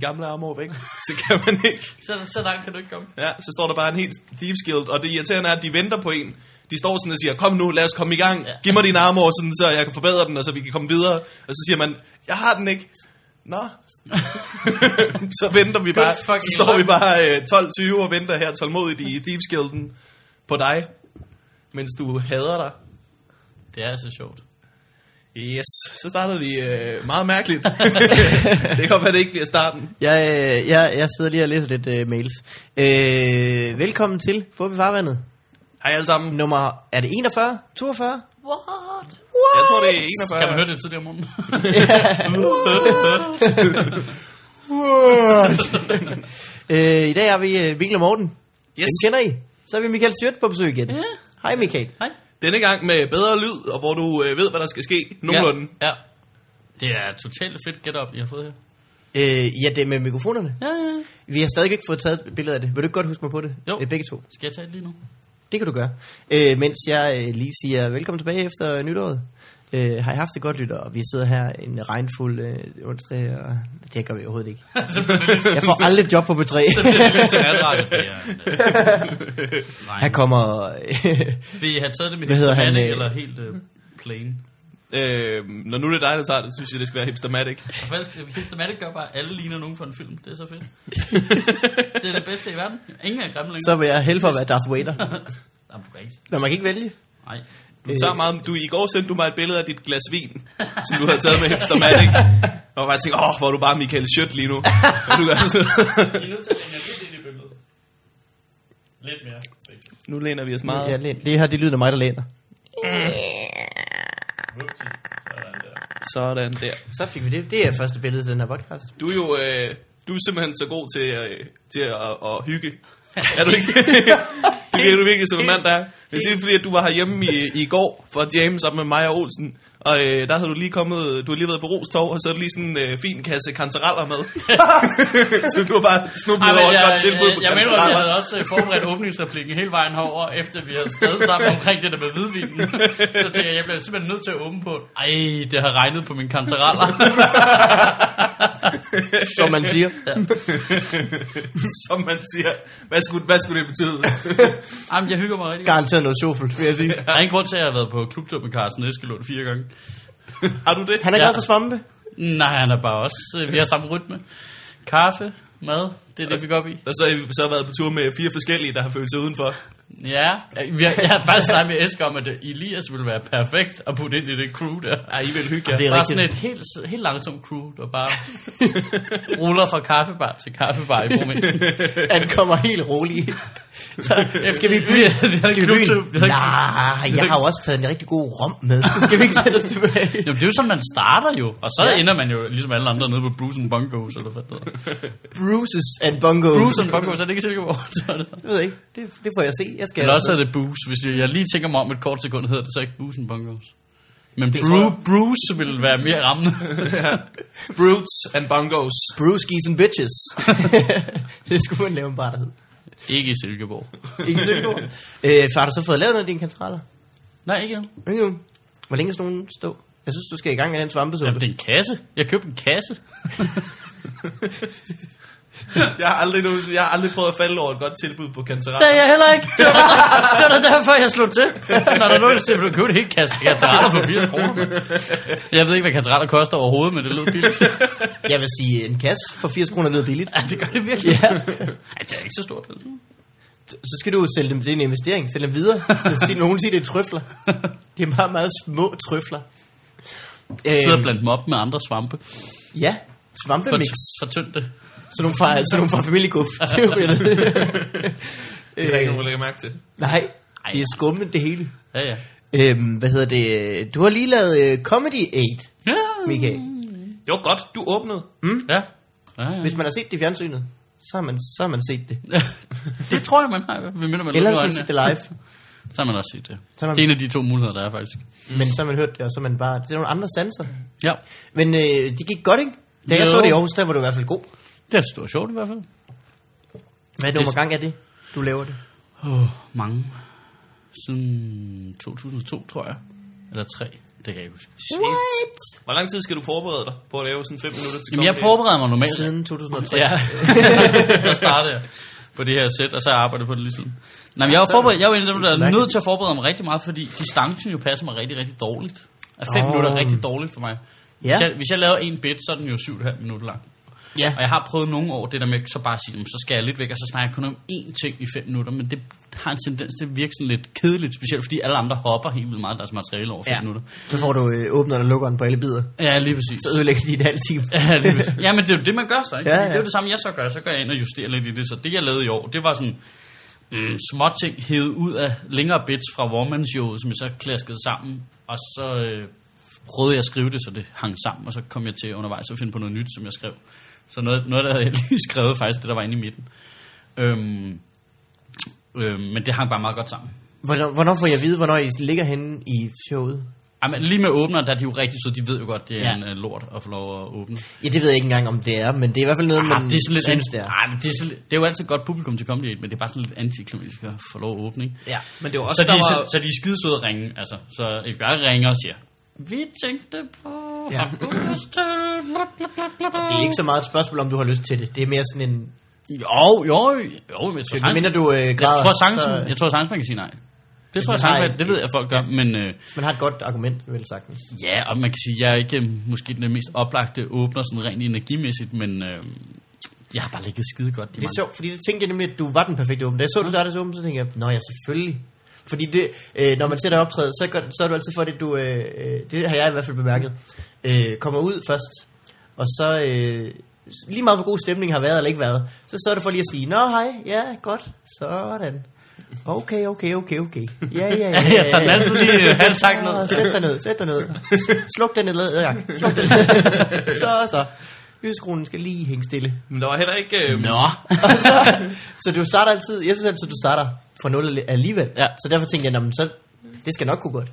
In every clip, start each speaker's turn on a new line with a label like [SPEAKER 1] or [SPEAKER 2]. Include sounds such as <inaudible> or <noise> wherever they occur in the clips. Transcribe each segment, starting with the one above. [SPEAKER 1] gamle arme over væk. <laughs> Så kan man ikke.
[SPEAKER 2] Så, så langt kan du ikke komme.
[SPEAKER 1] Ja, så står der bare en helt Thieves Guild, og det irriterende er, at de venter på en. De står sådan og siger, kom nu, lad os komme i gang.
[SPEAKER 2] Ja.
[SPEAKER 1] Ja. Giv mig din armor, sådan, så jeg kan forbedre den, og så vi kan komme videre. Og så siger man, jeg har den ikke. Nå. <laughs> så venter vi bare,
[SPEAKER 2] fucking
[SPEAKER 1] så står vi
[SPEAKER 2] luck.
[SPEAKER 1] bare øh, 12-20 og venter her tålmodigt i Thieves Guilden på dig, mens du hader dig.
[SPEAKER 2] Det er altså sjovt.
[SPEAKER 1] Yes, så startede vi øh, meget mærkeligt. <laughs> det kan godt være, det ikke bliver starten.
[SPEAKER 3] Jeg, øh, jeg, jeg sidder lige og læser lidt øh, mails. Øh, velkommen til Fubi Farvandet.
[SPEAKER 1] Hej alle sammen.
[SPEAKER 3] Nummer, er det 41? 42?
[SPEAKER 2] What?
[SPEAKER 1] Jeg tror, det er 41.
[SPEAKER 2] Kan man høre det tidligere om <laughs> morgenen?
[SPEAKER 3] <laughs> øh, I dag har vi øh, Mikkel og Morten. Yes.
[SPEAKER 1] Yes.
[SPEAKER 3] Dem kender I. Så er vi Michael Styrt på besøg igen.
[SPEAKER 2] Ja.
[SPEAKER 3] Hej Michael.
[SPEAKER 2] Hej.
[SPEAKER 1] Denne gang med bedre lyd, og hvor du øh, ved, hvad der skal ske. Nogenlunde. Ja.
[SPEAKER 2] Ja. ja. Det er totalt fedt get-up, I har fået her.
[SPEAKER 3] Øh, ja, det er med mikrofonerne.
[SPEAKER 2] Ja, ja, ja.
[SPEAKER 3] Vi har stadig ikke fået taget et billede af det. Vil du ikke godt huske mig på det?
[SPEAKER 2] Jo.
[SPEAKER 3] Øh, begge to.
[SPEAKER 2] Skal jeg tage det lige nu?
[SPEAKER 3] Det kan du gøre. Øh, mens jeg øh, lige siger velkommen tilbage efter nytåret. Øh, har I haft det godt, lytter? Og Vi sidder her en regnfuld øh, onsdag, og det gør vi overhovedet ikke.
[SPEAKER 2] <laughs> så bliver det lidt-
[SPEAKER 3] Jeg får aldrig et job på B3.
[SPEAKER 2] <laughs> så bliver det lidt til aldradio, det er en, øh, Nej,
[SPEAKER 3] Her kommer... øh,
[SPEAKER 2] vi har taget det med
[SPEAKER 3] Hvad hedder han,
[SPEAKER 2] hipstermatic
[SPEAKER 3] øh?
[SPEAKER 2] eller helt øh, plain.
[SPEAKER 1] Øh, når nu det er dig, der tager det, synes jeg, det skal være hipstermatic.
[SPEAKER 2] Og faktisk, hipstermatic gør bare, at alle ligner nogen fra en film. Det er så <laughs> fedt. det er det bedste i verden. Ingen er grimme længere.
[SPEAKER 3] <laughs> så vil jeg hellere for at være Darth Vader.
[SPEAKER 2] <laughs> Jamen, du kan ikke.
[SPEAKER 3] Når man kan ikke vælge.
[SPEAKER 2] Nej.
[SPEAKER 1] Du
[SPEAKER 3] Øh.
[SPEAKER 1] tager meget, du, I går sendte du mig et billede af dit glas vin, som du havde taget med <laughs> hipstermatic. Og jeg bare tænkte, åh, hvor er du bare Michael Schødt <laughs> lige nu. Og du gør sådan noget. <laughs>
[SPEAKER 2] I er nødt til at hænge lidt ind i billedet. Lidt mere.
[SPEAKER 1] nu læner vi os meget.
[SPEAKER 3] Ja, læn. det her, det lyder mig, der læner.
[SPEAKER 2] Vupti. Sådan der.
[SPEAKER 1] Sådan der.
[SPEAKER 3] Så fik vi det. Det er første billede til den her podcast.
[SPEAKER 1] Du er jo øh, du er simpelthen så god til, øh, til at, at
[SPEAKER 2] <laughs>
[SPEAKER 1] hygge. Er du ikke? det virker du virkelig som en mand, der er. Jeg siger det, fordi at du var herhjemme i, i går for at jamme sammen med Maja Olsen. Og øh, der havde du lige kommet, du havde lige været på Rostov, og så havde du lige sådan en øh, fin kasse kantereller
[SPEAKER 2] <laughs>
[SPEAKER 1] med. så du var bare
[SPEAKER 2] Ej,
[SPEAKER 1] snublet
[SPEAKER 2] men
[SPEAKER 1] over et
[SPEAKER 2] jeg,
[SPEAKER 1] godt tilbud
[SPEAKER 2] jeg,
[SPEAKER 1] på
[SPEAKER 2] jeg mener, at jeg
[SPEAKER 1] kantereller. <laughs>
[SPEAKER 2] havde også øh, forberedt åbningsreplikken hele vejen herover, efter vi havde skrevet sammen omkring det der med hvidvinen. Så tænkte jeg, jeg bliver simpelthen nødt til at åbne på, ej, det har regnet på mine
[SPEAKER 1] <laughs>
[SPEAKER 2] kantereller.
[SPEAKER 3] <laughs> Som man siger.
[SPEAKER 2] Ja.
[SPEAKER 1] Som man siger, hvad skulle, hvad skulle det
[SPEAKER 2] <laughs>
[SPEAKER 1] betyde?
[SPEAKER 2] Jamen, jeg hygger mig rigtig. godt.
[SPEAKER 3] Garanteret noget sjovfuldt, vil jeg sige.
[SPEAKER 2] Der er ingen grund til, at jeg har været på klubtur med Carsten Eskelund fire gange.
[SPEAKER 1] Har du det?
[SPEAKER 3] Han er
[SPEAKER 2] Ja.
[SPEAKER 3] glad for svampe.
[SPEAKER 2] Nej, han er bare også. øh, Vi har samme rytme. Kaffe, mad, det er det, vi går op i.
[SPEAKER 1] Og så har I så været på tur med fire forskellige, der har følt sig udenfor. <laughs>
[SPEAKER 2] Ja, vi har, jeg har faktisk snakket med Eske om, at øh, Elias ville være perfekt at putte ind i det crew der.
[SPEAKER 1] Ej, I vil hygge jer.
[SPEAKER 3] Jamen, det er
[SPEAKER 2] Bare
[SPEAKER 3] rigtigt.
[SPEAKER 2] sådan et helt, helt langsomt crew, der <laughs> bare ruller fra kaffebar til kaffebar <laughs> i brugmænden.
[SPEAKER 3] Han kommer helt rolig. <laughs> Så,
[SPEAKER 2] Skal vi i byen? Vi havde
[SPEAKER 3] skal vi
[SPEAKER 2] klubtur.
[SPEAKER 3] byen? Nej, jeg har jo også taget en rigtig god rom med. <laughs> Skal vi ikke sætte os tilbage?
[SPEAKER 2] Jamen, det er jo sådan, man starter jo. Og så
[SPEAKER 3] Ja.
[SPEAKER 2] ja. ender man jo, ligesom alle andre, nede på Bruce and Bongos, eller hvad det <laughs> hedder.
[SPEAKER 3] Bruises and bongos.
[SPEAKER 2] Bruce and Bongos, er det ikke Silkeborg? <laughs> så er det.
[SPEAKER 3] Jeg ved ikke. Det, det får jeg se. Jeg skal
[SPEAKER 2] Eller også er det Bruce. Hvis jeg, jeg lige tænker mig om et kort sekund, hedder det så ikke Bruce and Bongos. Men
[SPEAKER 1] tror
[SPEAKER 2] Bru- Bruce ville være mere rammende. <laughs>
[SPEAKER 1] ja. Brutes and bongos.
[SPEAKER 3] Brewskis and bitches. <laughs> det skulle man lave en bar, der hed.
[SPEAKER 2] ikke i Silkeborg.
[SPEAKER 3] Ikke et ord. øh, for har du så fået lavet noget af dine kantraller?
[SPEAKER 2] Nej, ikke endnu.
[SPEAKER 3] Jo. Hvor længe skal nogen stå? Jeg synes, du skal i gang med den svampesuppe.
[SPEAKER 2] Jamen, det er en kasse. Jeg købte en <laughs> kasse.
[SPEAKER 1] <laughs> Jeg har aldrig, nogensinde- jeg har aldrig prøvet at falde over et godt tilbud på
[SPEAKER 2] Det
[SPEAKER 1] kantereller.
[SPEAKER 2] er jeg heller ikke. Det var, der, det var der derfor, jeg slog til. Når der er nogen, der siger, at du købte en hel kasse kantereller for 80 kroner. mand." Jeg ved ikke, hvad kantereller koster overhovedet, men det lød billigt.
[SPEAKER 3] Jeg vil sige, en kasse for 80 kroner lyder billigt.
[SPEAKER 2] Ja, Øhm. det gør det virkelig.
[SPEAKER 3] Ja.
[SPEAKER 2] Ej, det er ikke så stort. vel?
[SPEAKER 3] Så skal du sælge dem, det er en investering, sælge dem
[SPEAKER 2] <laughs>
[SPEAKER 3] videre. Så siger- Nogen siger, det er trøfler. Det er meget, meget små trøfler.
[SPEAKER 2] Jeg sidder
[SPEAKER 3] Øhm,
[SPEAKER 2] blandt dem op med andre svampe.
[SPEAKER 3] ja,
[SPEAKER 2] For,
[SPEAKER 3] svampemix.
[SPEAKER 2] for tyndte.
[SPEAKER 3] Så nogle fra, så nogle fra familieguf. Det er jo billedet.
[SPEAKER 1] Det er
[SPEAKER 3] Øh,
[SPEAKER 1] ikke nogen, der lægger mærke til.
[SPEAKER 3] Nej, det er skummet det hele.
[SPEAKER 2] Ja, ja.
[SPEAKER 3] Øhm, hvad hedder det? Du har lige lavet øh, Comedy 8,
[SPEAKER 2] Ja.
[SPEAKER 3] Michael.
[SPEAKER 1] Det var godt, du åbnede.
[SPEAKER 2] Ja. ja, ja.
[SPEAKER 3] Hvis man har set det i fjernsynet, så har man, så har man set det.
[SPEAKER 2] det tror jeg, man har. Hvem minder man
[SPEAKER 3] Eller
[SPEAKER 2] lukker
[SPEAKER 3] hvis man har
[SPEAKER 2] øjnene.
[SPEAKER 3] set det live.
[SPEAKER 2] Så har man også set det.
[SPEAKER 3] Så har man-
[SPEAKER 2] Det er en af de to muligheder, der er faktisk.
[SPEAKER 3] Men så har man hørt det, og så har man bare... Det er nogle andre sanser.
[SPEAKER 2] Ja.
[SPEAKER 3] Men øh, det gik godt, ikke? Da jeg
[SPEAKER 2] Jo.
[SPEAKER 3] så det i Aarhus, der var du i hvert fald god.
[SPEAKER 2] Det er stort sjovt i hvert fald.
[SPEAKER 3] Hvad nummer gang er det, du laver det?
[SPEAKER 2] Åh, mange. Siden 2002, tror jeg. Eller 3. Det kan jeg ikke huske.
[SPEAKER 1] What? Hvor lang tid skal du forberede dig på at lave sådan 5 minutter til
[SPEAKER 2] Jamen, jeg
[SPEAKER 1] comedy?
[SPEAKER 2] forbereder mig normalt.
[SPEAKER 3] Siden 2003.
[SPEAKER 2] <laughs> Ja, der startede jeg på det her sæt, og så har jeg arbejdet på det lige siden. Nej, men jeg var, forberedt, jeg var en af dem, der er nødt til at forberede mig rigtig meget, fordi distancen jo passer mig rigtig, rigtig dårligt. At fem
[SPEAKER 3] Åh.
[SPEAKER 2] oh. minutter er rigtig dårligt for mig. Ja.
[SPEAKER 3] Ja.
[SPEAKER 2] Hvis, jeg, hvis jeg laver en bit, så er den jo 7,5 minutter lang.
[SPEAKER 3] Ja.
[SPEAKER 2] Og jeg har prøvet nogle år det der med så bare at sige, "Jamen, så skal jeg lidt væk, og så snakker jeg kun om én ting i 5 minutter. Men det har en tendens til at virke sådan lidt kedeligt, specielt fordi alle andre hopper helt vildt meget af deres materiale over 5
[SPEAKER 3] Ja.
[SPEAKER 2] ja. minutter.
[SPEAKER 3] Så får du øh, åbneren og lukkeren på alle bidder.
[SPEAKER 2] Ja, lige præcis.
[SPEAKER 3] Så ødelægger de et halvt time.
[SPEAKER 2] <laughs> Ja, det er, ja, men det er jo det, man gør så, ikke?
[SPEAKER 3] Ja,
[SPEAKER 2] Ja,
[SPEAKER 3] ja.
[SPEAKER 2] ja. Det er jo det samme, jeg så gør. Så går jeg ind og justerer lidt i det. Så det, jeg lavede i år, det var sådan mm, små ting hævet ud af længere bits fra Warman Show, som jeg så klaskede sammen. Og så øh, prøvede jeg at skrive det, så det hang sammen. Og så kom jeg til undervejs at finde på noget nyt, som jeg skrev. Så noget, noget der <laughs> havde jeg lige skrevet faktisk, det der var inde i midten. Øhm, øhm, men det hang bare meget godt sammen.
[SPEAKER 3] Hvornår, hvornår får jeg at vide, hvornår I ligger henne i showet?
[SPEAKER 2] Ej, men lige med åbner, der er de jo rigtig søde. De ved jo godt, det er ja.
[SPEAKER 3] Ja.
[SPEAKER 2] en øh, lort at få lov at åbne.
[SPEAKER 3] Ja, det ved jeg ikke engang, om det er, men det er i hvert fald noget,
[SPEAKER 2] Ah,
[SPEAKER 3] man
[SPEAKER 2] det er sådan lidt
[SPEAKER 3] synes,
[SPEAKER 2] an-
[SPEAKER 3] det er.
[SPEAKER 2] Ah, men det, er sådan, lidt- det er jo altid godt publikum til comedy, men det er bare sådan lidt antiklimatisk at få lov at åbne, ikke?
[SPEAKER 3] Ja.
[SPEAKER 1] Men det var
[SPEAKER 2] Så
[SPEAKER 1] også,
[SPEAKER 2] de,
[SPEAKER 1] der
[SPEAKER 2] så,
[SPEAKER 1] var...
[SPEAKER 2] så de er skidesøde at ringe, altså. Så FBI ringer og siger, vi tænkte på
[SPEAKER 3] Ja.
[SPEAKER 2] ja. august, øh, bla, bla, bla, bla, bla.
[SPEAKER 3] Det er ikke så meget et spørgsmål, om du har lyst til det. Det er mere sådan en...
[SPEAKER 2] Jo, jo, jo, men jeg tror,
[SPEAKER 3] Men
[SPEAKER 2] sagtens,
[SPEAKER 3] mindre du øh,
[SPEAKER 2] jeg
[SPEAKER 3] græder,
[SPEAKER 2] tror, sagtens,
[SPEAKER 3] så-
[SPEAKER 2] jeg tror, sagtens, man kan sige nej. Det tror jeg
[SPEAKER 3] nej.
[SPEAKER 2] sagtens, man- det ved jeg, folk gør, men... Øh,
[SPEAKER 3] man har et godt argument, vel sagtens.
[SPEAKER 2] Ja, og man kan sige, at jeg er ikke øh, måske den mest oplagte åbner sådan rent energimæssigt, men øh, jeg har bare ligget skide godt. De
[SPEAKER 3] Det er
[SPEAKER 2] mange-
[SPEAKER 3] sjovt, fordi det tænkte jeg nemlig, at du var den perfekte åben. Da jeg så, du startede åben, så tænkte jeg, nå ja, selvfølgelig. Fordi det, øh, når man ser dig optræde, så, gør, så er du altid for det, du, øh, øh, det har jeg i hvert fald bemærket, øh, kommer ud først, og så øh, lige meget hvor god stemning har været eller ikke været, så sørger du for lige at sige, nå hej, ja, godt, sådan. Okay, okay, okay, okay.
[SPEAKER 2] <laughs>
[SPEAKER 3] Ja, ja, ja. ja,
[SPEAKER 2] <laughs> Jeg tager den
[SPEAKER 3] <laughs>
[SPEAKER 2] altid lige, øh, halvt tak ned.
[SPEAKER 3] Nå, Sæt dig ned, sæt dig ned. S- Sluk den ned, læderjak. Sluk den ned. <laughs> så, så. Lyskronen skal lige hænge stille.
[SPEAKER 1] Men der var heller ikke... Øh,
[SPEAKER 3] <laughs> Så du starter altid, jeg synes altid, du starter fra nul alligevel.
[SPEAKER 2] Ja.
[SPEAKER 3] Så derfor tænkte jeg, "Nå, men så, det skal nok kunne godt.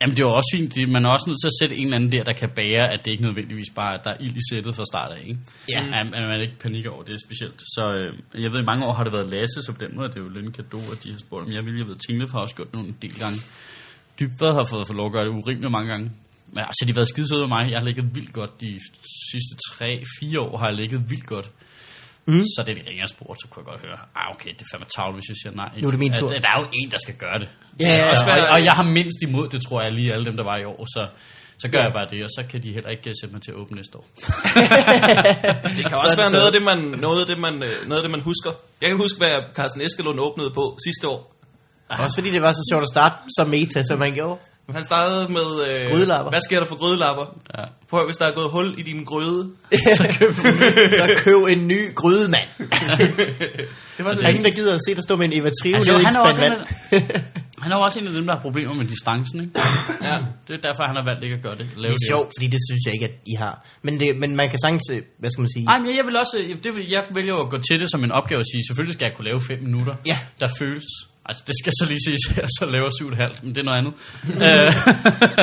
[SPEAKER 2] Jamen det er jo også fint, det- man er også nødt til at sætte en eller anden der, der kan bære, at det ikke nødvendigvis bare er, at der er ild i sættet fra start af, ikke?
[SPEAKER 3] Ja.
[SPEAKER 2] At, at man ikke panikker over det specielt. Så øh, jeg ved, i mange år har det været Lasse, så på den måde er det jo Lønne Kado, at de har spurgt, om jeg ville, jeg ved, Tingle har også gjort det nogle del gange. Dybvad har fået, fået lov at gøre det urimelig mange gange. Men altså, de har været skide søde ved mig. Jeg har ligget vildt godt de sidste 3-4 år, har jeg ligget vildt godt. Mm. Så det, de ringer og spurger, så kunne jeg godt høre, ah, okay, det er fandme tavle, hvis jeg siger nej.
[SPEAKER 3] Nu er det min
[SPEAKER 2] At-
[SPEAKER 3] tur.
[SPEAKER 2] at Der er jo en, der skal gøre det.
[SPEAKER 3] Ja, ja,
[SPEAKER 2] altså,
[SPEAKER 1] ja.
[SPEAKER 2] og, og, jeg har mindst imod det, tror jeg, lige alle dem, der var i år. Så, så gør jeg bare det, og så kan de heller ikke øh, sætte mig til at åbne næste år.
[SPEAKER 1] Det kan
[SPEAKER 3] Så
[SPEAKER 1] også
[SPEAKER 3] er
[SPEAKER 1] være
[SPEAKER 3] det
[SPEAKER 1] noget af det, man, noget af det, man, øh, noget af det, man husker. Jeg kan huske, hvad Carsten Eskelund åbnede på sidste år.
[SPEAKER 3] Også fordi det var så sjovt at starte som meta, som man <laughs> gjorde.
[SPEAKER 1] Han startede med... Øh,
[SPEAKER 3] Grydelapper.
[SPEAKER 1] Hvad sker der for grydelapper?
[SPEAKER 2] Ja.
[SPEAKER 1] Prøv at, hvis der er gået hul i din gryde.
[SPEAKER 3] Så køb en ny gryde, <laughs> mand.
[SPEAKER 1] Det var
[SPEAKER 3] Altså, Der er ingen, der gider at se dig stå med en Eva Trio
[SPEAKER 2] Altså,
[SPEAKER 3] nede i
[SPEAKER 2] han
[SPEAKER 3] en
[SPEAKER 2] er
[SPEAKER 3] spand
[SPEAKER 2] også
[SPEAKER 3] vand. <laughs>
[SPEAKER 2] Han er jo også en af dem, der har problemer med distancen, ikke?
[SPEAKER 1] ja.
[SPEAKER 2] Det er derfor, han har valgt ikke at gøre det. Lave
[SPEAKER 3] Det er sjovt, fordi det synes jeg ikke, at I har. Men, det, men man kan sagtens, øh, hvad skal man sige?
[SPEAKER 2] Nej, men jeg vil også, øh, det vil, jeg vælger jo at gå til det som en opgave at sige, selvfølgelig skal jeg kunne lave 5 minutter,
[SPEAKER 3] Ja.
[SPEAKER 2] der føles. Altså, det skal så lige ses, <laughs> at jeg så laver 7,5, men det er noget
[SPEAKER 3] <laughs>
[SPEAKER 2] andet. Øh,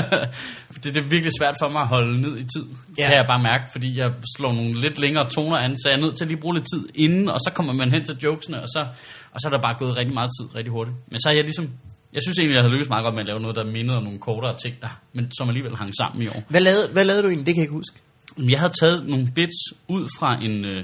[SPEAKER 2] <laughs> det, det er virkelig svært for mig at holde ned i tid.
[SPEAKER 3] Ja.
[SPEAKER 2] Ja. Kan jeg bare mærke, fordi jeg slår nogle lidt længere toner an, så jeg er nødt til at lige bruge lidt tid inden, og så kommer man hen til jokesene, og så, og så er der bare gået rigtig meget tid rigtig hurtigt. Men så er jeg ligesom, jeg synes egentlig, jeg havde lykkes meget godt med at lave noget, der mindede om nogle kortere ting, der, men som alligevel hang sammen i år.
[SPEAKER 3] Hvad lavede, hvad lavede du egentlig? Det kan jeg ikke huske.
[SPEAKER 2] Jamen, Jeg havde taget nogle bits ud fra en øh,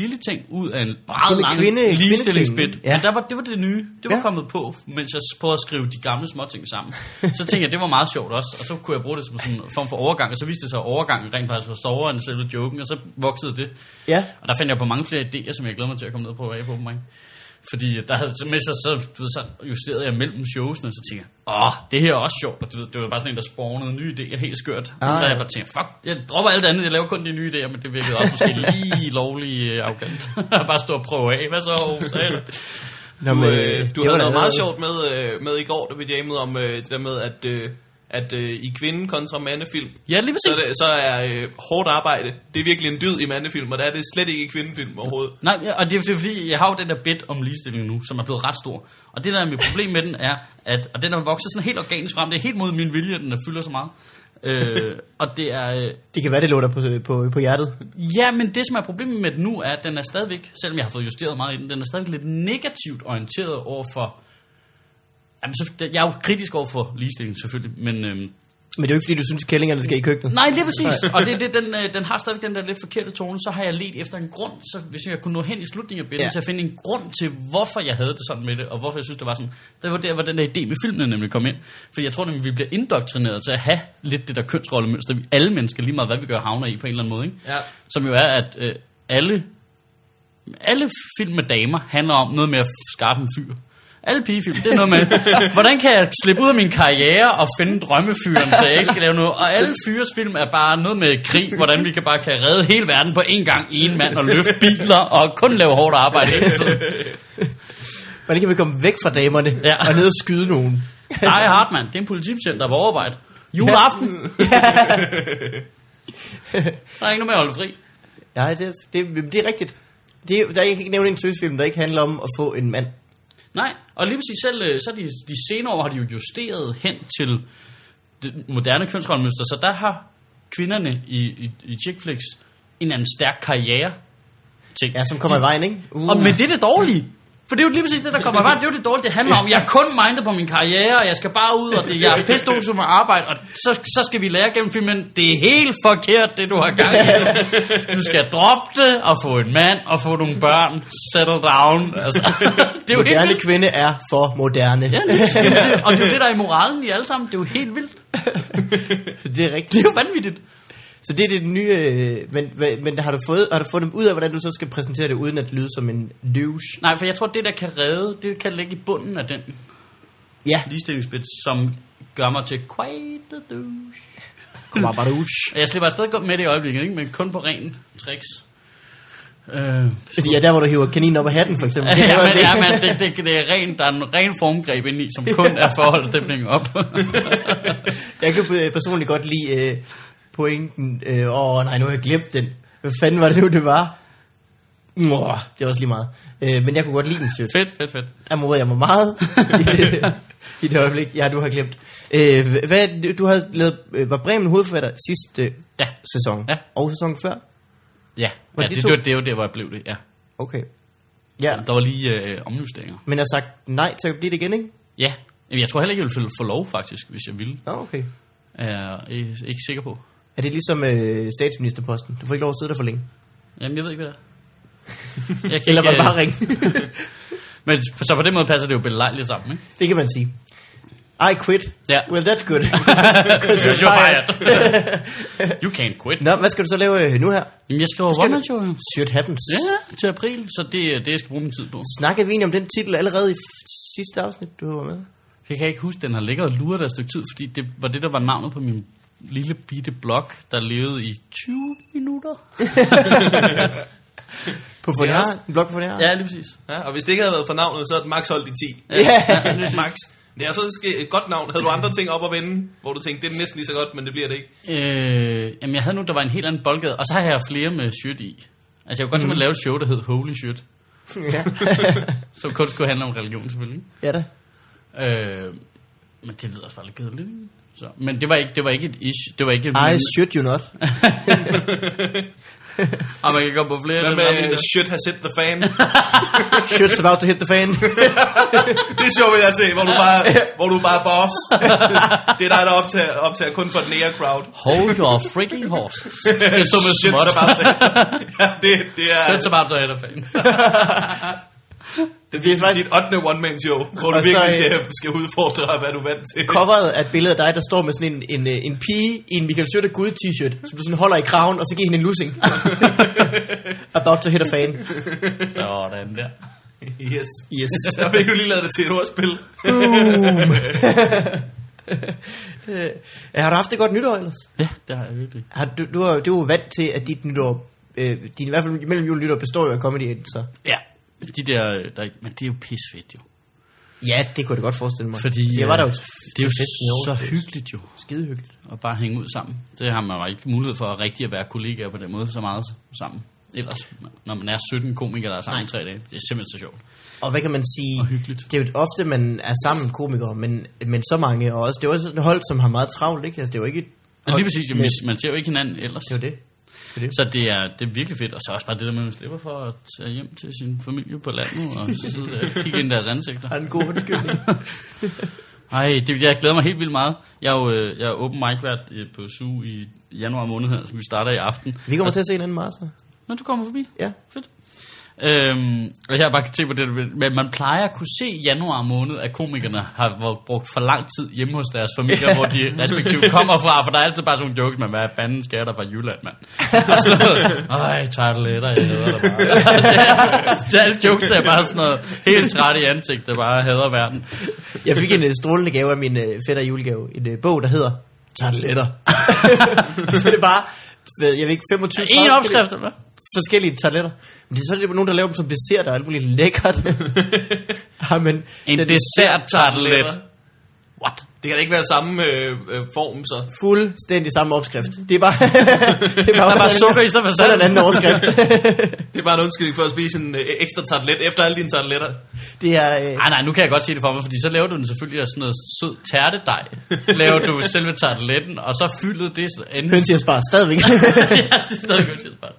[SPEAKER 2] lille ting, ud af en meget
[SPEAKER 3] med
[SPEAKER 2] lang
[SPEAKER 3] kvinde-
[SPEAKER 2] ligestillingsbit.
[SPEAKER 3] kvindeting, ja.
[SPEAKER 2] Ja. Men der var, det var det nye. Det var
[SPEAKER 3] Ja.
[SPEAKER 2] ja. kommet på, mens jeg prøvede at skrive de gamle småting sammen. Så tænkte jeg, det var meget sjovt også. Og så kunne jeg bruge det som sådan en form for overgang. Og så viste det sig, at overgangen rent faktisk var sovere end selve joken. Og så voksede det.
[SPEAKER 3] Ja.
[SPEAKER 2] Og der fandt jeg på mange flere idéer, som jeg glæder mig til at komme ned på af på mig. Fordi der havde, så, med sig, så, du ved, så justerede jeg mellem showsene, og så tænkte jeg, åh, det her er også sjovt. Og du ved, det var bare sådan en, der spawnede nye idéer, helt skørt. Ah,
[SPEAKER 3] Ah,
[SPEAKER 2] så havde
[SPEAKER 3] ja.
[SPEAKER 2] jeg bare tænkt, fuck, jeg dropper alt andet, jeg laver kun de nye idéer, men det virkede også måske lige lovlig øh, arrogant. <laughs> bare stå og prøve af, hvad så? så er det.
[SPEAKER 3] Nå,
[SPEAKER 1] Du,
[SPEAKER 3] men,
[SPEAKER 1] øh,
[SPEAKER 3] det
[SPEAKER 1] du
[SPEAKER 3] var
[SPEAKER 1] havde noget
[SPEAKER 3] da
[SPEAKER 1] meget
[SPEAKER 3] allerede-
[SPEAKER 1] sjovt med, øh, med i går, da vi jammede om øh, det der med, at, øh, at øh, i kvinde kontra mandefilm,
[SPEAKER 2] Ja, lige
[SPEAKER 1] så
[SPEAKER 2] præcis.
[SPEAKER 1] er, det, så er øh, hårdt arbejde, det er virkelig en dyd i mandefilm, og der er det slet ikke i kvindefilm overhovedet.
[SPEAKER 2] Nej, ja, og det er, det er fordi, jeg har jo den der bit om ligestilling nu, som er blevet ret stor. Og det der er mit problem med den er, at og den er vokset sådan helt organisk frem. Det er helt mod min vilje, at den er fylder så meget. Øh, og det er... øh,
[SPEAKER 3] Det kan være, det lå dig på, øh, på, på hjertet.
[SPEAKER 2] Ja, men det som er problemet med den nu, er, at den er stadigvæk, selvom jeg har fået justeret meget i den, den er stadigvæk lidt negativt orienteret over for... Jamen, så, jeg er jo kritisk over for ligestilling, selvfølgelig, men... Øhm,
[SPEAKER 3] Men det er jo ikke, fordi du synes, at kællingerne skal i køkkenet.
[SPEAKER 2] Nej, lige præcis. <laughs> Og det, er det, den, øh, den har stadigvæk den der lidt forkerte tone. Så har jeg let efter en grund, så hvis jeg kunne nå hen i slutningen af billedet,
[SPEAKER 3] Ja.
[SPEAKER 2] ja. til at finde en grund til, hvorfor jeg havde det sådan med det, og hvorfor jeg synes, det var sådan. Det var der, hvor den der idé med filmene nemlig kom ind. For jeg tror nemlig, vi bliver indoktrineret til at have lidt det der kønsrollemønster, vi alle mennesker, lige meget hvad vi gør, havner i på en eller anden måde. Ikke?
[SPEAKER 1] Ja.
[SPEAKER 2] Som jo er, at øh, alle, alle film med damer handler om noget med at skaffe en fyr. Alle pigefilm, det er noget med, hvordan kan jeg slippe ud af min karriere og finde drømmefyren, så jeg ikke skal lave noget. Og alle fyres film er bare noget med krig, hvordan vi kan bare kan redde hele verden på én gang, en mand og løfte biler og kun lave hårdt arbejde. Hele tiden.
[SPEAKER 3] Hvordan kan vi komme væk fra damerne
[SPEAKER 2] Ja.
[SPEAKER 3] og ned og skyde nogen?
[SPEAKER 2] Nej, Hartmann, det er en politibetjent, der er på overarbejde. Juleaften. Der er ikke noget med at holde fri.
[SPEAKER 3] Nej, det, er- det, er- det er rigtigt. Det, er- der, jeg kan ikke nævne en tøsfilm, der ikke handler om at få en mand.
[SPEAKER 2] Nej, og lige præcis selv, øh, så de, de senere år har de jo justeret hen til det moderne kønsrollemønster, så der har kvinderne i, i, i chick flicks en anden stærk karriere ting.
[SPEAKER 3] Ja, som kommer i vejen, ikke? Uh.
[SPEAKER 2] Og men det er det dårlige. For det er jo lige præcis det, der kommer i vejen. Det er jo det dårlige, det handler om. Jeg er kun mindet på min karriere, og jeg skal bare ud, og det, jeg er pistol med arbejde, og så, så skal vi lære gennem filmen, det er helt forkert, det du har gang i. Du skal droppe det, og få en mand, og få nogle børn, settle down. Altså, <laughs> det er jo helt
[SPEAKER 3] moderne
[SPEAKER 2] vildt.
[SPEAKER 3] kvinde er for moderne.
[SPEAKER 2] Ja, lige præcis. Jamen, det, og det er jo det, der er i moralen i alle sammen. Det er jo helt vildt.
[SPEAKER 3] <laughs> det er
[SPEAKER 2] Det
[SPEAKER 3] rigtigt.
[SPEAKER 2] er jo vanvittigt.
[SPEAKER 3] Så det er det nye... øh, Men, hva- men har, du fået, har du fundet ud af, hvordan du så skal præsentere det, uden at lyde som en douche?
[SPEAKER 2] Nej, for jeg tror, det, der kan redde, det kan ligge i bunden af den
[SPEAKER 3] Ja.
[SPEAKER 2] ligestillingsbit, som gør mig til quite the douche.
[SPEAKER 3] Kommer bare douche.
[SPEAKER 2] Og Jeg slipper afsted godt med det i øjeblikket, ikke? men kun på ren tricks. Øh, ja, men,
[SPEAKER 3] Fordi ja, der hvor du hiver kaninen op af hatten, for <laughs> eksempel. Det er noget af det.
[SPEAKER 2] <laughs> ja, men det, det, det er ren, der er en ren formgreb ind i, som kun er for at holde stemningen <laughs> op.
[SPEAKER 3] Jeg kan øh, personligt godt lide øh, pointen. Øh, åh nej, nu har jeg glemt den. Hvad fanden var det nu, det var? Mwah, det var også lige meget. Øh, men jeg kunne godt lide den, synes jeg.
[SPEAKER 2] fedt, fedt, fedt.
[SPEAKER 3] Der modede jeg mig meget i <laughs> det, i det øjeblik. Ja, du har glemt. Øh, hva- hvad, du har lavet, øh, var Bremen hovedforfatter sidste
[SPEAKER 2] Ja,
[SPEAKER 3] sæson?
[SPEAKER 2] Ja.
[SPEAKER 3] Og sæsonen før?
[SPEAKER 2] ja.
[SPEAKER 3] Var
[SPEAKER 2] ja
[SPEAKER 3] de
[SPEAKER 2] det,
[SPEAKER 3] to-
[SPEAKER 2] det, var, det var der, hvor jeg blev det, ja.
[SPEAKER 3] Okay. Ja,
[SPEAKER 2] Der var lige øh, omjusteringer.
[SPEAKER 3] men jeg har sagt nej til at blive det igen, ikke?
[SPEAKER 2] Ja, Jamen, jeg tror heller ikke, jeg ville få- få lov, faktisk, hvis jeg ville.
[SPEAKER 3] Nå, okay.
[SPEAKER 2] Er jeg ikke- ikke sikker på.
[SPEAKER 3] Er det ligesom øh, statsministerposten? Du får ikke lov at sidde der for længe.
[SPEAKER 2] Jamen, jeg ved ikke, hvad
[SPEAKER 3] <laughs>
[SPEAKER 2] det er. Jeg kan
[SPEAKER 3] Eller var det
[SPEAKER 2] ikke,
[SPEAKER 3] bare
[SPEAKER 2] øh,
[SPEAKER 3] ringe?
[SPEAKER 2] <laughs> men så på den måde passer det jo belejligt sammen,
[SPEAKER 3] <laughs>
[SPEAKER 2] ikke?
[SPEAKER 3] Det kan man sige. I quit.
[SPEAKER 2] Ja.
[SPEAKER 3] Well, that's
[SPEAKER 2] <laughs>
[SPEAKER 3] good. <laughs>
[SPEAKER 2] You're fired. <laughs> you can't quit.
[SPEAKER 3] Nå, hvad skal du så lave øh, nu her?
[SPEAKER 2] Jamen, jeg skriver
[SPEAKER 3] skal
[SPEAKER 2] One Man
[SPEAKER 3] du-
[SPEAKER 2] Show, jo.
[SPEAKER 3] Shit happens.
[SPEAKER 2] Ja, til april, så det er det, jeg skal bruge min tid på.
[SPEAKER 3] Snakkede vi egentlig om den titel allerede i f- sidste afsnit, du var med?
[SPEAKER 2] Jeg kan ikke huske, den har ligget og luret der et stykke tid, fordi det var det, der var navnet på min lille bitte blog, der levede i 20 minutter.
[SPEAKER 3] På Foniar?
[SPEAKER 1] også-
[SPEAKER 3] En blog på Foniar?
[SPEAKER 2] Ja, lige præcis.
[SPEAKER 1] ja. Og hvis det ikke havde været for navnet, så havde Max holdt i 10.
[SPEAKER 3] ja.
[SPEAKER 1] <laughs> Max. Det er så ske- et godt navn. Havde du andre ting op at vende, hvor du tænkte, det er næsten lige så godt, men det bliver det ikke?
[SPEAKER 2] Øh, jamen, jeg havde nu, der var en helt anden boldgade, og så har jeg flere med shit i. Altså, jeg kunne godt
[SPEAKER 3] Mm.
[SPEAKER 2] simpelthen lave et show, der hed Holy Shit,
[SPEAKER 3] ja. <laughs>
[SPEAKER 2] som kun skulle handle om religion, selvfølgelig.
[SPEAKER 3] ja da.
[SPEAKER 2] Øh, men det lyder også bare lidt kedeligt. ikke? Så, men det var ikke, det var ikke et issue. Det var ikke et
[SPEAKER 3] I should you
[SPEAKER 2] <laughs>
[SPEAKER 3] not.
[SPEAKER 2] og man kan gå på flere.
[SPEAKER 1] Hvad
[SPEAKER 2] den
[SPEAKER 1] med
[SPEAKER 2] samme der.
[SPEAKER 1] Should Have Set The Fan? <laughs>
[SPEAKER 3] Shit's about to hit the fan.
[SPEAKER 1] Det er sjovt, vil jeg se, hvor du bare, hvor du bare er boss. <laughs> Det er dig, der optager, optager kun for den nære crowd.
[SPEAKER 2] Hold your freaking <laughs> horse. Det stod med
[SPEAKER 1] Shit,
[SPEAKER 2] småt.
[SPEAKER 1] så bare sagde- <laughs> ja, det, det er,
[SPEAKER 2] Shit, så bare så er der fan.
[SPEAKER 1] det,
[SPEAKER 3] det er
[SPEAKER 1] er
[SPEAKER 3] faktisk-
[SPEAKER 1] faktisk dit 8. one-man show, hvor du
[SPEAKER 3] Og så,
[SPEAKER 1] virkelig
[SPEAKER 3] øh,
[SPEAKER 1] skal, skal udfordre, hvad du er vant til.
[SPEAKER 3] Coveret er et billede af dig, der står med sådan en, en, øh, en pige i en Michael Schutte Gud t-shirt, som du sådan holder i kraven, og så giver hende en
[SPEAKER 2] <laughs>
[SPEAKER 3] lussing. about to hit a fan.
[SPEAKER 2] <laughs> Sådan der.
[SPEAKER 1] <laughs> Yes.
[SPEAKER 3] Yes.
[SPEAKER 1] Så fik du lige lavet det til et ordspil.
[SPEAKER 3] Boom. <laughs> Øh, har du haft et godt nytår ellers?
[SPEAKER 2] Ja, det har jeg virkelig.
[SPEAKER 3] Har du, du, er, du er jo vant til, at dit nytår, øh, din, i hvert fald mellem jul og nytår, består jo af comedy Aid, så
[SPEAKER 2] Ja. De der, øh, der ikke, men det er jo pissfedt jo.
[SPEAKER 3] ja, det kunne jeg da godt forestille mig.
[SPEAKER 2] Fordi,
[SPEAKER 3] så jeg var
[SPEAKER 2] øh,
[SPEAKER 3] der jo
[SPEAKER 2] Det er jo
[SPEAKER 3] festen i år.
[SPEAKER 2] så hyggeligt jo.
[SPEAKER 3] skide hyggeligt.
[SPEAKER 2] At bare hænge ud sammen. Det har man jo ikke mulighed for at rigtig at være kollegaer på den måde så meget sammen. Ellers, når man er 17 komikere, der er sammen i tre dage. Det er simpelthen så sjovt.
[SPEAKER 3] Og hvad kan man sige,
[SPEAKER 2] Og hyggeligt.
[SPEAKER 3] det er jo ofte, man er sammen komikere, men, men så mange, og også, det er jo også et hold, som har meget travlt, ikke? Altså, det er jo ikke et
[SPEAKER 2] Men
[SPEAKER 3] hold
[SPEAKER 2] lige præcis, jamen, man ser jo ikke hinanden ellers.
[SPEAKER 3] Det er jo det. det, er det.
[SPEAKER 2] Så det er, det er virkelig fedt, og så også bare det der med, at man slipper for at tage hjem til
[SPEAKER 3] <laughs>
[SPEAKER 2] sin familie på landet, og sidde der og kigge ind i deres ansigter.
[SPEAKER 3] en god undskyldning.
[SPEAKER 2] Ej, det, jeg glæder mig helt vildt meget. Jeg er jo øh, jeg er open mic vært øh, på SU i januar måned her, som vi starter i aften.
[SPEAKER 3] <laughs> Vi kommer til at se hinanden meget så.
[SPEAKER 2] Når du kommer forbi.
[SPEAKER 3] Ja.
[SPEAKER 2] Fedt. Øhm, og jeg har bare tænkt på det, men man plejer at kunne se i januar måned, at komikerne har hvor- brugt for lang tid hjemme hos deres familier, hvor de respektive kommer fra, for der er altid bare sådan nogle jokes, man, hvad fanden skal jeg der fra Jylland, mand? Og så, ej, tarteletter, jeg hader dig bare. <laughs> det er alle jokes, der er bare sådan noget helt træt i ansigtet, bare hader verden.
[SPEAKER 3] Jeg fik en øh, strålende gave af min øh, fætter i julegave. En øh, bog, der hedder <laughs> Tarteletter. så er det bare, ved, jeg ved ikke, 25
[SPEAKER 2] En
[SPEAKER 3] 30
[SPEAKER 2] opskrift, eller hvad?
[SPEAKER 3] forskellige tarteletter. Men det, så er det nogen, der laver dem som dessert, der er alt muligt lækkert.
[SPEAKER 2] <laughs>
[SPEAKER 3] ja, men,
[SPEAKER 2] En
[SPEAKER 3] den
[SPEAKER 1] <laughs>
[SPEAKER 2] dessert-tartelet. What?
[SPEAKER 1] Det kan da ikke være samme øh, øh, form, så.
[SPEAKER 3] fuldstændig samme opskrift. Det er bare...
[SPEAKER 2] <laughs>
[SPEAKER 3] det
[SPEAKER 2] Der er bare
[SPEAKER 3] <laughs>
[SPEAKER 2] sukker i stedet for
[SPEAKER 3] Så er der en anden
[SPEAKER 2] salt.
[SPEAKER 3] overskrift.
[SPEAKER 1] Det er bare en undskyldning for at spise en øh, ekstra tartelet efter alle dine tarteletter.
[SPEAKER 3] det er... Øh,
[SPEAKER 2] Nej, nej, nu kan jeg godt se det for mig, fordi så laver du den selvfølgelig af sådan noget sød tærtedej. Laver du selve tarteletten, og så fyldet det så anden.
[SPEAKER 3] høns i at spare stadigvæk.
[SPEAKER 2] <laughs>
[SPEAKER 3] <laughs>
[SPEAKER 2] ja, det er stadig godt, jeg spørger.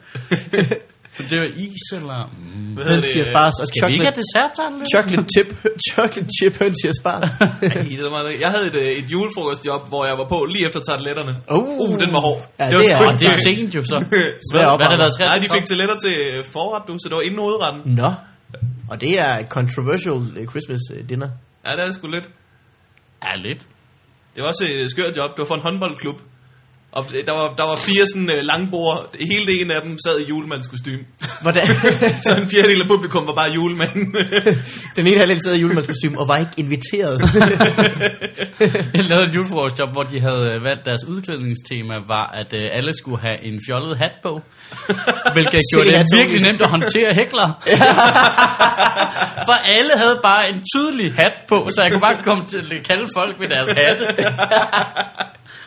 [SPEAKER 2] Men det var is, eller... Mm.
[SPEAKER 1] Hvad
[SPEAKER 3] høns i at spare og
[SPEAKER 2] Skal vi ikke
[SPEAKER 3] chocolate,
[SPEAKER 2] have desserttartelette?
[SPEAKER 3] chocolate, chip, <laughs> chocolate chip høns i at
[SPEAKER 2] <laughs>
[SPEAKER 3] spare.
[SPEAKER 1] Ej, det var meget- Jeg havde et, øh, et julefrokostjob, hvor jeg var på lige efter tarteletterne.
[SPEAKER 3] Uh.
[SPEAKER 1] uh den var hård.
[SPEAKER 3] Ja,
[SPEAKER 1] var
[SPEAKER 3] det er-
[SPEAKER 1] sgu
[SPEAKER 2] Og
[SPEAKER 1] ikke
[SPEAKER 2] det er
[SPEAKER 1] tak.
[SPEAKER 2] sent jo så.
[SPEAKER 3] Svær
[SPEAKER 2] Hvad har det været?
[SPEAKER 3] opvarmning.
[SPEAKER 2] 63?
[SPEAKER 1] Nej, de fik tarteletter til øh, forret nu, så det var inden hovedretten.
[SPEAKER 3] Nå. Og det er et controversial øh, Christmas øh, dinner.
[SPEAKER 1] Ja, det er sgu lidt.
[SPEAKER 2] Ja, lidt.
[SPEAKER 1] Det var også et skørt job. Det var for en håndboldklub. Og øh, der var, der var fire sådan øh, langbord. Hele det ene af dem sad i julemandskostyme. <laughs>
[SPEAKER 3] Hvordan?
[SPEAKER 1] Så en fjerdedel af publikum var bare
[SPEAKER 3] <laughs>
[SPEAKER 1] julemanden.
[SPEAKER 3] Den ene halvdel sad i julemandskostyme og var ikke <laughs> inviteret.
[SPEAKER 2] Jeg <laughs> lavede et julefrokostjob, hvor de havde øh, valgt deres udklædningstema, var at øh, alle skulle have en fjollet hat på. Hvilket
[SPEAKER 3] Se,
[SPEAKER 2] gjorde
[SPEAKER 3] hat
[SPEAKER 2] det
[SPEAKER 3] på.
[SPEAKER 2] virkelig nemt at håndtere hækler. For alle havde bare en tydelig hat på, så jeg kunne bare komme til at kalde folk med deres hatte.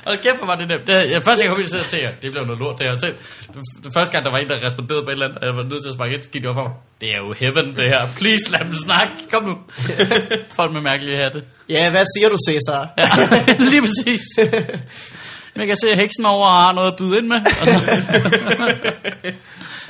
[SPEAKER 2] Og kæft for var det nemt. Det, jeg, første gang jeg kom ind, så jeg tænkte, det blev noget lort det her. Så, det, det, første gang, der var en, der responderede på et eller andet, og jeg var nødt til at sparke et skidt op for mig. Det er jo heaven, det her. Please, lad dem snakke. Kom nu. folk med mærkelige hatte.
[SPEAKER 3] ja, hvad siger du, Cæsar?
[SPEAKER 2] Ja, <laughs> lige præcis. Men jeg kan se, at heksen over har noget at byde ind med. Og så,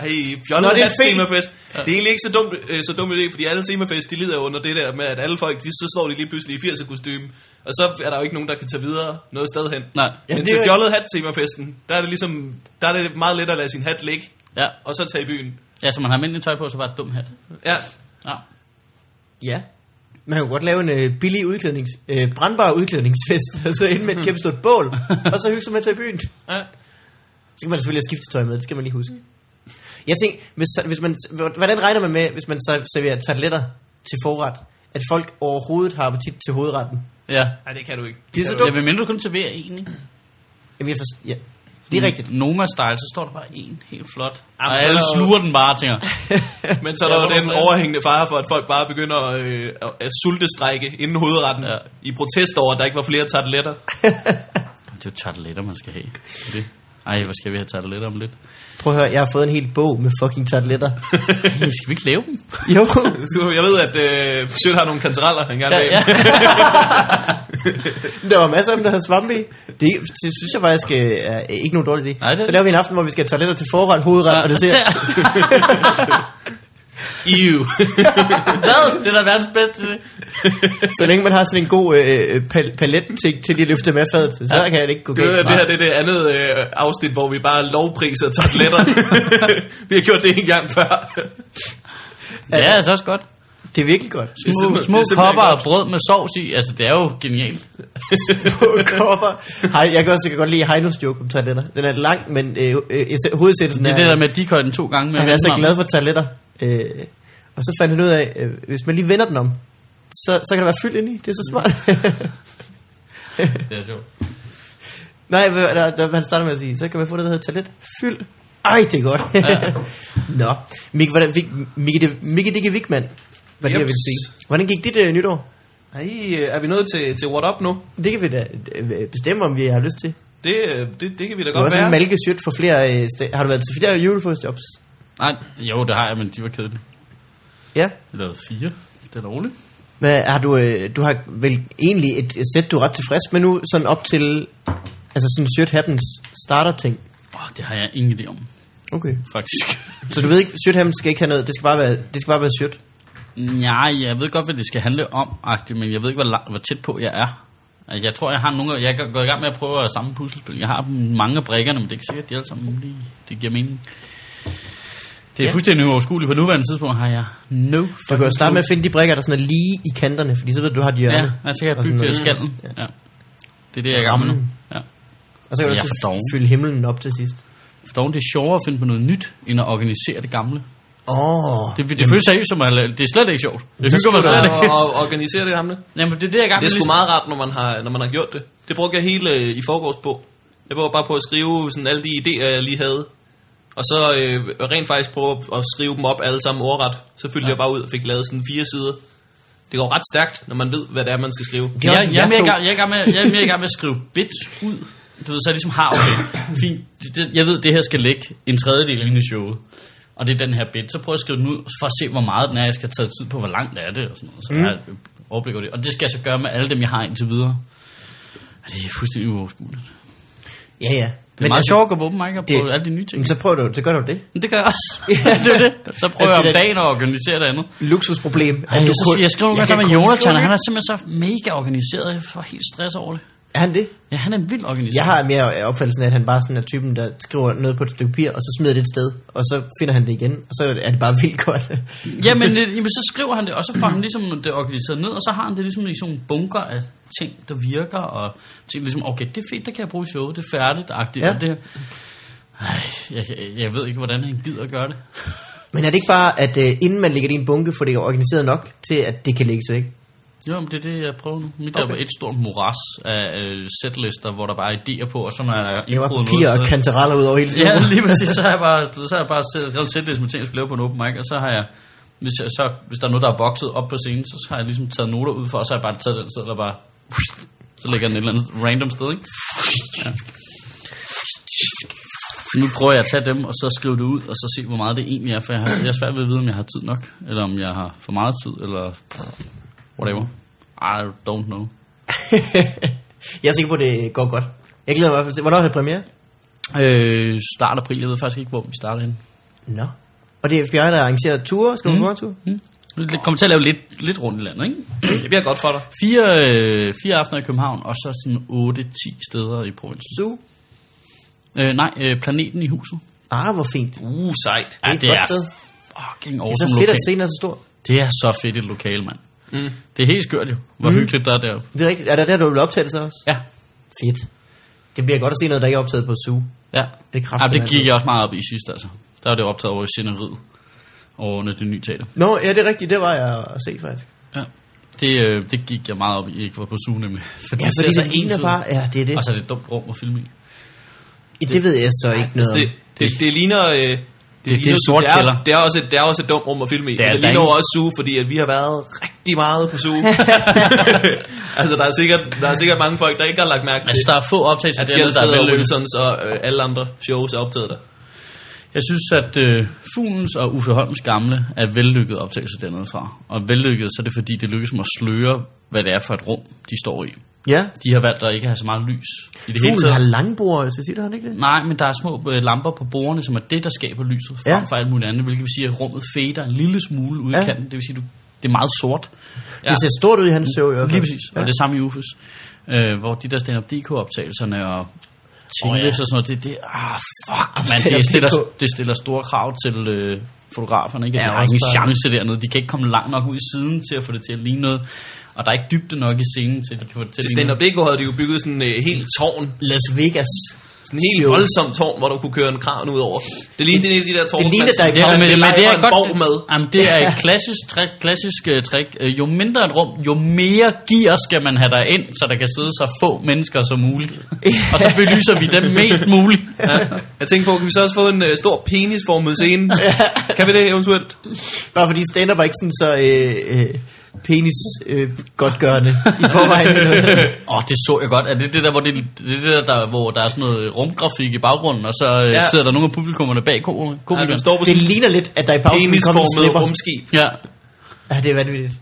[SPEAKER 1] Ej,
[SPEAKER 3] Nå,
[SPEAKER 1] fjollet
[SPEAKER 3] det er
[SPEAKER 1] hat
[SPEAKER 3] fedt.
[SPEAKER 1] temafest. Det er egentlig ikke så dumt, øh, så dum idé, fordi alle temafest, de lider under det der med, at alle folk, de, så står de lige pludselig i 80'er kostume. Og så er der jo ikke nogen, der kan tage videre noget sted hen.
[SPEAKER 2] nej.
[SPEAKER 1] Ja,
[SPEAKER 3] Ja,
[SPEAKER 1] Men
[SPEAKER 3] det
[SPEAKER 1] til
[SPEAKER 3] er jo-
[SPEAKER 1] fjollet hat temafesten, der er det ligesom, der er det meget let at lade sin hat ligge,
[SPEAKER 2] Ja.
[SPEAKER 1] og så tage i byen.
[SPEAKER 2] ja, så man har almindelig tøj på, så var det dum hat.
[SPEAKER 1] Ja,
[SPEAKER 2] Ja.
[SPEAKER 3] Ja. Man kan jo godt lave en øh, billig udklædnings, øh, brandbar udklædningsfest, <laughs> og så ind med et kæmpe stort bål, og så hygge sig med til byen.
[SPEAKER 1] ja.
[SPEAKER 3] Så skal man selvfølgelig have skiftetøj med, det skal man lige huske. Jeg tænker, hvis, hvis man, hvordan regner man med, hvis man så serverer tarteletter til forret, at folk overhovedet har appetit til hovedretten?
[SPEAKER 2] Ja.
[SPEAKER 1] Nej, det kan du ikke.
[SPEAKER 3] Det er så
[SPEAKER 1] Kan du
[SPEAKER 3] dumt.
[SPEAKER 2] Jeg vil mindre du kun servere en, ikke?
[SPEAKER 3] Jamen, jeg forst- ja. Det er rigtigt.
[SPEAKER 2] Noma-style, så står der bare en helt flot.
[SPEAKER 1] Jamen,
[SPEAKER 2] og
[SPEAKER 1] så er
[SPEAKER 2] alle
[SPEAKER 1] der jo-
[SPEAKER 2] sluger den bare og tænker,
[SPEAKER 1] ikke. Men så er der
[SPEAKER 2] Ja,
[SPEAKER 1] jo
[SPEAKER 2] hvorfor
[SPEAKER 1] den
[SPEAKER 2] ikke?
[SPEAKER 1] overhængende fare for, at folk bare begynder øh, at- at sultestrække inden hovedretten,
[SPEAKER 2] Ja.
[SPEAKER 1] ja. i protest over, at der ikke var flere tarteletter.
[SPEAKER 2] det er jo tarteletter, man skal have. Det. Ej, hvor skal vi have tarteletter om lidt?
[SPEAKER 3] Prøv at høre, jeg har fået en hel bog med fucking tarteletter.
[SPEAKER 2] Ej, skal vi ikke lave dem?
[SPEAKER 3] jo. <laughs>
[SPEAKER 1] Så Jeg ved, at øh, Sødt har nogle kantereller, han gerne
[SPEAKER 2] Ja,
[SPEAKER 1] vil
[SPEAKER 2] ja.
[SPEAKER 1] ja, ja.
[SPEAKER 3] Der var masser af dem, der havde svampe i. Det, det synes jeg faktisk øh, er ikke nogen dårlig idé.
[SPEAKER 2] Nej, det-
[SPEAKER 3] Så laver vi en aften, hvor vi skal have tarteletter til forret, hovedret og dessert.
[SPEAKER 2] <laughs> Hvad? Det er da verdens bedste. idé.
[SPEAKER 3] Så længe man har sådan en god øh, pal- palet til, til de løfter med fadet, så
[SPEAKER 2] Ja.
[SPEAKER 3] ja. kan jeg ikke gå
[SPEAKER 1] Det,
[SPEAKER 3] galt.
[SPEAKER 1] er- det her det er det andet øh, afsnit, hvor vi bare lovpriser
[SPEAKER 2] <laughs>
[SPEAKER 1] tarteletter. vi har gjort det en gang før.
[SPEAKER 2] Ja, det er altså også godt.
[SPEAKER 3] Det er virkelig
[SPEAKER 1] <laughs>
[SPEAKER 3] godt.
[SPEAKER 1] Det er
[SPEAKER 2] Små,
[SPEAKER 1] simpelthen-
[SPEAKER 2] små
[SPEAKER 1] det er simpelthen
[SPEAKER 2] kopper
[SPEAKER 1] godt.
[SPEAKER 2] og brød med sovs i. Altså, det er jo genialt.
[SPEAKER 3] Små kopper. Hej, jeg kan også jeg kan godt lide Heinos joke om toiletter. Den er lang, men øh, øh, hovedsættelsen
[SPEAKER 2] Det
[SPEAKER 3] er,
[SPEAKER 2] er det der med, at de kører den to gange med
[SPEAKER 3] han er så
[SPEAKER 2] mellemarm.
[SPEAKER 3] glad for toiletter. Øh, og så fandt han ud af, øh, hvis man lige vender den om, så, så kan der være fyldt ind i. Det er så smart. <laughs>
[SPEAKER 2] Det er sjovt.
[SPEAKER 3] Nej, hvad- der, der, han starter med at sige, så kan man få det, der hedder toilet. Fyld. Ej, det er godt.
[SPEAKER 2] Ja.
[SPEAKER 3] <laughs> Nå, Mikke, hvordan, Vik, Mikke, det- Mikke Dikke Vigman, var det, jeg ville
[SPEAKER 1] Jeps.
[SPEAKER 3] sige. Hvordan gik dit øh, nytår?
[SPEAKER 1] Ej, øh, er vi nået til, til What Up nu?
[SPEAKER 3] Det kan vi da øh, bestemme, om vi har lyst til.
[SPEAKER 1] Det, øh, det, det kan vi da
[SPEAKER 3] Du har
[SPEAKER 1] godt
[SPEAKER 3] også
[SPEAKER 1] være.
[SPEAKER 3] en malkesyrt for flere... Øh, sta- har du været til flere julefrokostjobs?
[SPEAKER 2] Nej, jo, det har jeg, men de var kedelige.
[SPEAKER 3] Ja.
[SPEAKER 2] Jeg lavede fire. Det er roligt.
[SPEAKER 3] Hvad, har du, øh, du har vel egentlig et, et sæt, du er ret tilfreds med nu, sådan op til... Altså sådan Shirt Happens starter-ting.
[SPEAKER 2] Åh, det har jeg ingen idé om,
[SPEAKER 3] Okay.
[SPEAKER 2] faktisk.
[SPEAKER 3] Så du ved ikke, Shirt Happens skal ikke have noget, det skal bare være, det skal bare være shirt.
[SPEAKER 2] <laughs> Nej, jeg ved godt, hvad det skal handle om, agtigt, men jeg ved ikke, hvor, lang, hvor tæt på jeg er. Altså, jeg tror, jeg har nogle... af- Jeg kan gå i gang med at prøve at samme puslespil. Jeg har dem- mange af brikkerne, men det er ikke sikkert, at de alle sammen lige... Det giver mening. Det er
[SPEAKER 3] Ja.
[SPEAKER 2] ja. fuldstændig uoverskueligt. På nuværende tidspunkt har jeg no
[SPEAKER 3] Du kan jo starte med at finde de brikker, der sådan er lige i kanterne, fordi så ved du, du har et hjørne.
[SPEAKER 2] Ja, altså jeg
[SPEAKER 3] Og
[SPEAKER 2] kan
[SPEAKER 3] sådan
[SPEAKER 2] bygge
[SPEAKER 3] noget.
[SPEAKER 2] skallen. Ja. Det er det, jeg er i gang med nu. Ja.
[SPEAKER 3] Og så kan du
[SPEAKER 2] Ja,
[SPEAKER 3] altid
[SPEAKER 2] for dog.
[SPEAKER 3] fylde himlen op til sidst.
[SPEAKER 2] For dog, det er sjovere at finde på noget nyt, end at organisere det gamle.
[SPEAKER 3] Åh,
[SPEAKER 2] Det, det føles seriøst som at lave- Det er slet ikke sjovt. Det hygger mig slet ikke.
[SPEAKER 1] Og, og organisere det gamle.
[SPEAKER 2] Jamen, det er det, jeg er i gang
[SPEAKER 1] Det er
[SPEAKER 2] med.
[SPEAKER 1] sgu
[SPEAKER 2] ligesom-
[SPEAKER 1] meget rart, når man har, når man har gjort det. Det brugte jeg hele øh, i forgårs på. Jeg var bare på at skrive sådan alle de idéer, jeg lige havde. Og så øh, rent faktisk prøve at- at skrive dem op alle sammen ordret. Så fyldte ja.
[SPEAKER 2] Ja.
[SPEAKER 1] jeg bare ud og fik lavet sådan fire sider. Det går ret stærkt, når man ved, hvad det er, man skal skrive.
[SPEAKER 3] Det er
[SPEAKER 2] jeg,
[SPEAKER 3] også
[SPEAKER 2] jeg, er
[SPEAKER 3] jer
[SPEAKER 2] mere i
[SPEAKER 3] to.
[SPEAKER 2] gang, jeg, er i gang med, jeg er mere i gang med at skrive bits ud. Du ved, så jeg ligesom har, okay, fint, det, det, jeg ved, det her skal ligge en tredjedel inde i showet. Og det er den her bit. Så prøver jeg at skrive den ud, for at se, hvor meget den er. Jeg skal tage tid på, hvor langt er det, og sådan noget. Så mm. jeg har et overblik over det. Og det skal jeg så gøre med alle dem, jeg har indtil videre. Og Det er fuldstændig uoverskueligt. Det
[SPEAKER 3] ja, ja.
[SPEAKER 2] er Men meget altså, sjovt at gå på open mic og prøve
[SPEAKER 3] det-
[SPEAKER 2] alle de nye ting.
[SPEAKER 3] Jamen, så prøver du, så gør du det.
[SPEAKER 2] Men det gør jeg også. <laughs> det er jo det. Så prøver jeg
[SPEAKER 3] Altså,
[SPEAKER 2] om
[SPEAKER 3] det er-
[SPEAKER 2] dagen at organisere det andet.
[SPEAKER 3] Luksusproblem. at
[SPEAKER 2] Ej,
[SPEAKER 3] du
[SPEAKER 2] så,
[SPEAKER 3] kun-
[SPEAKER 2] jeg skriver nogle gange
[SPEAKER 3] kan
[SPEAKER 2] sammen med
[SPEAKER 3] kun
[SPEAKER 2] Jonathan,
[SPEAKER 3] skrive
[SPEAKER 2] og han
[SPEAKER 3] det.
[SPEAKER 2] er simpelthen så mega organiseret. Jeg får helt stress over det.
[SPEAKER 3] Er han det?
[SPEAKER 2] Ja, han er vildt organiseret.
[SPEAKER 3] <laughs> Jeg har mere opfattelsen af, at han bare sådan er typen, der skriver noget på et stykke papir, og så smider det et sted, og så finder han det igen, og så er det bare vildt godt. <laughs>
[SPEAKER 2] Jamen, øh, jamen, så skriver han det, og så får han ligesom det organiseret ned, og så har han det ligesom i sådan nogle bunker af ting, der virker, og ting ligesom, okay, det er fedt, der kan jeg bruge i showet, det er færdigt, agtigt,
[SPEAKER 3] Ja.
[SPEAKER 2] ja. det her. Ej, jeg, jeg, jeg ved ikke, hvordan han gider at gøre det.
[SPEAKER 3] Men er det ikke bare, at øh, inden man lægger det i en bunke, får det organiseret nok til, at det kan lægges væk?
[SPEAKER 2] Jo, men det er det, jeg prøver nu. Mit okay. er
[SPEAKER 3] Okay.
[SPEAKER 2] et stort moras af øh, setlister, hvor der bare er idéer på, og så når jeg
[SPEAKER 3] Det var
[SPEAKER 2] indbrudt
[SPEAKER 3] papir og kantereller ud over hele <laughs>
[SPEAKER 2] Ja,
[SPEAKER 3] skolen.
[SPEAKER 2] lige præcis. Så har jeg bare, du ved, så har jeg bare skrevet en sætliste med ting, jeg skulle lave på en open mic, og så har jeg, hvis, jeg, så, hvis der er noget, der er vokset op på scenen, så har jeg ligesom taget noter ud for, og så har jeg bare taget den sæd, og bare, så lægger jeg den et eller andet random sted, ikke? Ja. Nu prøver jeg at tage dem, og så skrive det ud, og så se, hvor meget det egentlig er, for jeg har jeg er svært ved at vide, om jeg har tid nok, eller om jeg har for meget tid, eller whatever. I don't know.
[SPEAKER 3] jeg er sikker på, at det går godt. Jeg glæder mig i hvert fald til. Hvornår er det premiere?
[SPEAKER 2] Øh, start april, jeg ved faktisk ikke, hvor vi starter henne.
[SPEAKER 3] Nå. Og det er FBI, der arrangerer ture. Skal du på en tur?
[SPEAKER 2] Hmm? Vi kommer til at lave lidt, lidt rundt i landet, ikke?
[SPEAKER 1] Det bliver godt for dig.
[SPEAKER 2] Fire, øh, fire aftener i København, og så sådan 8-10 steder i provinsen.
[SPEAKER 3] Zoo?
[SPEAKER 2] Øh, nej, øh, Planeten i huset.
[SPEAKER 3] Ah, hvor fint.
[SPEAKER 1] Uh, sejt.
[SPEAKER 2] Ja,
[SPEAKER 3] et
[SPEAKER 2] det
[SPEAKER 3] godt
[SPEAKER 2] er
[SPEAKER 3] sted.
[SPEAKER 2] fucking
[SPEAKER 3] Det er så
[SPEAKER 2] awesome
[SPEAKER 3] fedt
[SPEAKER 2] lokal.
[SPEAKER 3] at scenen er så stor.
[SPEAKER 2] Det er så fedt et lokal, mand.
[SPEAKER 1] Mm.
[SPEAKER 2] Det er helt skørt jo, hvor
[SPEAKER 3] Mm.
[SPEAKER 2] mm. hyggeligt der er deroppe.
[SPEAKER 3] Det er rigtigt. Er der der, du vil optage det så også?
[SPEAKER 2] Ja,
[SPEAKER 3] Fedt. Det bliver godt at se noget, der ikke er optaget på Zoo.
[SPEAKER 2] ja.
[SPEAKER 3] Det er
[SPEAKER 2] Ej,
[SPEAKER 3] kraftigt. altså.
[SPEAKER 2] det gik jeg også meget op i sidst, altså. Der var det optaget over i sceneriet og under det nye teater.
[SPEAKER 3] Nå, ja, det er rigtigt. Det var jeg at se, faktisk.
[SPEAKER 2] Ja. Det, øh, det gik jeg meget op i, ikke var på suge nemlig. <laughs> For
[SPEAKER 3] Ja, fordi det ligner
[SPEAKER 2] ensidigt ud.
[SPEAKER 3] bare... Ja, det er det.
[SPEAKER 2] Og så er det et dumt rum at filme i.
[SPEAKER 3] det, ved jeg så ikke noget
[SPEAKER 1] Altså, det,
[SPEAKER 3] om.
[SPEAKER 1] det, det ligner... Øh, det,
[SPEAKER 2] det er
[SPEAKER 1] ligner-
[SPEAKER 2] sort
[SPEAKER 1] det
[SPEAKER 2] kælder.
[SPEAKER 1] er, det, er også et, det er også et dumt rum at filme i.
[SPEAKER 2] Det er
[SPEAKER 1] Det, det
[SPEAKER 2] der
[SPEAKER 1] ligner jo
[SPEAKER 2] ikke.
[SPEAKER 1] også suge, fordi at vi har været rigtig meget på
[SPEAKER 2] <laughs>
[SPEAKER 1] suge. <laughs> altså, der er, sikkert, der er sikkert mange folk, der ikke har lagt mærke til,
[SPEAKER 2] Altså, der er få optagelser
[SPEAKER 1] at
[SPEAKER 2] dernede, der er
[SPEAKER 1] Fjeldsted og
[SPEAKER 2] vellykket.
[SPEAKER 1] Wilsons og øh, alle andre shows er optaget der.
[SPEAKER 2] Jeg synes, at øh, Fuglens og Uffe Holms gamle er vellykket optagelser dernede fra. Og vellykket, så er det fordi, det lykkes mig at sløre, hvad det er for et rum, de står i.
[SPEAKER 3] Ja.
[SPEAKER 2] De har valgt at ikke have så meget lys i det hele
[SPEAKER 3] Fuglen har
[SPEAKER 2] taget.
[SPEAKER 3] langbord, så siger han ikke det?
[SPEAKER 2] Nej, men der er små øh, lamper på bordene, som er det, der skaber lyset frem
[SPEAKER 3] Ja.
[SPEAKER 2] for alt muligt andet. Hvilket vil sige, at rummet fader en lille smule ud i
[SPEAKER 3] Ja.
[SPEAKER 2] kanten. Det vil sige, at det er meget sort.
[SPEAKER 3] Det ser stort ud i hans show, i hvert fald.
[SPEAKER 2] Lige præcis.
[SPEAKER 3] Ja.
[SPEAKER 2] Og det samme i Uffes. Øh, hvor de der stand-up DK-optagelserne og
[SPEAKER 3] Åh,
[SPEAKER 2] Tingles
[SPEAKER 3] ja.
[SPEAKER 2] oh, ja. og sådan noget, det, det, ah, fuck, man,
[SPEAKER 3] Stand-up
[SPEAKER 2] det, stiller,
[SPEAKER 3] DK.
[SPEAKER 2] det stiller store krav til øh, fotograferne, ikke?
[SPEAKER 3] Ja,
[SPEAKER 2] Ja, de har
[SPEAKER 3] også
[SPEAKER 2] ingen
[SPEAKER 3] bare-
[SPEAKER 2] chance dernede, de kan ikke komme langt nok ud i siden til at få det til at ligne noget, og der er ikke dybde nok i scenen til, at de kan få det til at
[SPEAKER 1] Til
[SPEAKER 2] ligne
[SPEAKER 1] stand
[SPEAKER 2] noget.
[SPEAKER 1] up havde de jo bygget sådan et øh, helt tårn.
[SPEAKER 3] Las Vegas.
[SPEAKER 1] Sådan en helt
[SPEAKER 3] Show.
[SPEAKER 1] voldsomt tårn, hvor du kunne køre en kran ud over. Det lignede en af de der tårn.
[SPEAKER 3] ligner, der
[SPEAKER 1] man-
[SPEAKER 2] Det er,
[SPEAKER 3] Kom,
[SPEAKER 2] men,
[SPEAKER 1] det er
[SPEAKER 2] men
[SPEAKER 1] mig
[SPEAKER 2] det
[SPEAKER 1] og
[SPEAKER 2] er
[SPEAKER 1] en
[SPEAKER 2] godt,
[SPEAKER 1] borg
[SPEAKER 2] det-
[SPEAKER 1] med.
[SPEAKER 2] Jamen, det er et klassisk trick, klassisk uh, trick. Øh, Jo mindre et rum, jo mere gear skal man have derind, så der kan sidde så få mennesker som muligt. og så belyser vi dem mest muligt. Ja.
[SPEAKER 1] Jeg tænkte på, kan vi så også få en øh, stor penisformet scene? kan vi det eventuelt?
[SPEAKER 3] Bare fordi stand-up er ikke sådan så øh, øh, penis øh, godtgørende i forvejen.
[SPEAKER 2] <laughs> Åh, oh, det så jeg godt. Er det det der, hvor, det, det er det der, der, hvor der er sådan noget rumgrafik i baggrunden, og så ja.
[SPEAKER 1] Ja.
[SPEAKER 2] sidder der nogle af publikummerne bag ko-
[SPEAKER 1] Ja,
[SPEAKER 2] komikeren?
[SPEAKER 1] du står på
[SPEAKER 3] det
[SPEAKER 1] sådan
[SPEAKER 3] ligner lidt, at der i
[SPEAKER 1] en
[SPEAKER 3] pausen ville komme en
[SPEAKER 1] penisformet
[SPEAKER 3] slipper.
[SPEAKER 1] rumskib.
[SPEAKER 2] Ja,
[SPEAKER 3] Ja, det er vanvittigt.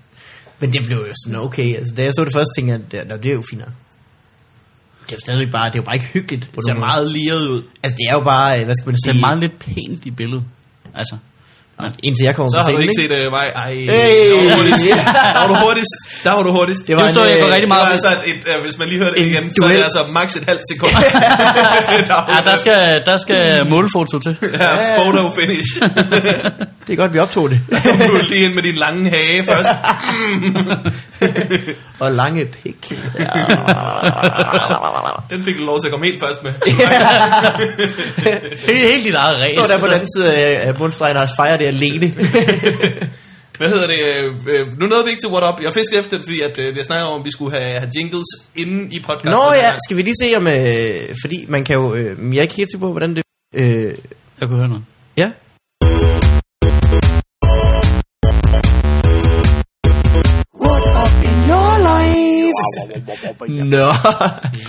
[SPEAKER 3] Men det blev jo sådan okay. Altså, da jeg så det første, tænkte jeg, at det er jo fint. nok." Det er jo stadigvæk bare, det er jo bare ikke hyggeligt. På
[SPEAKER 1] Det
[SPEAKER 3] nogen
[SPEAKER 1] ser
[SPEAKER 3] måde.
[SPEAKER 1] meget liret ud.
[SPEAKER 3] Altså, det er jo bare, øh, hvad skal man
[SPEAKER 2] det
[SPEAKER 3] sige?
[SPEAKER 2] er meget lidt pænt i billedet. Altså,
[SPEAKER 3] Nej, indtil jeg kommer
[SPEAKER 1] Så
[SPEAKER 3] på
[SPEAKER 1] har du
[SPEAKER 3] scenen,
[SPEAKER 1] ikke set øh, mig. Ej,
[SPEAKER 3] Hey!
[SPEAKER 1] der var du hurtigst. Der var du hurtigst. Der var du hurtigst.
[SPEAKER 3] Det
[SPEAKER 2] Nu
[SPEAKER 3] var
[SPEAKER 2] står
[SPEAKER 3] en,
[SPEAKER 2] jeg går
[SPEAKER 3] øh,
[SPEAKER 2] rigtig
[SPEAKER 1] Det
[SPEAKER 2] meget.
[SPEAKER 1] var altså, et, øh, hvis man lige hører det
[SPEAKER 3] En
[SPEAKER 1] igen, så er det
[SPEAKER 3] duel.
[SPEAKER 1] altså maks et halvt sekund.
[SPEAKER 2] Ja, der skal, der skal målfoto til.
[SPEAKER 1] Ja, photo finish.
[SPEAKER 3] Det er godt, vi optog
[SPEAKER 1] <laughs>
[SPEAKER 3] det.
[SPEAKER 1] Du er lige ind med din lange hage først.
[SPEAKER 3] Og lange pik. Ja.
[SPEAKER 1] Den fik du lov til at komme helt først med.
[SPEAKER 2] Det er helt dit eget ræs.
[SPEAKER 3] Står der på den anden side øh, af af bundstregen og fejrer det alene.
[SPEAKER 1] <laughs> Hvad hedder det? øh, øh, Nu nåede vi ikke til What Up. Jeg fiskede efter det, fordi at, øh, jeg snakkede om, at vi skulle have, have jingles inden i podcasten.
[SPEAKER 3] Nå ja, skal vi lige se om... Øh, fordi man kan jo... Øh, jeg er ikke helt sikker på, hvordan det... Øh,
[SPEAKER 2] Jeg kunne høre noget.
[SPEAKER 3] ja.
[SPEAKER 4] What up in your life?
[SPEAKER 3] Nå.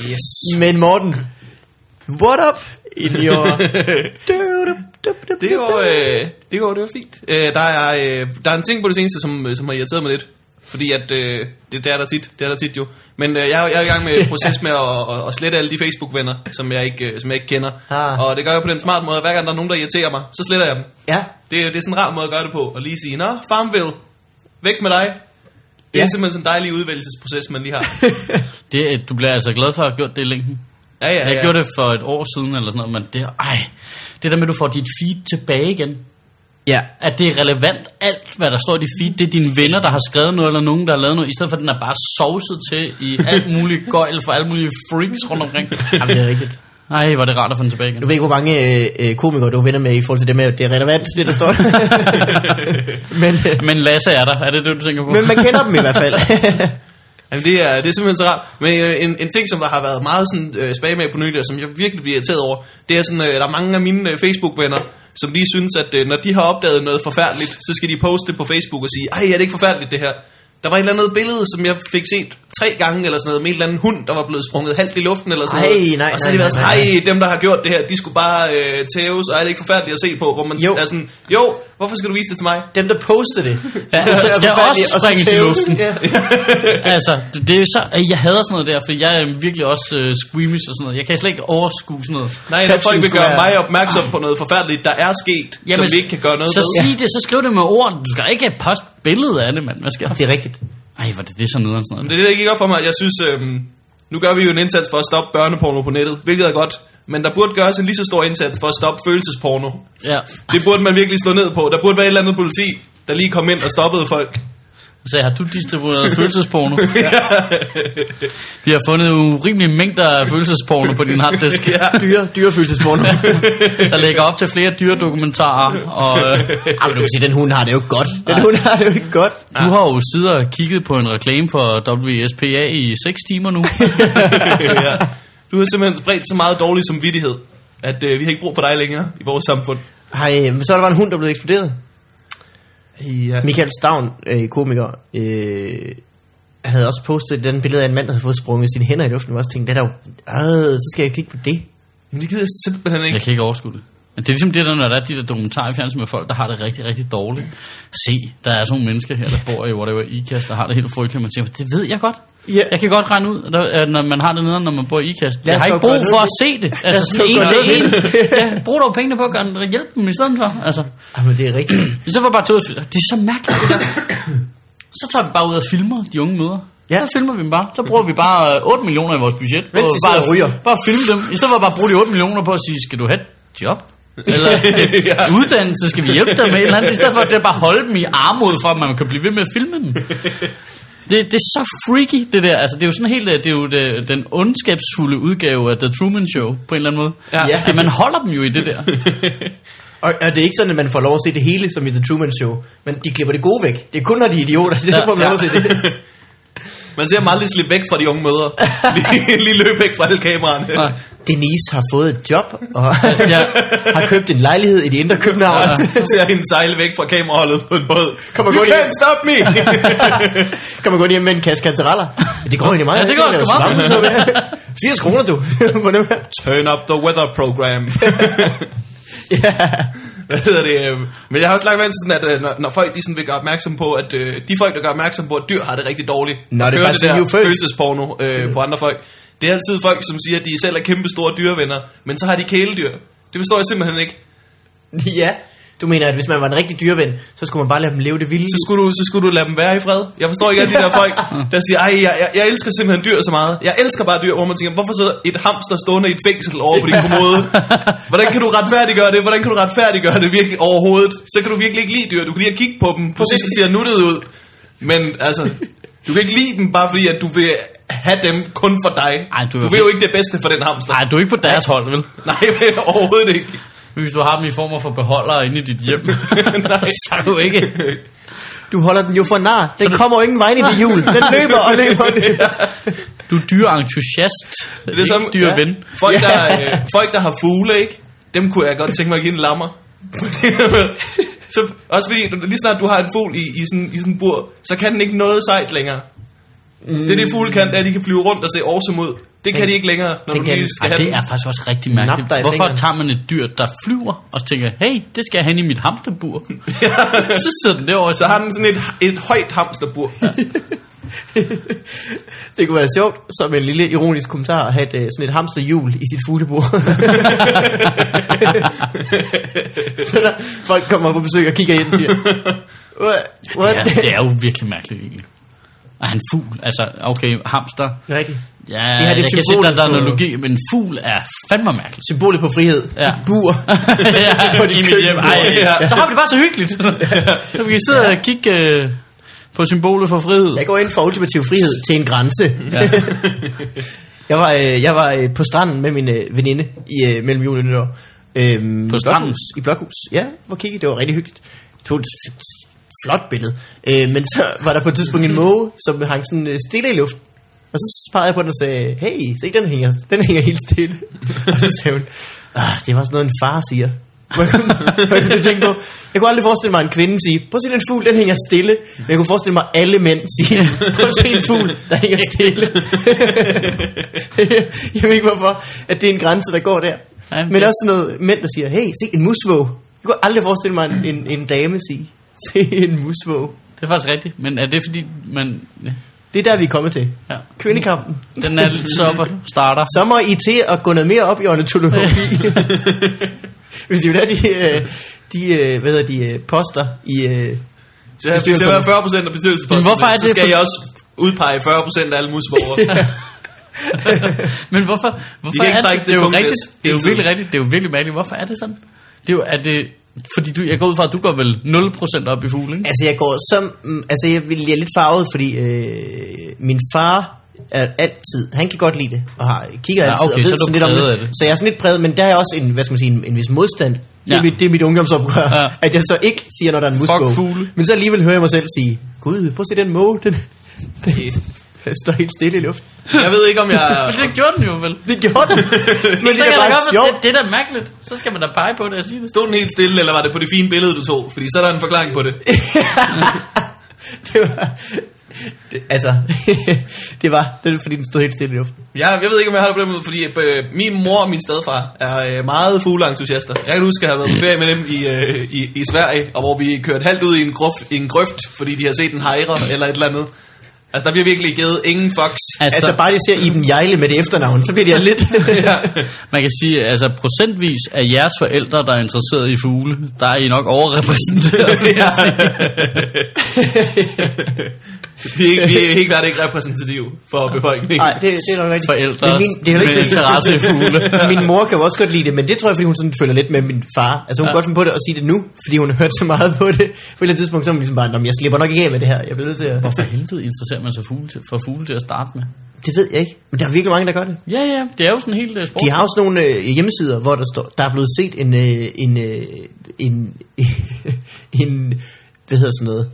[SPEAKER 1] Yes.
[SPEAKER 3] Men Morten, what up in your...
[SPEAKER 1] <laughs> Det var, øh, det var, det var fint. Øh, der, er, øh, der er en ting på det seneste, som, øh, som har irriteret mig lidt. Fordi at, øh, det, det, er der tit, det er der tit jo. Men øh, jeg, er- jeg er i gang med et proces med at, at, at slette alle de Facebook-venner, som jeg ikke, øh, som jeg ikke kender.
[SPEAKER 3] Ah.
[SPEAKER 1] Og det gør jeg på den smart måde. Hver gang der er nogen, der irriterer mig, så sletter jeg dem.
[SPEAKER 3] ja.
[SPEAKER 1] Det, det er sådan en rar måde at gøre det på. Og lige sige, nå, Farmville, væk med dig. Det er
[SPEAKER 3] Ja.
[SPEAKER 1] simpelthen sådan en dejlig udvælgelsesproces, man lige har.
[SPEAKER 2] Det, du bliver altså glad for at have gjort det i længden.
[SPEAKER 1] Ja, ja, ja.
[SPEAKER 2] Jeg gjorde det for et år siden eller sådan noget, men det, ej, det der med, at du får dit feed tilbage igen.
[SPEAKER 3] Ja.
[SPEAKER 2] At det er relevant, alt hvad der står i dit feed, det er dine venner, der har skrevet noget, eller nogen, der har lavet noget, i stedet for at den er bare sovset til i alt muligt gøjl for alle mulige freaks rundt omkring.
[SPEAKER 3] Jamen, det er rigtigt.
[SPEAKER 2] Ej, hvor er det rart at få den tilbage igen.
[SPEAKER 3] Du ved ikke, hvor mange øh, øh, komikere du er venner med i forhold til det med, at det er relevant, det der
[SPEAKER 1] <laughs>
[SPEAKER 3] står. men, øh,
[SPEAKER 2] Men Lasse er der, er det det, du tænker på?
[SPEAKER 3] men man kender dem i hvert
[SPEAKER 1] <laughs>
[SPEAKER 3] fald.
[SPEAKER 1] Jamen, det, er, det er simpelthen så rart. Men øh, en, en ting, som der har været meget sådan, øh, spag med på nylig, og som jeg virkelig bliver irriteret over, det er, sådan, øh, der er mange af mine øh, Facebook-venner, som lige synes, at øh, når de har opdaget noget forfærdeligt, så skal de poste det på Facebook og sige, ej, er det ikke forfærdeligt det her? Der var et eller andet billede, som jeg fik set tre gange eller sådan noget, med en eller anden hund, der var blevet sprunget halvt i luften eller sådan
[SPEAKER 3] Ej,
[SPEAKER 1] noget.
[SPEAKER 3] nej,
[SPEAKER 1] og så har
[SPEAKER 3] nej,
[SPEAKER 1] de været sådan,
[SPEAKER 3] nej, nej.
[SPEAKER 1] ej, dem der har gjort det her, de skulle bare øh, tæves, og er det ikke forfærdeligt at se på? Hvor man
[SPEAKER 3] Jo.
[SPEAKER 1] jo. er sådan, jo, hvorfor skal du vise det til mig?
[SPEAKER 3] dem, der poster det.
[SPEAKER 2] Ja,
[SPEAKER 3] Det er
[SPEAKER 2] skal
[SPEAKER 3] forfærdeligt,
[SPEAKER 2] også
[SPEAKER 3] og så
[SPEAKER 2] springes i
[SPEAKER 3] tæves.
[SPEAKER 2] luften.
[SPEAKER 3] Ja.
[SPEAKER 1] <laughs>
[SPEAKER 2] altså, det, det er jo så, jeg hader sådan noget der, for jeg er virkelig også øh, squeamish og sådan noget. Jeg kan slet ikke overskue sådan noget.
[SPEAKER 1] Nej, når
[SPEAKER 3] Caption
[SPEAKER 1] folk vil
[SPEAKER 3] skulle
[SPEAKER 1] gøre
[SPEAKER 3] være-
[SPEAKER 1] mig opmærksom på noget forfærdeligt, der er sket, som vi ikke kan gøre noget
[SPEAKER 2] Så
[SPEAKER 1] ved.
[SPEAKER 2] sig det, så skriv det med ord. Du skal ikke poste billeder af det, mand. Hvad skal
[SPEAKER 3] Det er rigtigt.
[SPEAKER 2] Ej, hvor er det, det er så nederen sådan
[SPEAKER 1] Men
[SPEAKER 2] noget.
[SPEAKER 1] det er det, der gik op for mig. Jeg synes, øhm, nu gør vi jo en indsats for at stoppe børneporno på nettet, hvilket er godt. Men der burde gøres en lige så stor indsats for at stoppe følelsesporno.
[SPEAKER 2] Ja.
[SPEAKER 1] Det burde man virkelig slå ned på. Der burde være et eller andet politi, der lige kom ind og stoppede folk.
[SPEAKER 2] Så har du distribueret følelsesporno?
[SPEAKER 1] <laughs>
[SPEAKER 2] Vi har fundet urimelige mængder af følelsesporno på din harddisk,
[SPEAKER 1] Ja.
[SPEAKER 3] Dyre, dyrefølelsesmono.
[SPEAKER 2] <laughs> der lægger op til flere dyredokumentarer. Og øh,
[SPEAKER 3] Ej, men du kan sige, den hund har det jo ikke godt. Den hund har det jo ikke godt.
[SPEAKER 2] du har jo siddet og kigget på en reklame for WSPA i 6 timer nu.
[SPEAKER 1] ja. Du har simpelthen spredt så meget dårlig samvittighed, at øh, vi har ikke brug for dig længere i vores samfund.
[SPEAKER 3] Hej, men så er der bare en hund, der er blevet eksploderet.
[SPEAKER 1] Ja.
[SPEAKER 3] Michael Stavn, øh, komiker, øh, havde også postet den billede af en mand, der havde fået sprunget sine hænder i luften, og også tænkte, det er der jo, øh, så skal jeg klikke på det.
[SPEAKER 1] Men det gider jeg simpelthen
[SPEAKER 2] Jeg
[SPEAKER 1] ikke.
[SPEAKER 2] kan ikke overskue det. Men det er ligesom det der, når der er de der dokumentarer i fjernsyn med folk, der har det rigtig, rigtig dårligt. Se, der er sådan nogle mennesker her, der bor i whatever IKAST, der har det helt frygteligt. Man siger, det ved jeg godt.
[SPEAKER 3] Ja.
[SPEAKER 2] Jeg kan godt regne ud, at der- at når man har det nede, når man bor i IKAST.
[SPEAKER 3] Lad
[SPEAKER 2] Jeg
[SPEAKER 3] os
[SPEAKER 2] har
[SPEAKER 3] dog
[SPEAKER 2] ikke brug
[SPEAKER 3] gøre
[SPEAKER 2] for at
[SPEAKER 3] noget
[SPEAKER 2] se det. Altså
[SPEAKER 3] dog
[SPEAKER 2] sådan en
[SPEAKER 3] gøre
[SPEAKER 2] til
[SPEAKER 3] noget
[SPEAKER 2] en.
[SPEAKER 3] ved
[SPEAKER 2] Ja,
[SPEAKER 3] <laughs>
[SPEAKER 2] brug dog pengene på at gøre, den- hjælpe dem i stedet for. Altså,
[SPEAKER 3] Jamen, det er rigtigt.
[SPEAKER 2] i stedet for bare at tage ud og filme. Det er så mærkeligt, det der. <coughs> Så tager vi bare ud og filmer de unge møder.
[SPEAKER 3] Ja.
[SPEAKER 2] Ja. Så filmer vi dem bare. Så bruger vi bare øh, 8 millioner i vores budget.
[SPEAKER 3] Mens
[SPEAKER 2] på
[SPEAKER 3] de sidder
[SPEAKER 2] bare,
[SPEAKER 3] og ryger.
[SPEAKER 2] Bare at filme dem. I stedet for bare at bruge de 8 millioner på at sige, skal du have et job? <laughs> Eller
[SPEAKER 1] Ja.
[SPEAKER 2] uddannelse, skal vi hjælpe dig med et eller andet? I stedet for at det er bare at holde dem i armod, for at man kan blive ved med at filme <laughs> dem. Det, det er så freaky, det der. Altså, det er jo sådan helt, øh, det er jo det, den ondskabsfulde udgave af The Truman Show, på en eller anden måde.
[SPEAKER 1] Ja.
[SPEAKER 3] Ja.
[SPEAKER 2] At man holder dem jo i <laughs> det der.
[SPEAKER 3] <clears throat> Og, og det er ikke sådan, at man får lov at se det hele, som i The Truman Show, men de klipper det gode væk. Det er kun, når de er idioter, det er
[SPEAKER 2] Ja,
[SPEAKER 3] derfor, man
[SPEAKER 2] ja.
[SPEAKER 3] ja. lov at se det.
[SPEAKER 1] <laughs> Man ser dem aldrig slippe væk fra de unge møder. Lige, lige løb væk fra alle
[SPEAKER 3] <laughs>
[SPEAKER 1] kameraerne.
[SPEAKER 2] Nej.
[SPEAKER 3] <laughs> Denise har fået et job, <laughs> og
[SPEAKER 2] Ja.
[SPEAKER 3] har købt en lejlighed i det indre København.
[SPEAKER 1] Og ser hende sejle væk fra kameraholdet på en båd.
[SPEAKER 3] Kom og
[SPEAKER 1] you
[SPEAKER 3] gå lige-
[SPEAKER 1] can't stop
[SPEAKER 3] <laughs>
[SPEAKER 1] me!
[SPEAKER 3] Kan man gå hjem med en kasse kantereller? Det går egentlig meget.
[SPEAKER 2] Ja, det går sgu meget.
[SPEAKER 3] 80 kroner, <laughs> du. Hvor nem-
[SPEAKER 1] Turn up the weather program. <laughs>
[SPEAKER 3] <laughs> ja.
[SPEAKER 1] Hvad hedder det? øh, Men jeg har også lagt mærke til sådan, at øh, når, når folk de sådan vil gøre opmærksom på, at øh, de folk, der gør opmærksom på, at dyr har det rigtig dårligt.
[SPEAKER 3] Nå, det er
[SPEAKER 1] Hører
[SPEAKER 3] faktisk Mm.
[SPEAKER 1] det
[SPEAKER 3] you
[SPEAKER 1] der
[SPEAKER 3] first.
[SPEAKER 1] følelsesporno øh, på andre folk. Det er altid folk, som siger, at de selv er kæmpe store dyrevenner, men så har de kæledyr. Det forstår jeg simpelthen ikke.
[SPEAKER 3] ja. Du mener, at hvis man var en rigtig dyreven, så skulle man bare lade dem leve det vilde
[SPEAKER 1] Så skulle, du, så skulle du lade dem være i fred. Jeg forstår ikke alle de der folk, der siger, ej, jeg, jeg, jeg elsker simpelthen dyr så meget. Jeg elsker bare dyr, hvor man tænker, hvorfor sidder et hamster stående i et fængsel over på din kommode? Hvordan kan du retfærdiggøre det? Hvordan kan du retfærdiggøre det virkelig overhovedet? Så kan du virkelig ikke lide dyr. Du kan lige kigge på dem. Præcis, de ser nuttet ud. Men altså, du kan ikke lide dem, bare fordi at du vil have dem kun for dig.
[SPEAKER 2] Ej, du er
[SPEAKER 1] du vil jo ikke det bedste for den hamster.
[SPEAKER 2] Nej, du er ikke på deres hold, vel?
[SPEAKER 1] Nej, overhovedet ikke. <laughs>
[SPEAKER 2] Hvis du har dem i form for beholdere inde i dit hjem, <laughs> så er du ikke...
[SPEAKER 3] Du holder den jo for nar. Den kommer jo ingen vej i <laughs> det hjul. Den løber og løber. og løber.
[SPEAKER 2] Du er dyreentusiast, det er ikke dyreven. Ja.
[SPEAKER 1] Folk, der, øh, folk, der har fugle, ikke? Dem kunne jeg godt tænke mig at give en lammer. <laughs> så, også fordi, du- lige snart du har en fugl i, i, sådan, i sådan en bur, så kan den ikke noget sejt længere. Mm. Det er det fugle kan, det er, at de kan flyve rundt og se awesome ud. Det kan
[SPEAKER 3] Den-
[SPEAKER 1] de ikke længere, når
[SPEAKER 3] den
[SPEAKER 1] du
[SPEAKER 3] kan-
[SPEAKER 1] lige skal
[SPEAKER 2] Ej,
[SPEAKER 1] have
[SPEAKER 2] det er faktisk også rigtig mærkeligt.
[SPEAKER 3] Nap dig i
[SPEAKER 2] Hvorfor
[SPEAKER 3] fingeren.
[SPEAKER 2] tager man et dyr, der flyver, og så tænker, hey, det skal jeg hen i mit <laughs> hamsterbur. så sidder den derovre,
[SPEAKER 1] Så har den sådan et, et højt hamsterbur. Ja.
[SPEAKER 3] <laughs> Det kunne være sjovt, som en lille ironisk kommentar, at have et, øh, sådan et hamsterhjul i sit fuglebord. <laughs> så når folk kommer på besøg og kigger ind <laughs> og siger, what? what?
[SPEAKER 2] det, er, det er jo virkelig mærkeligt, egentlig. Og han fugl, altså, okay, hamster.
[SPEAKER 3] <laughs> Rigtigt.
[SPEAKER 2] Ja,
[SPEAKER 3] Det her, det er
[SPEAKER 2] jeg kan se, der,
[SPEAKER 3] symbolet
[SPEAKER 2] der er
[SPEAKER 3] på-
[SPEAKER 2] analogi, men fugl er fandme mærkeligt.
[SPEAKER 3] Symbolet på frihed.
[SPEAKER 2] Ja.
[SPEAKER 3] Ja. Bur.
[SPEAKER 2] ja,
[SPEAKER 3] <laughs> På dit
[SPEAKER 2] i mit hjem. Ej,
[SPEAKER 3] køkkenbord.
[SPEAKER 2] ja. Så har vi det bare så
[SPEAKER 3] <laughs>
[SPEAKER 2] hyggeligt. så vi kan sidde og kigge øh, på symbolet for frihed.
[SPEAKER 3] Jeg går ind for ultimativ frihed til en grænse.
[SPEAKER 2] Ja.
[SPEAKER 3] <laughs> Jeg var, øh, jeg var øh, på stranden med min øh, veninde i, øh, mellem jul og nytår. Øhm,
[SPEAKER 2] På
[SPEAKER 3] i
[SPEAKER 2] stranden?
[SPEAKER 3] Blokhus, I Blokhus, ja. Hvor kiggede, det var rigtig hyggeligt. Det var et f- flot billede. Øh, men så <laughs> var der på et tidspunkt en måge, som hang sådan øh, stille i luften. Og så pegede jeg på den og sagde, hey, se den hænger, den hænger helt stille. <laughs> og så sagde hun, ah, det var sådan noget, en far siger. <laughs> Hvor jeg kom- hvor jeg kom til at tænke på, jeg kunne aldrig forestille mig en kvinde sige, prøv at se den fugl, den hænger stille. Men jeg kunne forestille mig alle mænd sige, <laughs> prøv at se en fugl, der hænger stille. <laughs> jeg ved ikke hvorfor, at det er en grænse, der går der.
[SPEAKER 2] Jamen,
[SPEAKER 3] Men
[SPEAKER 2] det-
[SPEAKER 3] også sådan noget mænd, der siger, hey, se en musvåg. Jeg kunne aldrig forestille mig en, en, en dame sige, <laughs> se en musvåg.
[SPEAKER 2] Det er faktisk rigtigt, men er det fordi, man... Ja.
[SPEAKER 3] Det er der, vi er kommet til.
[SPEAKER 2] Ja.
[SPEAKER 3] Kvindekampen.
[SPEAKER 2] Den er lidt så op og
[SPEAKER 3] <laughs>
[SPEAKER 2] starter.
[SPEAKER 3] Så må I til at gå noget mere op i
[SPEAKER 2] <laughs>
[SPEAKER 3] ornitologi. Hvis I vil have de, øh, de, øh, hvad hedder de øh, poster i... øh,
[SPEAKER 1] Så jeg skal være 40% af bestyrelsesposterne,
[SPEAKER 2] Men hvorfor er
[SPEAKER 1] så
[SPEAKER 2] det
[SPEAKER 1] skal
[SPEAKER 2] for-
[SPEAKER 1] jeg også udpege 40% af alle
[SPEAKER 2] <laughs>
[SPEAKER 1] musborgere.
[SPEAKER 2] Men hvorfor, hvorfor
[SPEAKER 1] kan ikke
[SPEAKER 2] er
[SPEAKER 1] trække det
[SPEAKER 2] det, det, er jo
[SPEAKER 1] tunge
[SPEAKER 2] rigtigt,
[SPEAKER 1] læs
[SPEAKER 2] det er jo
[SPEAKER 1] hele
[SPEAKER 2] virkelig
[SPEAKER 1] tiden.
[SPEAKER 2] rigtigt, det er jo virkelig mærkeligt. Hvorfor er det sådan? Det er jo, er det, fordi du, jeg går ud fra, at du går vel 0% op i fugle, ikke?
[SPEAKER 3] Altså jeg går som... mm, Altså jeg vil- jeg er lidt farvet, fordi øh, min far er altid, han kan godt lide det, og har, kigger
[SPEAKER 2] Ja,
[SPEAKER 3] altid
[SPEAKER 2] okay,
[SPEAKER 3] og
[SPEAKER 2] så
[SPEAKER 3] ved
[SPEAKER 2] er du
[SPEAKER 3] sådan lidt om
[SPEAKER 2] præget
[SPEAKER 3] det.
[SPEAKER 2] af det.
[SPEAKER 3] Så jeg er sådan lidt præget, men der er jeg også en, hvad skal man sige, en, en vis modstand. Det,
[SPEAKER 2] Ja.
[SPEAKER 3] er mit, det er mit ungdomsoprør,
[SPEAKER 2] Ja.
[SPEAKER 3] ja. at jeg så ikke siger, når der er en musbog.
[SPEAKER 2] fugle.
[SPEAKER 3] Men så alligevel hører jeg mig selv sige, gud, prøv at se den måge, den, den står helt stille i luften.
[SPEAKER 1] Jeg ved ikke, om jeg...
[SPEAKER 2] Men det gjorde den jo vel.
[SPEAKER 3] Det gjorde
[SPEAKER 2] <laughs>
[SPEAKER 3] den, Altså- men det
[SPEAKER 2] så kan
[SPEAKER 3] er
[SPEAKER 2] jeg da
[SPEAKER 3] bare
[SPEAKER 2] godt,
[SPEAKER 3] sjovt.
[SPEAKER 2] det, det er da mærkeligt. Så skal man da pege på det og sige det.
[SPEAKER 1] Stod den helt stille, eller var det på det fine billede, du tog? Fordi så er der en forklaring på det.
[SPEAKER 3] det var... Det, altså, <laughs> det var, det var fordi den stod helt stille i luften.
[SPEAKER 1] Jeg, jeg ved ikke, om jeg har det på den måde, fordi øh, min mor og min stedfar er øh, meget fugleentusiaster. Jeg kan huske, at jeg har været på ferie med dem i, øh, i, i Sverige, og hvor vi kørte halvt ud i en, grøft, i en grøft, fordi de har set en hejre eller et eller andet. Altså, der bliver virkelig givet ingen fox.
[SPEAKER 3] Altså, altså bare de ser Iben Jejle med det efternavn, så bliver de lidt...
[SPEAKER 1] ja.
[SPEAKER 2] Man kan sige, altså procentvis af jeres forældre, der er interesseret i fugle, der er I nok overrepræsenteret. <laughs>
[SPEAKER 1] ja. vi, er ikke, vi er helt klart ikke repræsentative for befolkningen.
[SPEAKER 2] <laughs>
[SPEAKER 3] Nej, det, det er nok rigtigt.
[SPEAKER 2] Forældre
[SPEAKER 3] Men min- det er jo ikke-
[SPEAKER 2] med interesse i
[SPEAKER 3] <laughs>
[SPEAKER 2] fugle. <laughs>
[SPEAKER 3] Min mor kan jo også godt lide det, men det tror jeg, fordi hun sådan følger lidt med min far. Altså hun
[SPEAKER 2] Ja.
[SPEAKER 3] ja. kan godt finde på det og sige det nu, fordi hun har hørt så meget på det. På et eller andet tidspunkt, så er hun ligesom bare, "Nå, men jeg slipper nok ikke af med det her. Jeg bliver nødt til at...
[SPEAKER 2] Hvorfor helvede interesserer man sig fugle til, for fugle til at starte med?
[SPEAKER 3] Det ved jeg ikke, men der er virkelig mange, der gør det.
[SPEAKER 2] Ja, ja, det er jo sådan helt uh, sport.
[SPEAKER 3] De har også nogle øh, hjemmesider, hvor der står, der er blevet set en, øh, en, øh, en, <laughs> en, hvad hedder sådan noget?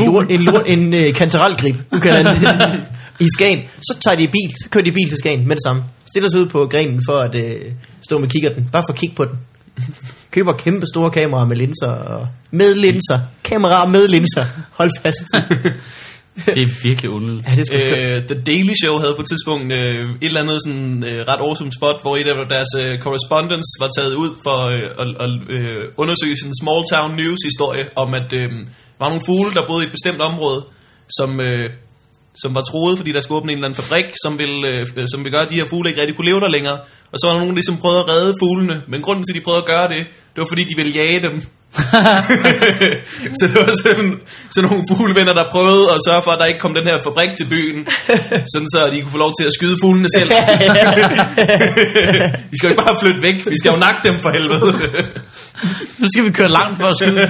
[SPEAKER 3] Lort, en lort, en øh, kantarelgrib, du kalder den det. I Skagen. Så tager de i bil, så kører de i bil til Skagen med det samme. Stiller sig ud på grenen for at øh, stå med kikkerten, bare for at kigge på den. Køber kæmpe store kameraer med linser. Og med linser. Kameraer med linser. Hold fast.
[SPEAKER 2] Det er virkelig underligt.
[SPEAKER 3] <laughs> ja, det er sgu skønt.
[SPEAKER 1] Øh, The Daily Show havde på et tidspunkt øh, et eller andet sådan, øh, ret awesome spot, hvor et af deres øh, correspondents var taget ud for øh, at, at øh, undersøge sådan en small town news historie om, at øh, der var nogle fugle, der boede i et bestemt område, som, øh, som var troet, fordi der skulle åbne en eller anden fabrik, som ville, øh, øh, som ville gøre, at de her fugle ikke rigtig kunne leve der længere. Og så var der nogen, der ligesom prøvede at redde fuglene, men grunden til, at de prøvede at gøre det, det var fordi, de ville jage dem. <laughs> så det var sådan, sådan nogle fuglevenner, der prøvede at sørge for, at der ikke kom den her fabrik til byen, sådan så de kunne få lov til at skyde fuglene
[SPEAKER 2] <laughs>
[SPEAKER 1] selv. de skal jo ikke bare flytte væk, vi skal jo nakke dem for
[SPEAKER 2] <laughs>
[SPEAKER 1] helvede.
[SPEAKER 2] Nu skal vi køre langt for at skyde.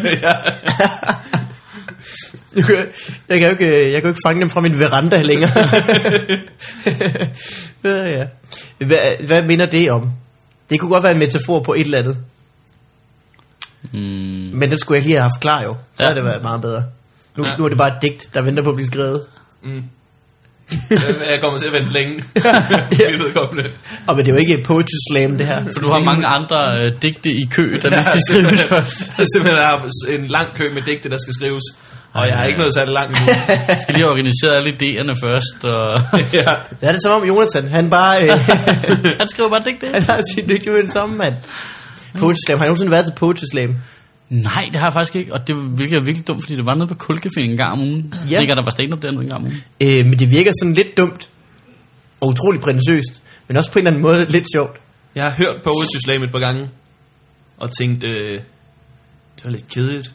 [SPEAKER 3] jeg, kan jo ikke, jeg kan jo ikke fange dem fra min veranda
[SPEAKER 2] <laughs>
[SPEAKER 3] længere. ja, ja. Hvad, hvad minder det om? Det kunne godt være en metafor på et eller andet.
[SPEAKER 2] Mm,
[SPEAKER 3] Men den skulle jeg lige have haft klar jo.
[SPEAKER 2] Ja.
[SPEAKER 3] Så ja. havde det været meget bedre. Nu,
[SPEAKER 1] Ja.
[SPEAKER 3] ja. nu er det bare et digt, der venter på at blive skrevet.
[SPEAKER 1] Mm. Jeg kommer til at vente
[SPEAKER 2] <laughs>
[SPEAKER 1] længe. Mit vedkommende.
[SPEAKER 3] Og men det er jo ikke et poetry slam, det her.
[SPEAKER 2] for du har mange andre øh, digte i kø, der ja, skal skrives
[SPEAKER 1] simpelthen-
[SPEAKER 2] først.
[SPEAKER 1] Jeg har simpelthen haft en lang kø med digte, der skal skrives. Og jeg har ikke noget særlig
[SPEAKER 2] <laughs>
[SPEAKER 1] langt nu.
[SPEAKER 2] Jeg skal lige have organiseret alle idéerne først. Og
[SPEAKER 1] ja.
[SPEAKER 3] Det er det som om Jonathan, han bare... Øh, <laughs>
[SPEAKER 2] <laughs> han skriver bare digte.
[SPEAKER 3] han har sit digt med den samme, mand. Poetry slam. Har I nogensinde været til poetry slam?
[SPEAKER 2] Nej, det har jeg faktisk ikke. Og det hvilket er virkelig dumt, fordi det var nede på Kulkefen en gang om ugen.
[SPEAKER 3] Ja.
[SPEAKER 2] Ja. Ligger der var stand-up dernede en gang om ugen.
[SPEAKER 3] Øh, men det virker sådan lidt dumt. Og utrolig prætentiøst. Men også på en eller anden måde lidt sjovt.
[SPEAKER 1] Jeg har hørt på Oasis et par gange. Og tænkt, øh, det var lidt kedeligt.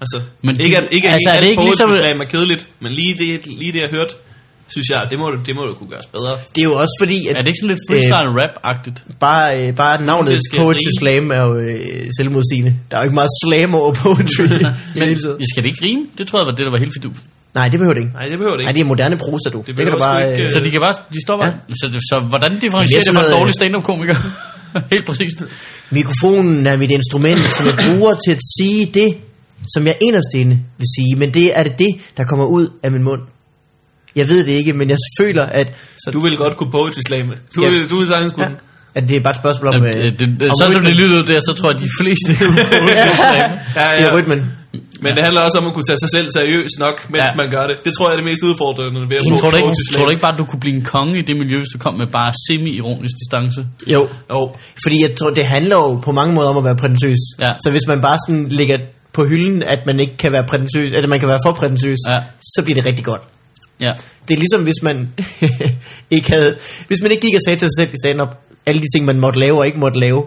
[SPEAKER 1] Altså,
[SPEAKER 2] Men
[SPEAKER 1] men ikke,
[SPEAKER 2] de-
[SPEAKER 1] at, ikke,
[SPEAKER 2] altså,
[SPEAKER 1] altså,
[SPEAKER 2] er
[SPEAKER 1] at,
[SPEAKER 2] det
[SPEAKER 1] ikke
[SPEAKER 2] ikke
[SPEAKER 1] at
[SPEAKER 2] ligesom-
[SPEAKER 1] ligesom... er kedeligt, men lige det, lige det jeg hørte, synes jeg, det må, det må jo kunne gøres bedre.
[SPEAKER 3] Det er jo også fordi, at
[SPEAKER 2] Er det ikke sådan lidt freestyle
[SPEAKER 3] Øh. <laughs>
[SPEAKER 2] rap-agtigt?
[SPEAKER 3] bare, øh, bare navnet
[SPEAKER 1] Det skal
[SPEAKER 3] poetry
[SPEAKER 1] rime.
[SPEAKER 3] slam er jo øh, selvmodsigende. Der er jo ikke meget slam
[SPEAKER 1] <laughs>
[SPEAKER 3] over poetry. i
[SPEAKER 2] Men
[SPEAKER 3] det hele taget.
[SPEAKER 2] I skal det ikke rime? Det tror jeg var det, der var helt fidu.
[SPEAKER 3] Nej, det behøver det ikke.
[SPEAKER 1] Nej, det behøver det
[SPEAKER 3] Nej,
[SPEAKER 1] ikke.
[SPEAKER 3] det er moderne prosa, du. Det, det kan
[SPEAKER 1] behøver
[SPEAKER 3] du
[SPEAKER 1] sgu
[SPEAKER 3] bare...
[SPEAKER 1] ikke,
[SPEAKER 3] øh,
[SPEAKER 1] øh,
[SPEAKER 2] Så de kan bare, de står bare. Ja. Så, det, så hvordan differentierer
[SPEAKER 3] Det
[SPEAKER 2] det
[SPEAKER 3] er
[SPEAKER 2] fra en
[SPEAKER 3] sådan noget,
[SPEAKER 2] dårlig
[SPEAKER 3] øh,
[SPEAKER 2] stand-up-komiker? <laughs> helt præcist.
[SPEAKER 3] Mikrofonen er mit instrument, som jeg bruger til at sige det, som jeg inderst inde vil sige. Men det er det, det der kommer ud af min mund. Jeg ved det ikke, men jeg føler, at, så,
[SPEAKER 1] Du vil godt kunne poetry slamme. Du,
[SPEAKER 3] Skal-
[SPEAKER 1] vil, du vil sagtens kunne.
[SPEAKER 3] ja, at det er bare et spørgsmål om,
[SPEAKER 2] Jamen,
[SPEAKER 3] øh,
[SPEAKER 2] det, det,
[SPEAKER 3] om
[SPEAKER 2] det, sådan som det
[SPEAKER 3] rytmen.
[SPEAKER 2] lyder ud der, så tror jeg, de
[SPEAKER 3] <laughs>
[SPEAKER 2] fleste
[SPEAKER 1] Ja,
[SPEAKER 3] Det er rytmen.
[SPEAKER 1] Men det handler også om at kunne tage sig selv seriøst nok, mens ja. man gør det. Det tror jeg er det mest udfordrende ved at
[SPEAKER 2] Men
[SPEAKER 1] bruge
[SPEAKER 2] tror du, ikke,
[SPEAKER 1] poetry
[SPEAKER 2] tror du
[SPEAKER 1] slam.
[SPEAKER 2] ikke bare, at du kunne blive en konge i det miljø, hvis du kom med bare semi-ironisk distance?
[SPEAKER 3] Jo,
[SPEAKER 1] Jo.
[SPEAKER 3] fordi jeg tror, det handler jo på mange måder om at være prætentiøs.
[SPEAKER 2] Ja.
[SPEAKER 3] Så hvis man bare sådan ligger på hylden, at man ikke kan være prætentiøs, eller man kan være for prætentiøs,
[SPEAKER 2] Ja.
[SPEAKER 3] så bliver det rigtig godt.
[SPEAKER 2] Ja.
[SPEAKER 3] Det er ligesom
[SPEAKER 2] <laughs>
[SPEAKER 3] hvis man ikke havde, hvis man ikke gik og sagde til sig selv i stand-up, alle de ting man måtte lave og ikke måtte lave,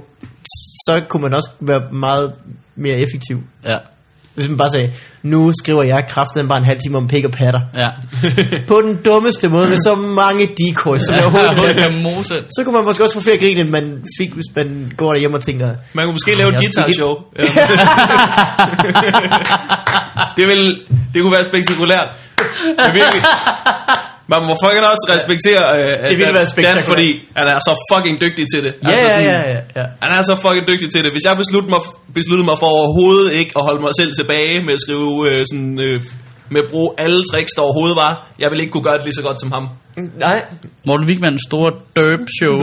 [SPEAKER 3] så kunne man også være meget mere effektiv.
[SPEAKER 2] Ja.
[SPEAKER 3] Hvis man bare sagde, nu skriver jeg kraften bare en halv time om pik og
[SPEAKER 2] <laughs>
[SPEAKER 3] patter. <laughs>
[SPEAKER 2] Ja.
[SPEAKER 3] På den dummeste måde med så mange decoys, som jeg overhovedet
[SPEAKER 2] <laughs>
[SPEAKER 3] kan.
[SPEAKER 2] Ja, Mose.
[SPEAKER 3] Så kunne man måske også få flere grin, end man fik, hvis man går derhjemme og tænker,
[SPEAKER 1] Man kunne måske lave et
[SPEAKER 3] jeg-
[SPEAKER 1] guitar-show. Ja. <laughs> det, vil, det kunne være spektakulært. Men virkelig. Man må fucking også respektere øh,
[SPEAKER 3] Det ville
[SPEAKER 1] Dan-
[SPEAKER 3] være spektakulært.
[SPEAKER 1] Dan, fordi han er så fucking dygtig til det. Altså
[SPEAKER 3] ja, ja, ja, ja, ja.
[SPEAKER 1] Han er så fucking dygtig til det. Hvis jeg besluttede mig, besluttede mig for overhovedet ikke at holde mig selv tilbage med at skrive øh, sådan... Øh, med at bruge alle tricks, der overhovedet var. Jeg ville ikke kunne gøre det lige så godt som
[SPEAKER 3] <laughs>
[SPEAKER 1] ham. <laughs>
[SPEAKER 3] Nej,
[SPEAKER 2] Morten Wigmans store derp-show.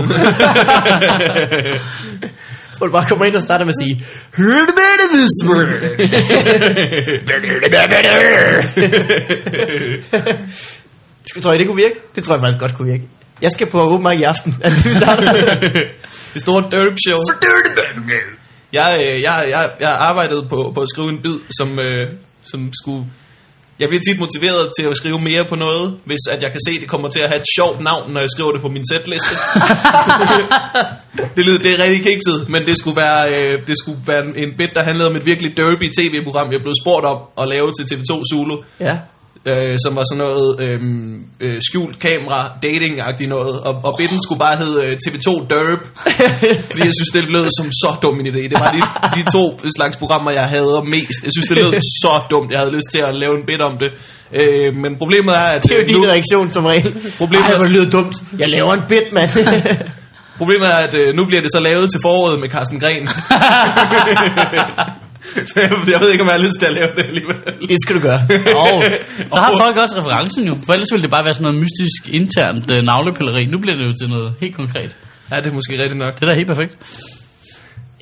[SPEAKER 3] hvor du bare kommer ind og starter med at sige, Hørte med det, this Tror I, det kunne virke? Det tror jeg faktisk godt kunne virke. Jeg skal på åben mic i aften. <laughs> Er det, vi starter?
[SPEAKER 1] <laughs> Det store derp show. Jeg, øh, jeg, jeg, jeg arbejdede på, på at skrive en bid, som, øh, som skulle... Jeg bliver tit motiveret til at skrive mere på noget, hvis at jeg kan se, at det kommer til at have et sjovt navn, når jeg skriver det på min sætliste. det lyder det er rigtig kikset, men det skulle være, øh, det skulle være en- en bit, der handlede om et virkelig derby tv-program, jeg blev spurgt om at lave til TV2 Zulu
[SPEAKER 3] ja.
[SPEAKER 1] øh, som var sådan noget øh, øh, skjult kamera, dating-agtigt noget, og, og bitten skulle bare hedde øh, TV2 Derp, fordi jeg synes, det lød som så dum en idé. Det var de, de to slags programmer, jeg hader mest. Jeg synes, det lød så dumt. Jeg havde lyst til at lave en bit om det. Øh, men problemet er, at
[SPEAKER 3] Det er jo
[SPEAKER 1] øh,
[SPEAKER 3] din reaktion som regel.
[SPEAKER 1] Problemet
[SPEAKER 3] Ej,
[SPEAKER 1] er-
[SPEAKER 3] hvor det lyder dumt. Jeg laver en bit, <laughs> mand.
[SPEAKER 1] Problemet er, at øh, nu bliver det så lavet til foråret med Carsten Gren. så jeg, jeg ved ikke, om jeg har lyst til at lave det alligevel.
[SPEAKER 3] det skal du gøre.
[SPEAKER 2] Og <laughs> så
[SPEAKER 1] <laughs>
[SPEAKER 2] har folk også referencen jo. For ellers ville det bare være sådan noget mystisk internt øh, navlepilleri. Nu bliver det jo til noget helt konkret.
[SPEAKER 1] Ja, det er måske rigtigt nok.
[SPEAKER 2] Det er da helt perfekt.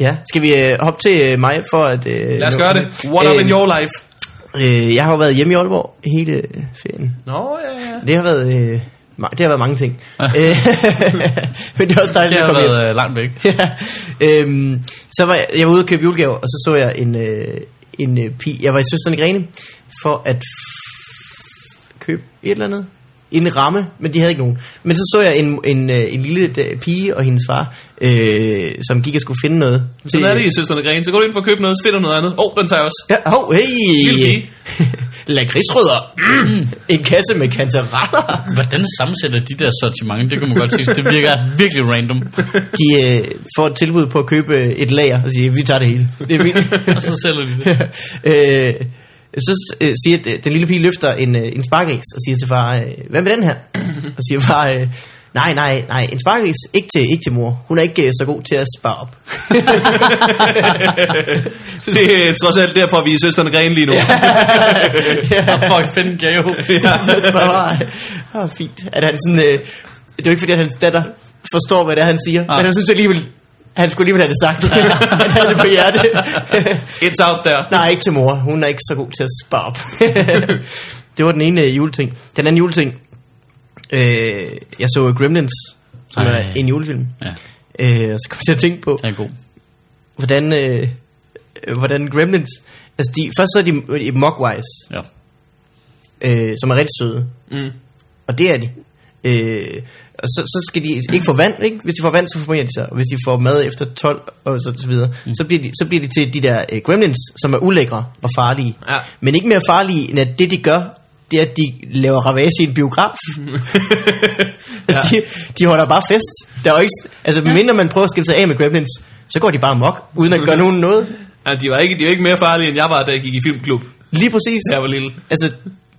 [SPEAKER 3] Ja, skal vi øh, hoppe til øh, mig for at... Øh,
[SPEAKER 1] Lad os gøre det. What up in your life?
[SPEAKER 3] Øh, jeg har jo været hjemme i Aalborg hele øh, ferien.
[SPEAKER 1] Nå, ja, ja.
[SPEAKER 3] Det har været, øh, ma- det har været mange ting. Øh, <laughs> men det er også dejligt
[SPEAKER 2] Det
[SPEAKER 3] at
[SPEAKER 2] har
[SPEAKER 3] komme hjem.
[SPEAKER 2] været øh, langt væk.
[SPEAKER 3] <laughs> ja. øhm, så var jeg, jeg var ude og købe julegaver, og så så jeg en, øh, en øh, pige. Jeg var i Søsterne Grene for at f- købe et eller andet. Et en ramme, men de havde ikke nogen. Men så så jeg en, en, øh, en lille øh, pige og hendes far, øh, som gik og skulle finde noget.
[SPEAKER 1] Så hvad er det i Søsterne Gren? Så går du ind for at købe noget, så finder du noget andet. Åh, oh, den tager jeg også. <laughs>
[SPEAKER 3] Ja, hov,
[SPEAKER 1] Lille
[SPEAKER 3] hey!
[SPEAKER 1] pige.
[SPEAKER 3] <laughs> Lakridsrødder. Mm. En kasse med kantareller.
[SPEAKER 2] Hvordan sammensætter de der sortiment? Det kan man godt sige. Det virker virkelig
[SPEAKER 1] <laughs>
[SPEAKER 2] random.
[SPEAKER 3] De øh, får et tilbud på at købe øh, et lager og siger, vi tager det hele. Det er min.
[SPEAKER 1] <laughs>
[SPEAKER 2] Og så sælger de det.
[SPEAKER 3] <laughs> øh, så øh, siger øh, den lille pige løfter en, øh, en sparkris og siger til far, øh, hvad med den her? og siger far, øh, nej, nej, nej, en sparkris, ikke til, ikke til mor. Hun er ikke øh, så god til at spare op.
[SPEAKER 1] Det er trods alt derfor, vi er Søsterne Gren lige nu.
[SPEAKER 2] Og for at finde en gave. <laughs>
[SPEAKER 3] så det var bare, øh, åh, fint. At han sådan, øh, det er jo ikke fordi, at hans datter forstår, hvad det er, han siger.
[SPEAKER 2] Nej.
[SPEAKER 3] Men han synes alligevel, han skulle alligevel have det sagt. <laughs> han havde det på
[SPEAKER 1] <laughs>
[SPEAKER 3] hjertet.
[SPEAKER 1] <laughs> It's out there.
[SPEAKER 3] Nej, ikke til mor. Hun er ikke så god til at spare op. <laughs> det var den ene øh, juleting. Den anden juleting. Øh, jeg så Gremlins, som
[SPEAKER 2] Ej.
[SPEAKER 3] er en julefilm.
[SPEAKER 2] Ja,
[SPEAKER 3] Øh, og så kom jeg til at tænke på,
[SPEAKER 2] det er god.
[SPEAKER 3] hvordan, øh, øh, hvordan Gremlins... Altså, de, først så er de i Mogwise,
[SPEAKER 2] Ja.
[SPEAKER 3] øh, som er rigtig søde.
[SPEAKER 1] Mm.
[SPEAKER 3] Og det er de. Øh, og så, så skal de ikke få vand, ikke? Hvis de får vand, så formerer de sig. Og hvis de får mad efter 12 og så, så videre, mm. så, bliver de, så bliver de til de der øh, gremlins, som er ulækre og farlige.
[SPEAKER 1] Ja.
[SPEAKER 3] Men ikke mere farlige, end at det de gør, det er, at de laver ravage i en
[SPEAKER 2] <laughs>
[SPEAKER 3] biograf. ja. de, de holder bare fest. Der er jo ikke, altså, mindre man prøver at skille sig af med gremlins, så går de bare mok, uden at gøre nogen noget.
[SPEAKER 1] <laughs> Ja, de var ikke, de var ikke mere farlige, end jeg var, da jeg gik i filmklub,
[SPEAKER 3] Lige præcis.
[SPEAKER 1] da jeg var lille. <laughs>
[SPEAKER 3] Altså,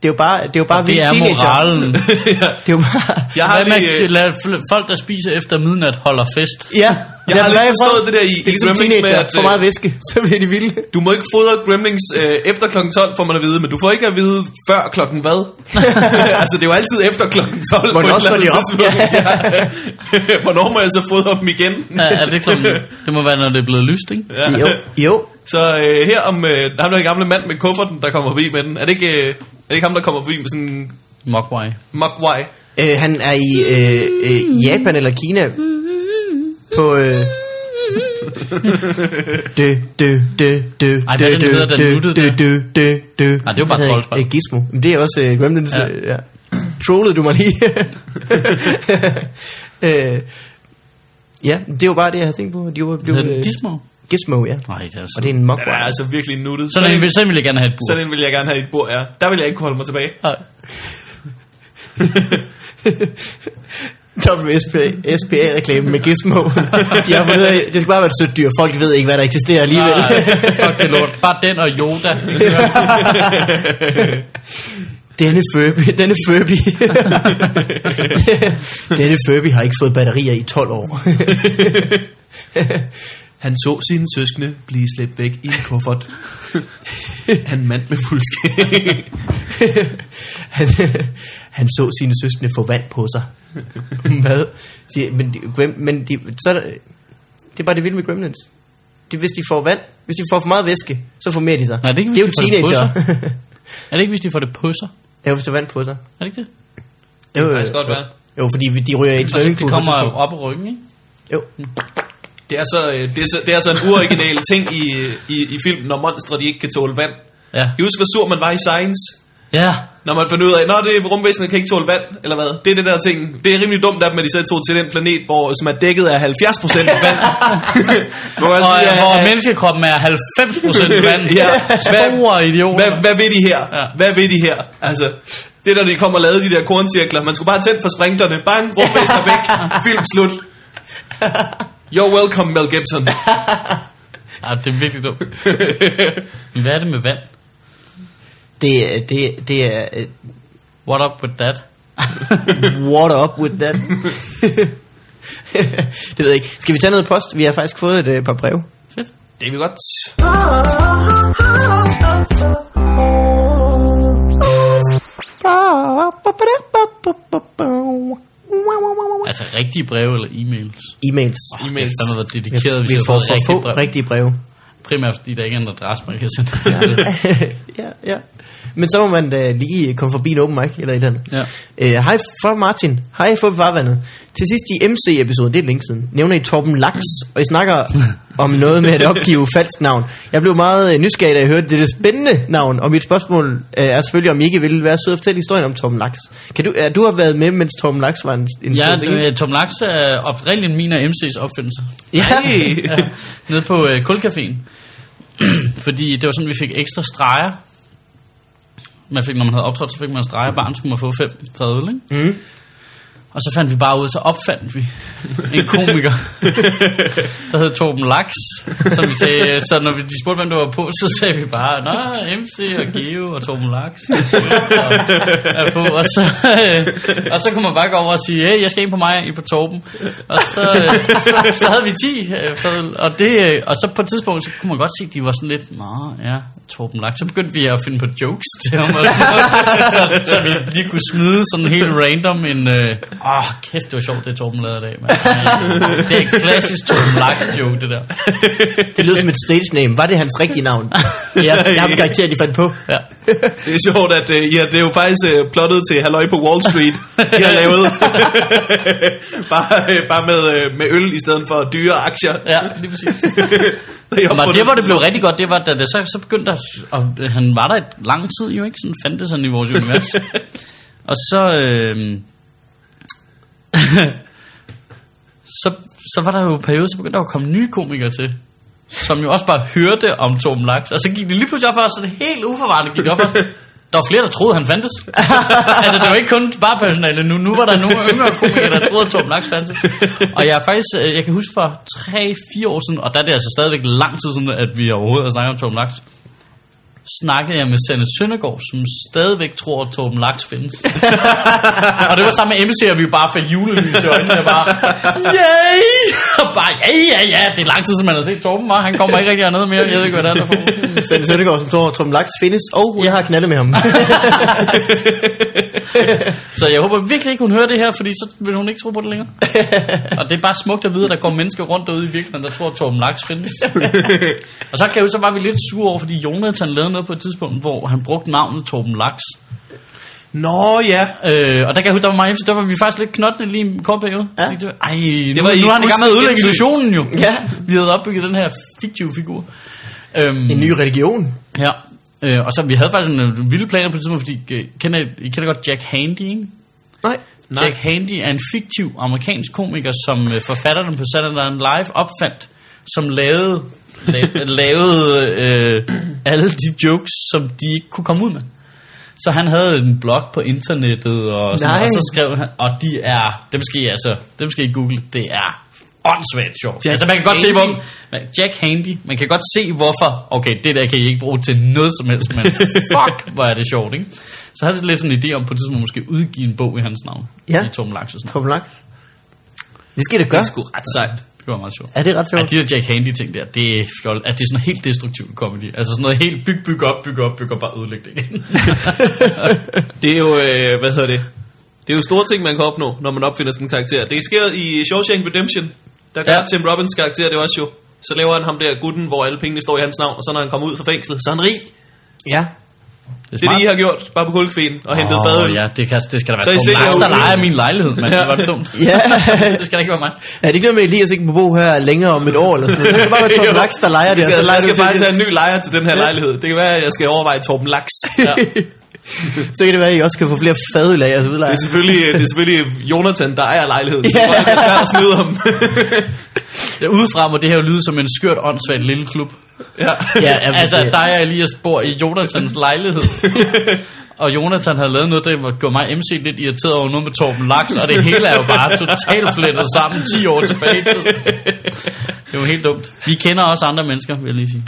[SPEAKER 3] det er jo bare, det er jo bare
[SPEAKER 2] Det
[SPEAKER 3] vi
[SPEAKER 2] er
[SPEAKER 3] teenagere.
[SPEAKER 2] moralen.
[SPEAKER 3] Det er jo bare...
[SPEAKER 1] Jeg har
[SPEAKER 2] Hvad med
[SPEAKER 1] lige, øh,
[SPEAKER 2] at lade fl- folk, der spiser efter midnat, holder fest?
[SPEAKER 3] Ja,
[SPEAKER 1] Jeg
[SPEAKER 3] Lad
[SPEAKER 1] har
[SPEAKER 3] dem
[SPEAKER 1] lidt
[SPEAKER 3] være i fred.
[SPEAKER 1] forstået det der i-
[SPEAKER 3] det er
[SPEAKER 1] i
[SPEAKER 3] ligesom
[SPEAKER 1] Gremlins med,
[SPEAKER 3] teenager,
[SPEAKER 1] at,
[SPEAKER 3] for
[SPEAKER 1] øh,
[SPEAKER 3] meget
[SPEAKER 1] <laughs>
[SPEAKER 3] væske, så bliver de vilde.
[SPEAKER 1] Du må ikke fodre Gremlings øh, efter kl. 12, får man at vide, men du får ikke at vide før klokken hvad. altså, det er jo altid efter kl. 12.
[SPEAKER 3] Hvornår
[SPEAKER 1] på et eller
[SPEAKER 3] slår de
[SPEAKER 1] andet
[SPEAKER 3] op?
[SPEAKER 1] tidspunkt. Ja. <laughs> Hvornår må jeg så fodre dem igen?
[SPEAKER 2] Ja, er det klokken?
[SPEAKER 1] <laughs>
[SPEAKER 2] Det må være, når det er blevet lyst, ikke?
[SPEAKER 1] Ja.
[SPEAKER 3] Jo, jo.
[SPEAKER 1] Så øh, her om øh, ham der gamle mand med kufferten, der kommer forbi med den. Er det ikke, øh, er det ikke ham, der kommer forbi med sådan en
[SPEAKER 2] Mogwai.
[SPEAKER 1] mogwai?
[SPEAKER 3] Øh, han er i øh, øh, Japan eller Kina på...
[SPEAKER 1] <laughs>
[SPEAKER 3] Øh, dø, dø, dø, dø,
[SPEAKER 2] Ej, hvad er det, den hedder, den nuttede
[SPEAKER 3] dø,
[SPEAKER 2] der?
[SPEAKER 3] dø, dø, dø.
[SPEAKER 2] Nej, det er jo bare
[SPEAKER 3] Den hedder,
[SPEAKER 2] Troldspejl.
[SPEAKER 3] øh, Gizmo. Men det er også øh, Gremlins.
[SPEAKER 2] Ja.
[SPEAKER 3] Ja. Øh, ja. Trollede du mig lige? <laughs> øh, ja, det var bare det, jeg havde tænkt på. De var, de var,
[SPEAKER 2] Hedder det
[SPEAKER 3] øh,
[SPEAKER 2] Gizmo?
[SPEAKER 3] Gizmo, ja.
[SPEAKER 2] Nej, det er
[SPEAKER 3] Og det
[SPEAKER 2] sådan.
[SPEAKER 3] er en
[SPEAKER 1] Den er
[SPEAKER 3] mogwai.
[SPEAKER 1] altså virkelig nuttet.
[SPEAKER 2] Sådan en, vil- sådan vil jeg gerne have et bur.
[SPEAKER 1] sådan en vil jeg gerne have i et bord, ja. Der vil jeg ikke kunne holde mig tilbage.
[SPEAKER 2] Nej.
[SPEAKER 3] <laughs> WSPA-reklame med Gizmo. <laughs> De har fundet, ud af, det skal bare være et sødt dyr. Folk ved ikke, hvad der eksisterer alligevel.
[SPEAKER 2] Nej, fuck det lort. Bare den og Yoda.
[SPEAKER 3] <laughs> Denne Furby, denne
[SPEAKER 2] <laughs>
[SPEAKER 3] Furby. denne Furby har ikke fået batterier i 12 år.
[SPEAKER 1] <laughs>
[SPEAKER 3] <laughs>
[SPEAKER 1] Han så sine søskende blive slæbt væk i en kuffert. Han mand med fuldskæg.
[SPEAKER 3] han, han så sine søskende få vand på sig. Mad. Siger, Men, de, Grem- men de, så er der, det er bare det vilde med gremlins. Det, hvis de får vand, hvis de får for meget væske, så formerer de sig.
[SPEAKER 2] Nej, det er ikke,
[SPEAKER 3] det er jo
[SPEAKER 2] hvis de får det på
[SPEAKER 3] teenager.
[SPEAKER 2] Er det ikke, hvis de får det på sig?
[SPEAKER 3] <laughs> ja, hvis der er vand på sig.
[SPEAKER 2] Er det ikke det?
[SPEAKER 3] Det kan
[SPEAKER 1] faktisk godt være.
[SPEAKER 3] Jo, fordi vi- de ryger i et
[SPEAKER 2] Og så
[SPEAKER 3] swimmingpool.
[SPEAKER 2] det
[SPEAKER 3] på et
[SPEAKER 2] Altså, kommer op ad
[SPEAKER 3] tidspunkt.
[SPEAKER 2] ryggen, ikke?
[SPEAKER 3] Jo.
[SPEAKER 1] Det er så, øh, det er så, det er så en uoriginal ting i, i, i filmen, når monstre de ikke kan tåle vand.
[SPEAKER 2] Ja.
[SPEAKER 1] Kan I huske, hvor sur man var i Science?
[SPEAKER 2] Ja.
[SPEAKER 1] Når man fandt ud af, at det er rumvæsenet kan ikke tåle vand, eller hvad? Det er det der ting. Det er rimelig dumt af dem, at de så tog til den planet, hvor, som er dækket af 70% af vand. <laughs> øh, hvor jeg
[SPEAKER 2] Og
[SPEAKER 1] siger,
[SPEAKER 2] hvor
[SPEAKER 1] at-
[SPEAKER 2] menneskekroppen er 90% vand.
[SPEAKER 1] Ja.
[SPEAKER 2] Store idioter.
[SPEAKER 1] Hvad, hvad ved de her?
[SPEAKER 2] Ja.
[SPEAKER 1] Ja. Hvad ved de her? Altså, det der, de kom og lavede de der korncirkler. Man skulle bare tænde for sprinklerne. Bang,
[SPEAKER 2] <laughs>
[SPEAKER 1] rumvæsener væk. Film slut. You're welcome, Mel
[SPEAKER 2] <laughs>
[SPEAKER 1] Gibson.
[SPEAKER 2] Ja, det er virkelig dumt. Men Hvad er det med vand?
[SPEAKER 3] Det, er- det, er- det er øh,
[SPEAKER 2] What up with that?
[SPEAKER 3] water up with that. <laughs> det ved jeg ikke. Skal vi tage noget post? Vi har faktisk fået et øh, par brev.
[SPEAKER 2] Fedt.
[SPEAKER 1] det er vi godt.
[SPEAKER 2] Altså rigtige breve eller e-mails?
[SPEAKER 3] E-mails.
[SPEAKER 2] E-mails. Det har været
[SPEAKER 3] Vi,
[SPEAKER 2] dedikeret, hvis
[SPEAKER 3] vi
[SPEAKER 2] jeg
[SPEAKER 3] får
[SPEAKER 2] får
[SPEAKER 3] for få
[SPEAKER 2] rigtige brev.
[SPEAKER 3] rigtige breve.
[SPEAKER 2] Primært fordi der ikke er en adresse, man kan sende.
[SPEAKER 3] <laughs> ja, ja. Men så må man da lige komme forbi en open mic eller et eller andet.
[SPEAKER 2] Ja.
[SPEAKER 3] Øh, hej for Martin.
[SPEAKER 2] Mm.
[SPEAKER 3] Hej for farvandet. Til sidst i MC-episoden, det er længe siden, nævner I Torben Laks, og I snakker om noget med at
[SPEAKER 2] <laughs>
[SPEAKER 3] opgive falsk navn. Jeg blev meget øh, nysgerrig, da jeg hørte det, det spændende navn, og mit spørgsmål øh, er selvfølgelig, om I ikke ville være søde at fortælle historien om Tom Laks. Kan du, er, du har været med, mens Tom Laks var en, en
[SPEAKER 2] Ja,
[SPEAKER 3] stor ting?
[SPEAKER 2] øh, Tom Laks er oprindeligt min og MC's opfindelse.
[SPEAKER 3] ja.
[SPEAKER 2] ja, nede på øh, kulcaféen. <clears throat> Fordi det var sådan, vi fik ekstra streger. Man fik, når man havde optrådt, så fik man en streger. Barn skulle man få fem fadøl, ikke?
[SPEAKER 3] Mm.
[SPEAKER 2] Og så fandt vi bare ud, så opfandt vi en komiker, der hed Torben Laks. Som vi sagde, øh, så når vi, de spurgte, hvem der var på, så sagde vi bare, Nå, MC og Geo og Torben Laks. er på, og så, øh, og så kunne man bare gå over og sige, hey, jeg skal ind på mig, I på Torben. Og så, øh, så, så havde vi 10 øh, fadøl, og, det, øh, og så på et tidspunkt, så kunne man godt se, at de var sådan lidt, nå ja, Torben Lak. Så begyndte vi at finde på jokes til ham, og så, så, så vi lige kunne smide sådan helt random en, øh, åh, oh, kæft, det var sjovt, det Torben lavede i dag. mand." Det er et klassisk Torben Laks joke, det der.
[SPEAKER 3] Det lyder som et stage name. Var det hans rigtige navn?
[SPEAKER 2] <laughs>
[SPEAKER 3] ja, jeg har karakter, de fandt på.
[SPEAKER 2] Ja.
[SPEAKER 1] Det er sjovt, at øh, ja, det er jo faktisk øh, plottet til Halløj på Wall Street, de har
[SPEAKER 2] <laughs>
[SPEAKER 1] lavet. bare øh, bare med, øh, med øl i stedet for dyre aktier.
[SPEAKER 2] ja, lige præcis.
[SPEAKER 1] <laughs> Det er
[SPEAKER 2] Og det, hvor
[SPEAKER 1] opfundet.
[SPEAKER 2] det blev rigtig godt, det var, da det så, så begyndte der, og han var der et lang tid jo, ikke? Sådan fandtes han i vores univers. og så, øh, <laughs> så, så var der jo en periode, så begyndte der jo at komme nye komikere til som jo også bare hørte om Torben Laks. Og så gik det lige pludselig op for os, sådan helt uforvarende gik det op for os. Der var flere, der troede, han fandtes. <laughs> altså, det var ikke kun bare personale. Nu, nu var der nogle yngre komikere, der troede, at Torben Laks fandtes. Og jeg er faktisk, øh, jeg kan huske for 3-4 år siden, og der er det altså stadigvæk lang tid siden, at vi overhovedet har snakket om Torben Laks snakkede jeg med Sanne Søndergaard, som stadigvæk tror, at Torben Laks findes. <laughs> og det var sammen med MC, og vi bare fik julelys i øjnene, og bare, yay! <laughs> Og bare, ja, ja, ja, det er lang tid, som man har set Torben, var. han kommer ikke rigtig hernede mere, jeg ved ikke, hvad der er der for.
[SPEAKER 3] Sande Søndergaard, som tror, Tom Laks findes, og hun har knaldet med ham.
[SPEAKER 2] Så jeg håber virkelig ikke, hun hører det her, fordi så vil hun ikke tro på det længere. Og det er bare smukt at vide, at der går mennesker rundt derude i virkeligheden, der tror, at Torben Laks findes. og så kan jeg jo så var vi lidt sure over, fordi Jonathan lavede noget på et tidspunkt, hvor han brugte navnet Torben Laks.
[SPEAKER 1] Nå ja,
[SPEAKER 2] Øh, og der kan jeg huske, der var meget der var vi faktisk lidt knottende lige en kort periode.
[SPEAKER 3] Ja.
[SPEAKER 2] Ja. Ej, nu,
[SPEAKER 1] Det
[SPEAKER 2] det
[SPEAKER 1] var
[SPEAKER 2] var
[SPEAKER 1] i
[SPEAKER 2] nu har han i gang med at ødelægge
[SPEAKER 1] Guds
[SPEAKER 2] illusionen jo.
[SPEAKER 3] Ja.
[SPEAKER 2] Vi havde opbygget den her fiktive figur. Øhm,
[SPEAKER 3] en ny religion.
[SPEAKER 2] Ja. Øh, og så vi havde faktisk en øh, vilde planer på et tidspunkt, fordi øh, kender, I- I kender godt Jack Handy, ikke?
[SPEAKER 3] Nej.
[SPEAKER 2] Nej. Jack Handy er en fiktiv amerikansk komiker, som øh, forfatteren på Saturday Night Live opfandt, som lavede, la- lavede øh, alle de jokes, som de ikke kunne komme ud med. Så han havde en blog på internettet, og, sådan,
[SPEAKER 3] Nej.
[SPEAKER 2] og så skrev han, og de er, dem skal I altså, dem skal I google, det er åndssvagt sjovt.
[SPEAKER 1] Jack
[SPEAKER 2] altså man kan godt se,
[SPEAKER 1] Handy.
[SPEAKER 2] hvor, man, Jack Handy, man kan godt se hvorfor, okay, det der kan I ikke bruge til noget som helst, men fuck, hvor er det sjovt, ikke? Så havde jeg lidt sådan en idé om på et tidspunkt måske udgive en bog i hans navn,
[SPEAKER 3] Ja.
[SPEAKER 2] i Torben Laxes navn.
[SPEAKER 3] Tom Laks. Det skal det gøre.
[SPEAKER 2] Det skulle ret sejt. Det var meget sjovt.
[SPEAKER 3] Er det ret
[SPEAKER 2] Ja,
[SPEAKER 3] sjovt?
[SPEAKER 2] de der Jack Handy ting der, det er fjol, at det er sådan noget helt destruktiv comedy. Altså sådan noget helt byg, byg op, byg op, byg op, bare ødelæg det igen.
[SPEAKER 1] det er jo, øh, hvad hedder det? Det er jo store ting, man kan opnå, når man opfinder sådan en karakter. Det sker i Shawshank Redemption. Der gør ja.
[SPEAKER 2] Ja.
[SPEAKER 1] Tim Robbins karakter det også jo. Så laver han ham der gutten, hvor alle pengene står i hans navn, og så når han kommer ud fra fængslet, så er han rig.
[SPEAKER 3] Ja.
[SPEAKER 1] Det er det, I har gjort, bare på kulkfeen og hentet
[SPEAKER 2] Åh,
[SPEAKER 1] badøl.
[SPEAKER 2] ja, det, kan, det skal da
[SPEAKER 1] Så
[SPEAKER 2] være
[SPEAKER 1] I
[SPEAKER 2] Tom
[SPEAKER 1] slet ikke
[SPEAKER 2] Lars, der
[SPEAKER 1] er
[SPEAKER 2] leger min lejlighed, men det var dumt. <laughs>
[SPEAKER 3] Ja.
[SPEAKER 2] det skal da ikke være mig.
[SPEAKER 3] Er det ikke noget med, at Elias ikke må bo her længere om et år eller sådan noget? Det kan bare
[SPEAKER 1] <laughs>
[SPEAKER 3] være Tom Laks, der leger det,
[SPEAKER 1] Jeg
[SPEAKER 3] og så
[SPEAKER 1] skal,
[SPEAKER 3] leger
[SPEAKER 1] jeg skal
[SPEAKER 3] du til
[SPEAKER 1] faktisk
[SPEAKER 3] det.
[SPEAKER 1] have en ny lejer til den her lejlighed. Det kan være, at jeg skal overveje Torben
[SPEAKER 3] <laughs>
[SPEAKER 1] Laks. Ja.
[SPEAKER 3] Så kan det være, at I også kan få flere fadøl af jeres
[SPEAKER 1] Det,
[SPEAKER 3] udlejer.
[SPEAKER 1] er selvfølgelig, øh, det er selvfølgelig Jonathan, der ejer lejligheden. Så
[SPEAKER 3] Ja.
[SPEAKER 1] det er svært at snyde
[SPEAKER 3] <laughs>
[SPEAKER 1] ham.
[SPEAKER 2] Ja, udefra må det her jo lyde som en skørt, åndssvagt lille klub.
[SPEAKER 1] ja.
[SPEAKER 2] <laughs>
[SPEAKER 3] Ja,
[SPEAKER 2] Ja, altså, dig og Elias bor i
[SPEAKER 3] <laughs>
[SPEAKER 2] Jonathans lejlighed. og Jonathan havde lavet noget, der gjorde mig MC lidt irriteret over noget med Torben Laks, og det hele er jo bare totalt flettet sammen 10 år tilbage i tiden. Det er jo helt dumt. Vi kender også andre mennesker, vil jeg lige
[SPEAKER 3] <coughs>
[SPEAKER 2] sige.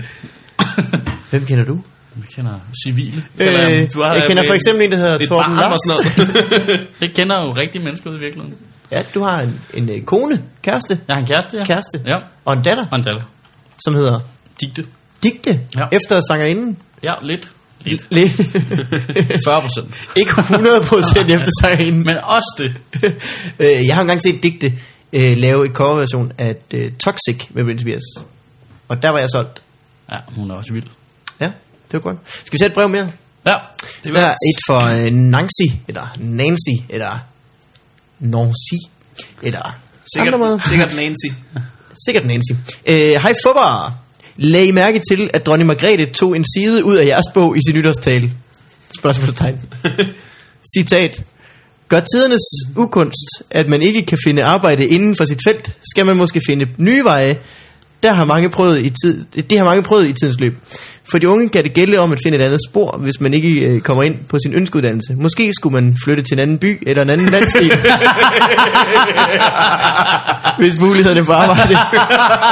[SPEAKER 3] Hvem kender du?
[SPEAKER 2] Vi kender civile.
[SPEAKER 3] Øh,
[SPEAKER 1] du har
[SPEAKER 3] jeg kender
[SPEAKER 1] en-
[SPEAKER 3] for eksempel en, der hedder
[SPEAKER 1] Et
[SPEAKER 3] Torben
[SPEAKER 1] barn og
[SPEAKER 3] Laks.
[SPEAKER 1] sådan noget.
[SPEAKER 2] Det kender jo rigtige mennesker ud i virkeligheden.
[SPEAKER 3] Ja, du har en, en øh, kone, kæreste,
[SPEAKER 2] Jeg har en kæreste, ja.
[SPEAKER 3] kæreste
[SPEAKER 2] Ja,
[SPEAKER 3] og en datter,
[SPEAKER 2] og en datter.
[SPEAKER 3] som hedder
[SPEAKER 2] Digte.
[SPEAKER 3] Digte,
[SPEAKER 2] Ja.
[SPEAKER 3] efter sangerinden. <laughs>
[SPEAKER 2] Ja, lidt. Lidt.
[SPEAKER 1] <laughs>
[SPEAKER 3] Le-
[SPEAKER 2] 40 procent.
[SPEAKER 3] ikke 100% efter sangerinden.
[SPEAKER 2] Men også det.
[SPEAKER 3] <laughs> Øh, jeg har engang set Digte øh, lave et coverversion af øh, Toxic med Britney Spears. Og der var jeg solgt.
[SPEAKER 2] Ja, hun er også vild.
[SPEAKER 3] Ja, det var godt. Skal vi tage et brev mere?
[SPEAKER 2] Ja.
[SPEAKER 3] Det var et for øh, Nancy, eller Nancy, eller Nancy, eller
[SPEAKER 1] Sikkert,
[SPEAKER 3] andre måder.
[SPEAKER 1] sikkert Nancy.
[SPEAKER 3] Sikkert Nancy. Øh, Hej fubber. Lag I mærke til, at dronning Margrethe tog en side ud af jeres bog i sin nytårstale? Spørgsmålstegn. Citat. Gør tidernes ukunst, at man ikke kan finde arbejde inden for sit felt, skal man måske finde nye veje. Der har mange prøvet i tid, det har mange prøvet i tidens løb. For de unge kan det gælde om at finde et andet spor, hvis man ikke øh, kommer ind på sin ønskeuddannelse. Måske skulle man flytte til en anden by eller en anden landsdel. hvis mulighederne for <laughs> arbejde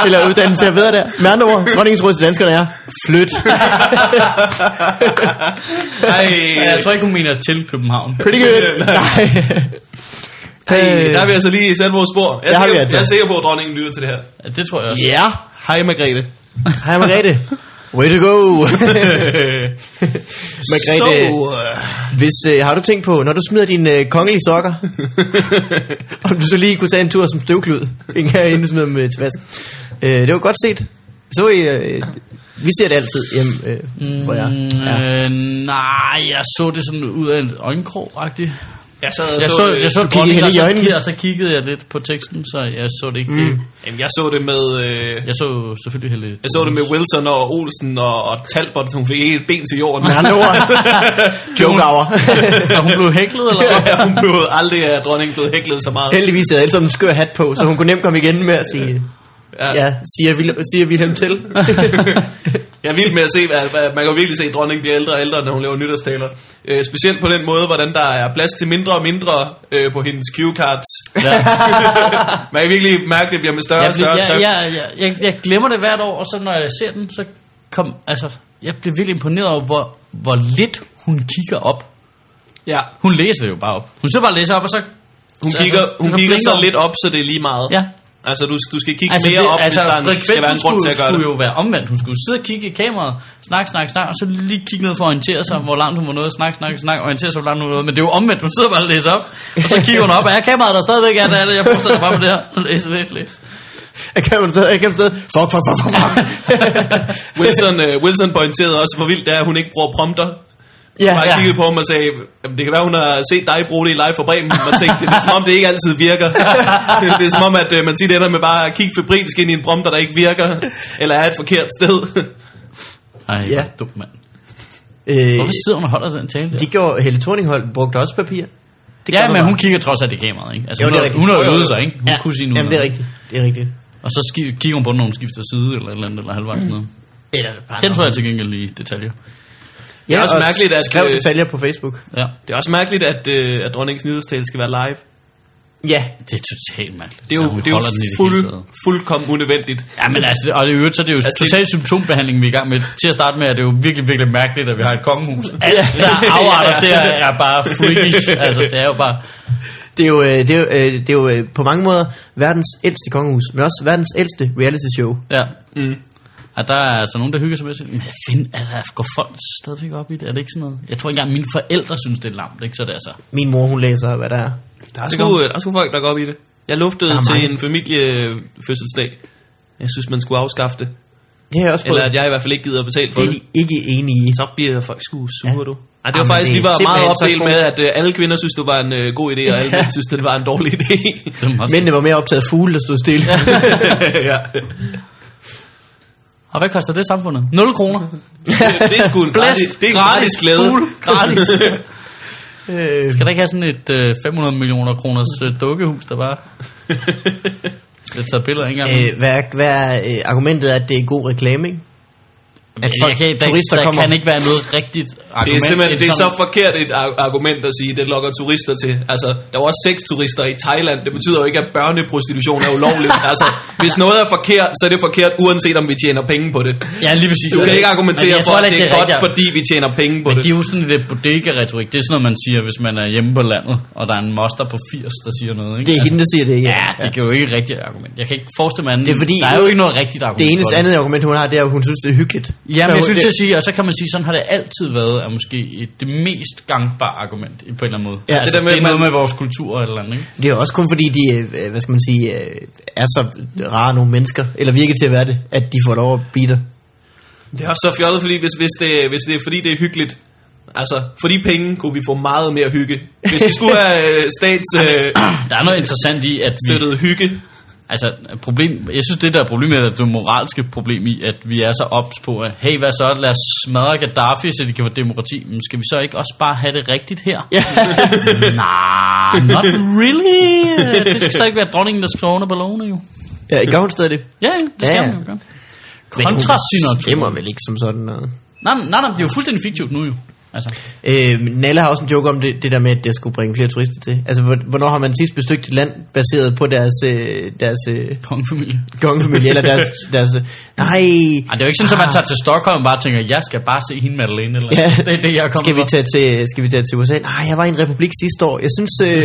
[SPEAKER 3] eller uddannelse er bedre der. Med andre ord, dronningens råd til danskerne er, flyt.
[SPEAKER 1] Ej,
[SPEAKER 2] Ja, jeg tror ikke, hun mener til København.
[SPEAKER 3] Pretty good. <laughs> Nej.
[SPEAKER 1] Hey, der har vi altså lige sat vores spor. Jeg
[SPEAKER 3] Det
[SPEAKER 1] er,
[SPEAKER 3] har vi
[SPEAKER 1] sikker,
[SPEAKER 3] altså.
[SPEAKER 1] jeg er sikker på, at dronningen lytter til det her.
[SPEAKER 2] Ja, det tror jeg også.
[SPEAKER 3] Ja.
[SPEAKER 1] Hej Margrethe.
[SPEAKER 3] Hej Margrethe. Way to go. <laughs>
[SPEAKER 1] Så,
[SPEAKER 3] Margrethe,
[SPEAKER 1] øh,
[SPEAKER 3] hvis, øh, har du tænkt på, når du smider dine øh, kongelige sokker, <laughs> om du så lige kunne tage en tur som støvklud, <laughs> ikke her inden du smider dem øh, til vask. Øh, det var godt set. Så I, øh, vi ser det altid hjemme, øh, hvor jeg
[SPEAKER 2] Mm,
[SPEAKER 3] er.
[SPEAKER 2] øh, nej, jeg så det sådan ud af en øjenkrog-agtig.
[SPEAKER 1] jeg sad og
[SPEAKER 2] Jeg
[SPEAKER 1] så,
[SPEAKER 2] så,
[SPEAKER 1] øh,
[SPEAKER 2] jeg så
[SPEAKER 3] du kiggede
[SPEAKER 2] dronningen,
[SPEAKER 3] hende
[SPEAKER 2] og
[SPEAKER 3] i
[SPEAKER 2] så,
[SPEAKER 3] øjnene?
[SPEAKER 2] ki- og så kiggede jeg lidt på teksten, så jeg så det ikke.
[SPEAKER 3] Mm.
[SPEAKER 2] Mm.
[SPEAKER 1] Jamen, jeg så det med... Øh,
[SPEAKER 2] Jeg så selvfølgelig Helle
[SPEAKER 1] jeg så det med Wilson og Olsen og, og Talbot, som fik helt ben til jorden.
[SPEAKER 3] Med andre <laughs> ord, joke hour.
[SPEAKER 2] <laughs>
[SPEAKER 3] <laughs>
[SPEAKER 2] Så hun blev hæklet,
[SPEAKER 1] <laughs>
[SPEAKER 2] eller hvad?
[SPEAKER 1] <laughs> Ja, hun blev aldrig af dronningen blevet hæklet så meget.
[SPEAKER 3] Heldigvis havde alle sammen en skør hat på, så hun kunne nemt komme igen med at sige,
[SPEAKER 1] Ja.
[SPEAKER 3] ja, siger, Vil- siger Wilhelm til.
[SPEAKER 1] <laughs> Jeg er vild med at se, hvad, hvad, man kan jo virkelig se, at dronningen bliver ældre og ældre, når hun laver nytårstaler. Øh, specielt på den måde, hvordan der er plads til mindre og mindre øh, på hendes cue cards.
[SPEAKER 2] Ja.
[SPEAKER 1] <laughs> Man kan virkelig mærke, at det bliver med større
[SPEAKER 2] Jeg,
[SPEAKER 1] og
[SPEAKER 2] blev,
[SPEAKER 1] større
[SPEAKER 2] jeg,
[SPEAKER 1] skrift.
[SPEAKER 2] jeg, jeg, jeg, jeg glemmer det hvert år, og så når jeg ser den, så kom, altså, jeg blev virkelig imponeret over, hvor, hvor lidt hun kigger op.
[SPEAKER 1] Ja.
[SPEAKER 2] Hun læser det jo bare op. Hun sidder bare og læser op, og så...
[SPEAKER 1] Hun
[SPEAKER 2] altså,
[SPEAKER 1] kigger, hun kigger så
[SPEAKER 2] blinker
[SPEAKER 1] lidt op, så det er lige meget.
[SPEAKER 2] Ja.
[SPEAKER 1] Altså, du, du skal kigge
[SPEAKER 2] Altså,
[SPEAKER 1] mere
[SPEAKER 2] det,
[SPEAKER 1] op,
[SPEAKER 2] altså,
[SPEAKER 1] hvis der er en, skal være en grund
[SPEAKER 2] skulle,
[SPEAKER 1] til at gøre
[SPEAKER 2] skulle
[SPEAKER 1] det.
[SPEAKER 2] jo være omvendt. Hun skulle sidde og kigge i kameraet, snakke, snakke, snakke, og så lige kigge ned for at orientere sig, hvor langt hun var nået, snakke, snakke, snakke, orientere sig, hvor langt hun var nået. Men det er jo omvendt. Hun sidder bare og læser op, og så kigger hun op. Er kameraet der stadigvæk? Er det, er det? Jeg fortsætter bare med det her. Læse, læse, <laughs> læse.
[SPEAKER 3] Jeg kan hun stadig, jeg kan hun stadig, fuck, fuck, fuck, fuck, fuck.
[SPEAKER 1] Wilson, øh, Wilson pointerede også, hvor vildt det er, at hun ikke bruger prompter.
[SPEAKER 3] Ja,
[SPEAKER 1] Ja, bare
[SPEAKER 3] <laughs> ja.
[SPEAKER 1] ja. kiggede på ham og sagde, Jamen, det kan være, hun har set dig bruge det i live fra Bremen, og tænkte, det er som om, det ikke altid <laughs> virker. det er som om, at øh, man siger det ender med bare at kigge febrilsk ind i en prompter, der ikke virker, eller er et forkert sted.
[SPEAKER 2] Ej,
[SPEAKER 3] Ja.
[SPEAKER 2] ja. dum mand.
[SPEAKER 3] Øh,
[SPEAKER 2] Hvorfor sidder hun og holder den tale der?
[SPEAKER 3] de gjorde, Helle Thorninghold brugte også papir. Det
[SPEAKER 2] Ja,
[SPEAKER 3] gør
[SPEAKER 2] men
[SPEAKER 3] bare.
[SPEAKER 2] hun kigger trods alt i kameraet, ikke? Altså,
[SPEAKER 3] Jo,
[SPEAKER 2] hun,
[SPEAKER 3] det er
[SPEAKER 2] har-
[SPEAKER 3] rigtigt.
[SPEAKER 2] hun har jo
[SPEAKER 1] Jo, jo,
[SPEAKER 2] øvet
[SPEAKER 1] jo.
[SPEAKER 2] sig, ikke? Hun kunne sige nu.
[SPEAKER 3] Jamen, det er rigtigt. Det er rigtigt.
[SPEAKER 2] Og så ski- kigger hun på, når hun skifter side, eller et eller andet, eller halvvejs ned.
[SPEAKER 3] Eller det er bare
[SPEAKER 2] Den tror jeg til gengæld lige i detaljer.
[SPEAKER 3] Ja,
[SPEAKER 1] er også
[SPEAKER 3] og
[SPEAKER 1] mærkeligt, at,
[SPEAKER 3] skrev
[SPEAKER 1] øh,
[SPEAKER 3] detaljer på Facebook.
[SPEAKER 2] Ja,
[SPEAKER 1] Det er også mærkeligt, at, øh, at dronningens nyhedstale skal være live.
[SPEAKER 3] Ja,
[SPEAKER 2] det er totalt mærkeligt.
[SPEAKER 1] Det er jo,
[SPEAKER 2] Ja, hun
[SPEAKER 1] det er jo
[SPEAKER 2] holder den i det
[SPEAKER 1] fuld,
[SPEAKER 2] hele taget.
[SPEAKER 1] fuldkommen unødvendigt. Mm.
[SPEAKER 2] Ja, men altså, og i øvrigt, så er det jo
[SPEAKER 1] Altså,
[SPEAKER 2] altså,
[SPEAKER 1] det-
[SPEAKER 2] total symptombehandling, vi er i gang med. Til at starte med, er det jo virkelig, virkelig mærkeligt, at vi har et kongehus. Alle de
[SPEAKER 3] <laughs>
[SPEAKER 2] der afarter
[SPEAKER 1] Ja.
[SPEAKER 2] der er bare freakish. Altså, det er jo bare...
[SPEAKER 3] det er jo, øh, det er, jo, øh, det er jo øh, på mange måder verdens ældste kongehus, men også verdens ældste reality show.
[SPEAKER 2] Ja.
[SPEAKER 1] Mm.
[SPEAKER 2] Og der er altså nogen, der hygger sig med sig. Men jeg find, altså, går folk stadigvæk op i det? Er det ikke sådan noget? Jeg tror ikke engang, mine forældre synes, det er lamt, ikke? Så det er altså...
[SPEAKER 3] Min mor, hun læser, hvad der er.
[SPEAKER 1] Der er, sgu, der er sgu folk, der går op i det. Jeg luftede
[SPEAKER 3] Der er
[SPEAKER 1] til
[SPEAKER 3] mange.
[SPEAKER 1] en familiefødselsdag. Jeg synes, man skulle afskaffe det.
[SPEAKER 3] Det har jeg også prøvet.
[SPEAKER 1] Eller at jeg i hvert fald ikke gider at betale for
[SPEAKER 3] Det er
[SPEAKER 1] det.
[SPEAKER 3] de ikke enige i.
[SPEAKER 1] Så bliver folk sgu sure,
[SPEAKER 3] Ja.
[SPEAKER 1] ja. du. Ej, det var
[SPEAKER 3] Jamen,
[SPEAKER 1] faktisk,
[SPEAKER 3] det er
[SPEAKER 1] vi var meget
[SPEAKER 3] simpelthen så
[SPEAKER 1] opdelt
[SPEAKER 3] god.
[SPEAKER 1] med, at øh, alle kvinder synes, det var en øh, god idé, og alle mænd synes, det var en dårlig idé. <laughs>
[SPEAKER 2] Det er meget
[SPEAKER 3] Mændene var mere optaget af fugle, der stod stille.
[SPEAKER 1] ja.
[SPEAKER 2] Og hvad koster det samfundet? 0 kroner.
[SPEAKER 1] det, det er sgu en gratis, det er en gratis glæde.
[SPEAKER 2] Fuld, gratis.
[SPEAKER 3] <laughs> øh,
[SPEAKER 2] Skal der ikke have sådan et øh, 500 millioner kroners øh, dukkehus, der
[SPEAKER 3] <laughs>
[SPEAKER 2] bare... Det tager billeder ikke engang.
[SPEAKER 3] øh, hvad, er- hvad er øh, argumentet, er, at det er god reklame, ikke? at folk-
[SPEAKER 2] jeg kan, der,
[SPEAKER 3] turister
[SPEAKER 2] der
[SPEAKER 3] kommer-
[SPEAKER 2] kan ikke være noget rigtigt argument.
[SPEAKER 1] Det er simpelthen
[SPEAKER 2] Et
[SPEAKER 1] det er så
[SPEAKER 2] sådan-
[SPEAKER 1] forkert et ar- argument at sige, det lokker turister til. Altså, der var også seks turister i Thailand. Det betyder jo ikke, at børneprostitution er ulovligt. altså, hvis noget er forkert, så er det forkert, uanset om vi tjener penge på det.
[SPEAKER 2] Ja, lige præcis.
[SPEAKER 1] Du kan
[SPEAKER 2] Men-
[SPEAKER 1] ikke
[SPEAKER 2] men
[SPEAKER 1] argumentere
[SPEAKER 2] jeg
[SPEAKER 1] for,
[SPEAKER 2] tror
[SPEAKER 1] at
[SPEAKER 2] heller
[SPEAKER 1] det
[SPEAKER 2] ikke,
[SPEAKER 1] er godt,
[SPEAKER 2] rigtigt.
[SPEAKER 1] fordi vi tjener penge på
[SPEAKER 2] Men
[SPEAKER 1] det.
[SPEAKER 2] det er jo sådan lidt bodega-retorik. Det er sådan noget, man siger, hvis man er hjemme på landet, og der er en moster på 80, der siger noget. Ikke? Altså,
[SPEAKER 3] Det er hende, der siger det, ikke?
[SPEAKER 2] Ja, det er jo ikke et rigtigt argument. Jeg kan ikke forestille mig andet.
[SPEAKER 3] Det er fordi-
[SPEAKER 2] der er jo ikke noget rigtigt argument.
[SPEAKER 3] Det
[SPEAKER 2] for
[SPEAKER 3] eneste andet argument, hun har, det er, at hun synes, det er hyggeligt.
[SPEAKER 2] Ja, men
[SPEAKER 3] Så
[SPEAKER 2] jeg
[SPEAKER 3] hun-
[SPEAKER 2] synes
[SPEAKER 3] det-
[SPEAKER 2] at sige, og så kan man sige, sådan har det altid været, er måske et, det mest gangbare argument i- på en eller anden måde.
[SPEAKER 3] Ja,
[SPEAKER 2] Ja, altså,
[SPEAKER 1] det
[SPEAKER 2] det,
[SPEAKER 1] der
[SPEAKER 2] med,
[SPEAKER 1] med,
[SPEAKER 2] det er noget
[SPEAKER 1] man-
[SPEAKER 2] med vores kultur eller et eller andet, ikke?
[SPEAKER 3] Det er jo også kun fordi, de, øh, hvad skal man sige, øh, er så rare nogle mennesker, eller virker til at være det, at de får lov at blive der.
[SPEAKER 1] Det er også så fjollet, fordi hvis, hvis, det, hvis det er fordi, det er hyggeligt, altså for de penge kunne vi få meget mere hygge. Hvis vi skulle have øh, stats øh,
[SPEAKER 2] Der er noget interessant i, at vi,
[SPEAKER 1] støttet <clears throat> hygge,
[SPEAKER 2] Altså, problem, jeg synes, det der problem er det moralske problem i, at vi er så ops på, at hey, hvad så, lad os smadre Gaddafi, så de kan få demokrati. Men skal vi så ikke også bare have det rigtigt her? Ja. <laughs> nah, not really. Det skal stadig være dronningen, der skriver under ballone, jo.
[SPEAKER 3] Ja, gør hun stadig det?
[SPEAKER 2] Ja, ja, det skal
[SPEAKER 3] Ja,
[SPEAKER 2] ja.
[SPEAKER 3] ja.
[SPEAKER 2] man jo gøre.
[SPEAKER 3] Men hun
[SPEAKER 2] Kontra Sinatra.
[SPEAKER 3] stemmer vel ikke som sådan noget.
[SPEAKER 2] Nej, nej, nej, men det er jo fuldstændig fiktivt nu, jo. Altså,
[SPEAKER 3] Øh, men Nalla har også en joke om det, det der med, at det skulle bringe flere turister til. Altså, hvor- hvornår har man sidst besøgt et land baseret på deres, øh, deres øh,
[SPEAKER 2] kongefamilie.
[SPEAKER 3] kongefamilie, eller <laughs> deres, deres... øh, Nej!
[SPEAKER 2] Ej, det er jo ikke sådan, at man tager til Stockholm og bare tænker, jeg skal bare se hende Madeleine. Eller
[SPEAKER 3] Ah. Ja.
[SPEAKER 2] Det er det, jeg kommer
[SPEAKER 3] Skal vi, tage til, skal vi tage til USA? Nej, jeg var i en republik sidste år. Jeg synes... Øh...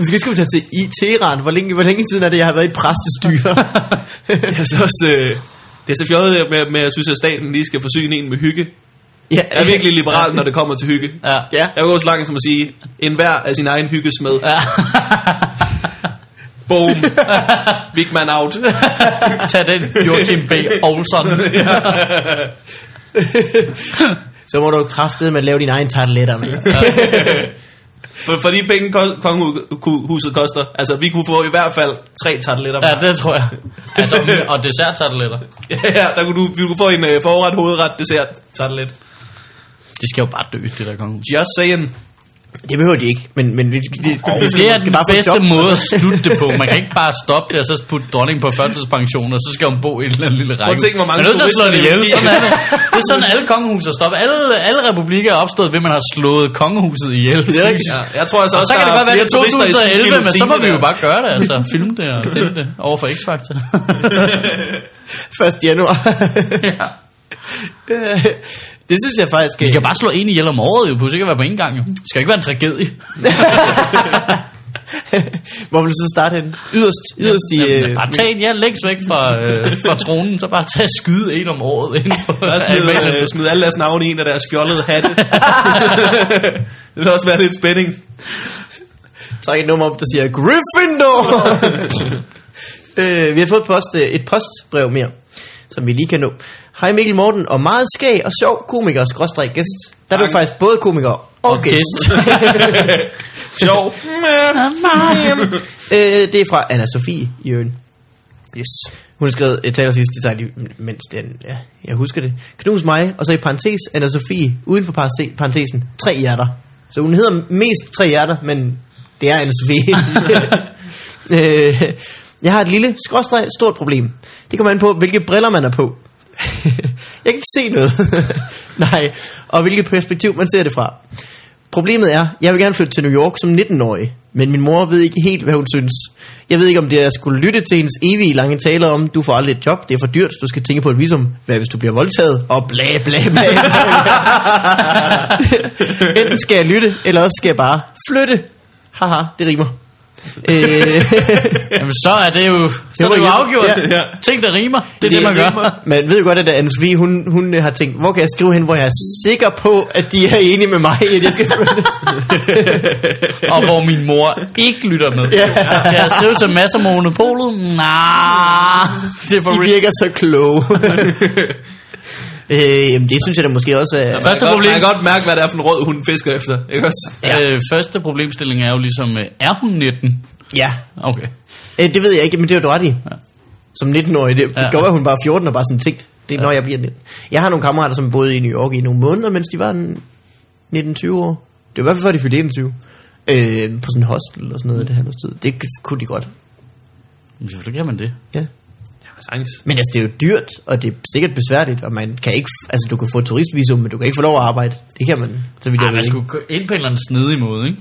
[SPEAKER 3] Måske skal vi tage til i Teheran. Hvor længe, hvor længe siden er det, jeg har været i et præstestyre?
[SPEAKER 1] Det er så også... Øh, det er så fjollet med, med, at jeg synes, at staten lige skal forsyne en med hygge.
[SPEAKER 3] ja,
[SPEAKER 1] Jeg er virkelig liberal, når det kommer til hygge.
[SPEAKER 2] Ja.
[SPEAKER 3] Ja.
[SPEAKER 1] Jeg vil gå så langt som at sige, en hver af sin egen hyggesmed.
[SPEAKER 2] Ja. <laughs>
[SPEAKER 1] Boom. <laughs> Big man out.
[SPEAKER 2] Tag den, Joachim B. Olsen.
[SPEAKER 3] <laughs> Så må du kraftede med at lave dine egne tarteletter med.
[SPEAKER 1] <laughs> For, for de penge, ko- kongehuset koster. Altså, vi kunne få i hvert fald tre tarteletter.
[SPEAKER 2] Ja,
[SPEAKER 1] Ja.
[SPEAKER 2] det tror jeg. <laughs> Altså, og desserttarteletter.
[SPEAKER 1] <laughs> ja, der kunne du, vi kunne få en øh, forret, hovedret, dessert, tartelet.
[SPEAKER 2] De skal jo bare dø, det der kongehus.
[SPEAKER 1] Just saying.
[SPEAKER 3] Det behøver de ikke, men, men det, det, det,
[SPEAKER 2] Det er den bedste <laughs> måde at slutte det på. Man kan ikke bare stoppe det, og så putte dronning på førtidspension, og så skal hun bo i en eller anden lille række.
[SPEAKER 1] tænke, hvor mange
[SPEAKER 2] Man er nødt til at slå det
[SPEAKER 1] turister, det vil
[SPEAKER 2] ihjel. Sådan er det. det er sådan, alle kongehus er stoppet. Alle, alle republikker er opstået ved, at man har slået kongehuset ihjel. Det er <laughs>
[SPEAKER 1] Ja, jeg tror altså
[SPEAKER 2] Og
[SPEAKER 1] også,
[SPEAKER 2] så kan
[SPEAKER 1] der
[SPEAKER 2] det
[SPEAKER 1] er
[SPEAKER 2] godt være,
[SPEAKER 1] flere
[SPEAKER 2] det er
[SPEAKER 1] turister i
[SPEAKER 2] 2011,
[SPEAKER 1] Sydney om
[SPEAKER 2] men så må
[SPEAKER 1] timen
[SPEAKER 2] vi jo
[SPEAKER 1] der.
[SPEAKER 2] bare gøre
[SPEAKER 1] <laughs>
[SPEAKER 2] det, altså. Filme det og sende det over for X-Factor. <laughs>
[SPEAKER 3] 1. januar.
[SPEAKER 2] ja.
[SPEAKER 3] det synes jeg faktisk...
[SPEAKER 2] Vi kan bare slå en ihjel om året, jo. Pludselig kan være på en gang, jo. Det skal jo ikke være en tragedie.
[SPEAKER 3] Hvor vil du så starte hen? Yderst, yderst i...
[SPEAKER 2] Jamen,
[SPEAKER 3] øh,
[SPEAKER 2] bare tag en, ja, længst væk fra, <laughs> øh, fra tronen, så bare tag og skyde en om året ind på
[SPEAKER 1] Bare smid, øh, smid alle deres navne i en af deres fjollede <laughs> hatte. det vil også være lidt spænding.
[SPEAKER 3] træk et nummer op, der siger <laughs> Gryffindor! øh, vi har fået post, øh, et postbrev mere, som vi lige kan nå. Hej Mikkel Morten, og meget skæg og sjov komiker, skråstrej gæst. Der er du
[SPEAKER 1] Tak.
[SPEAKER 3] faktisk både komiker og, og gæst.
[SPEAKER 1] <laughs> Sjov.
[SPEAKER 3] øh, det er fra Anna-Sophie i øen.
[SPEAKER 1] Yes.
[SPEAKER 3] Hun har skrevet et taler sidst, det tager jeg lige, mens den, ja, jeg husker det. Knus mig, og så i parentes, Anna Sofie, uden for parentes- parentesen, tre hjerter. Så hun hedder mest tre hjerter, men det er Anna Sofie. øh, jeg har et lille, skråstreg, stort problem. Det kommer an på, hvilke briller man er på. <laughs> jeg kan ikke se noget. <laughs> Nej, og hvilket perspektiv man ser det fra. Problemet er, jeg vil gerne flytte til New York som 19-årig, men min mor ved ikke helt, hvad hun synes. Jeg ved ikke, om det er, at jeg skulle lytte til hendes evige lange taler om, du får aldrig et job, det er for dyrt, du skal tænke på et visum, hvad hvis du bliver voldtaget, og bla bla bla.
[SPEAKER 2] <laughs>
[SPEAKER 3] Enten skal jeg lytte, eller også skal jeg bare flytte. Haha, det
[SPEAKER 2] <laughs>
[SPEAKER 3] rimer. Øh,
[SPEAKER 2] Jamen, så er det jo, så er det jo
[SPEAKER 3] var hjemme.
[SPEAKER 2] afgjort.
[SPEAKER 3] Ja,
[SPEAKER 1] ja.
[SPEAKER 2] Ting, der rimer, det er det, man gør.
[SPEAKER 3] Man ved jo godt, at Anne Sofie, hun, hun øh, har tænkt, hvor kan jeg skrive hen, hvor jeg er sikker på, at de er enige med mig, at jeg skal flytte.
[SPEAKER 2] <laughs> og hvor min mor ikke lytter med.
[SPEAKER 3] Ja.
[SPEAKER 2] Jeg har skrevet til masser af monopolet. Nej, det er for
[SPEAKER 3] De
[SPEAKER 2] risky.
[SPEAKER 3] virker så kloge. øh, jamen, det synes jeg da måske også er...
[SPEAKER 2] Første
[SPEAKER 1] Man kan, godt,
[SPEAKER 2] problem-
[SPEAKER 1] man kan godt mærke, hvad det er for en rød hund fisker efter. Ikke også?
[SPEAKER 2] Øh, første problemstilling er jo ligesom, øh, er hun 19?
[SPEAKER 3] Ja,
[SPEAKER 2] Okay.
[SPEAKER 3] øh, det ved jeg ikke, men det er du ret i. Som 19-årig, det, det
[SPEAKER 2] Ja.
[SPEAKER 3] gør, at hun bare er 14 og bare sådan tænkt, det er, når jeg bliver 19. Jeg har nogle kammerater, som boede i New York i nogle måneder, mens de var en 19-20 år. Det var i hvert fald før, de fyldte 21. Øh, på sådan en hostel eller sådan noget, det her tid. Det kunne de godt.
[SPEAKER 2] Men Selvfølgelig kan man det.
[SPEAKER 3] Ja.
[SPEAKER 1] Ja, sagtens.
[SPEAKER 3] Men altså, det er jo dyrt, og det er sikkert besværligt, og man kan ikke, altså du kan få et turistvisum, men du kan ikke få lov at arbejde. Det kan man, så vidt jeg
[SPEAKER 2] Ej,
[SPEAKER 3] ved.
[SPEAKER 2] man
[SPEAKER 3] ikke.
[SPEAKER 2] skulle gå ind på en eller anden snedig måde, ikke?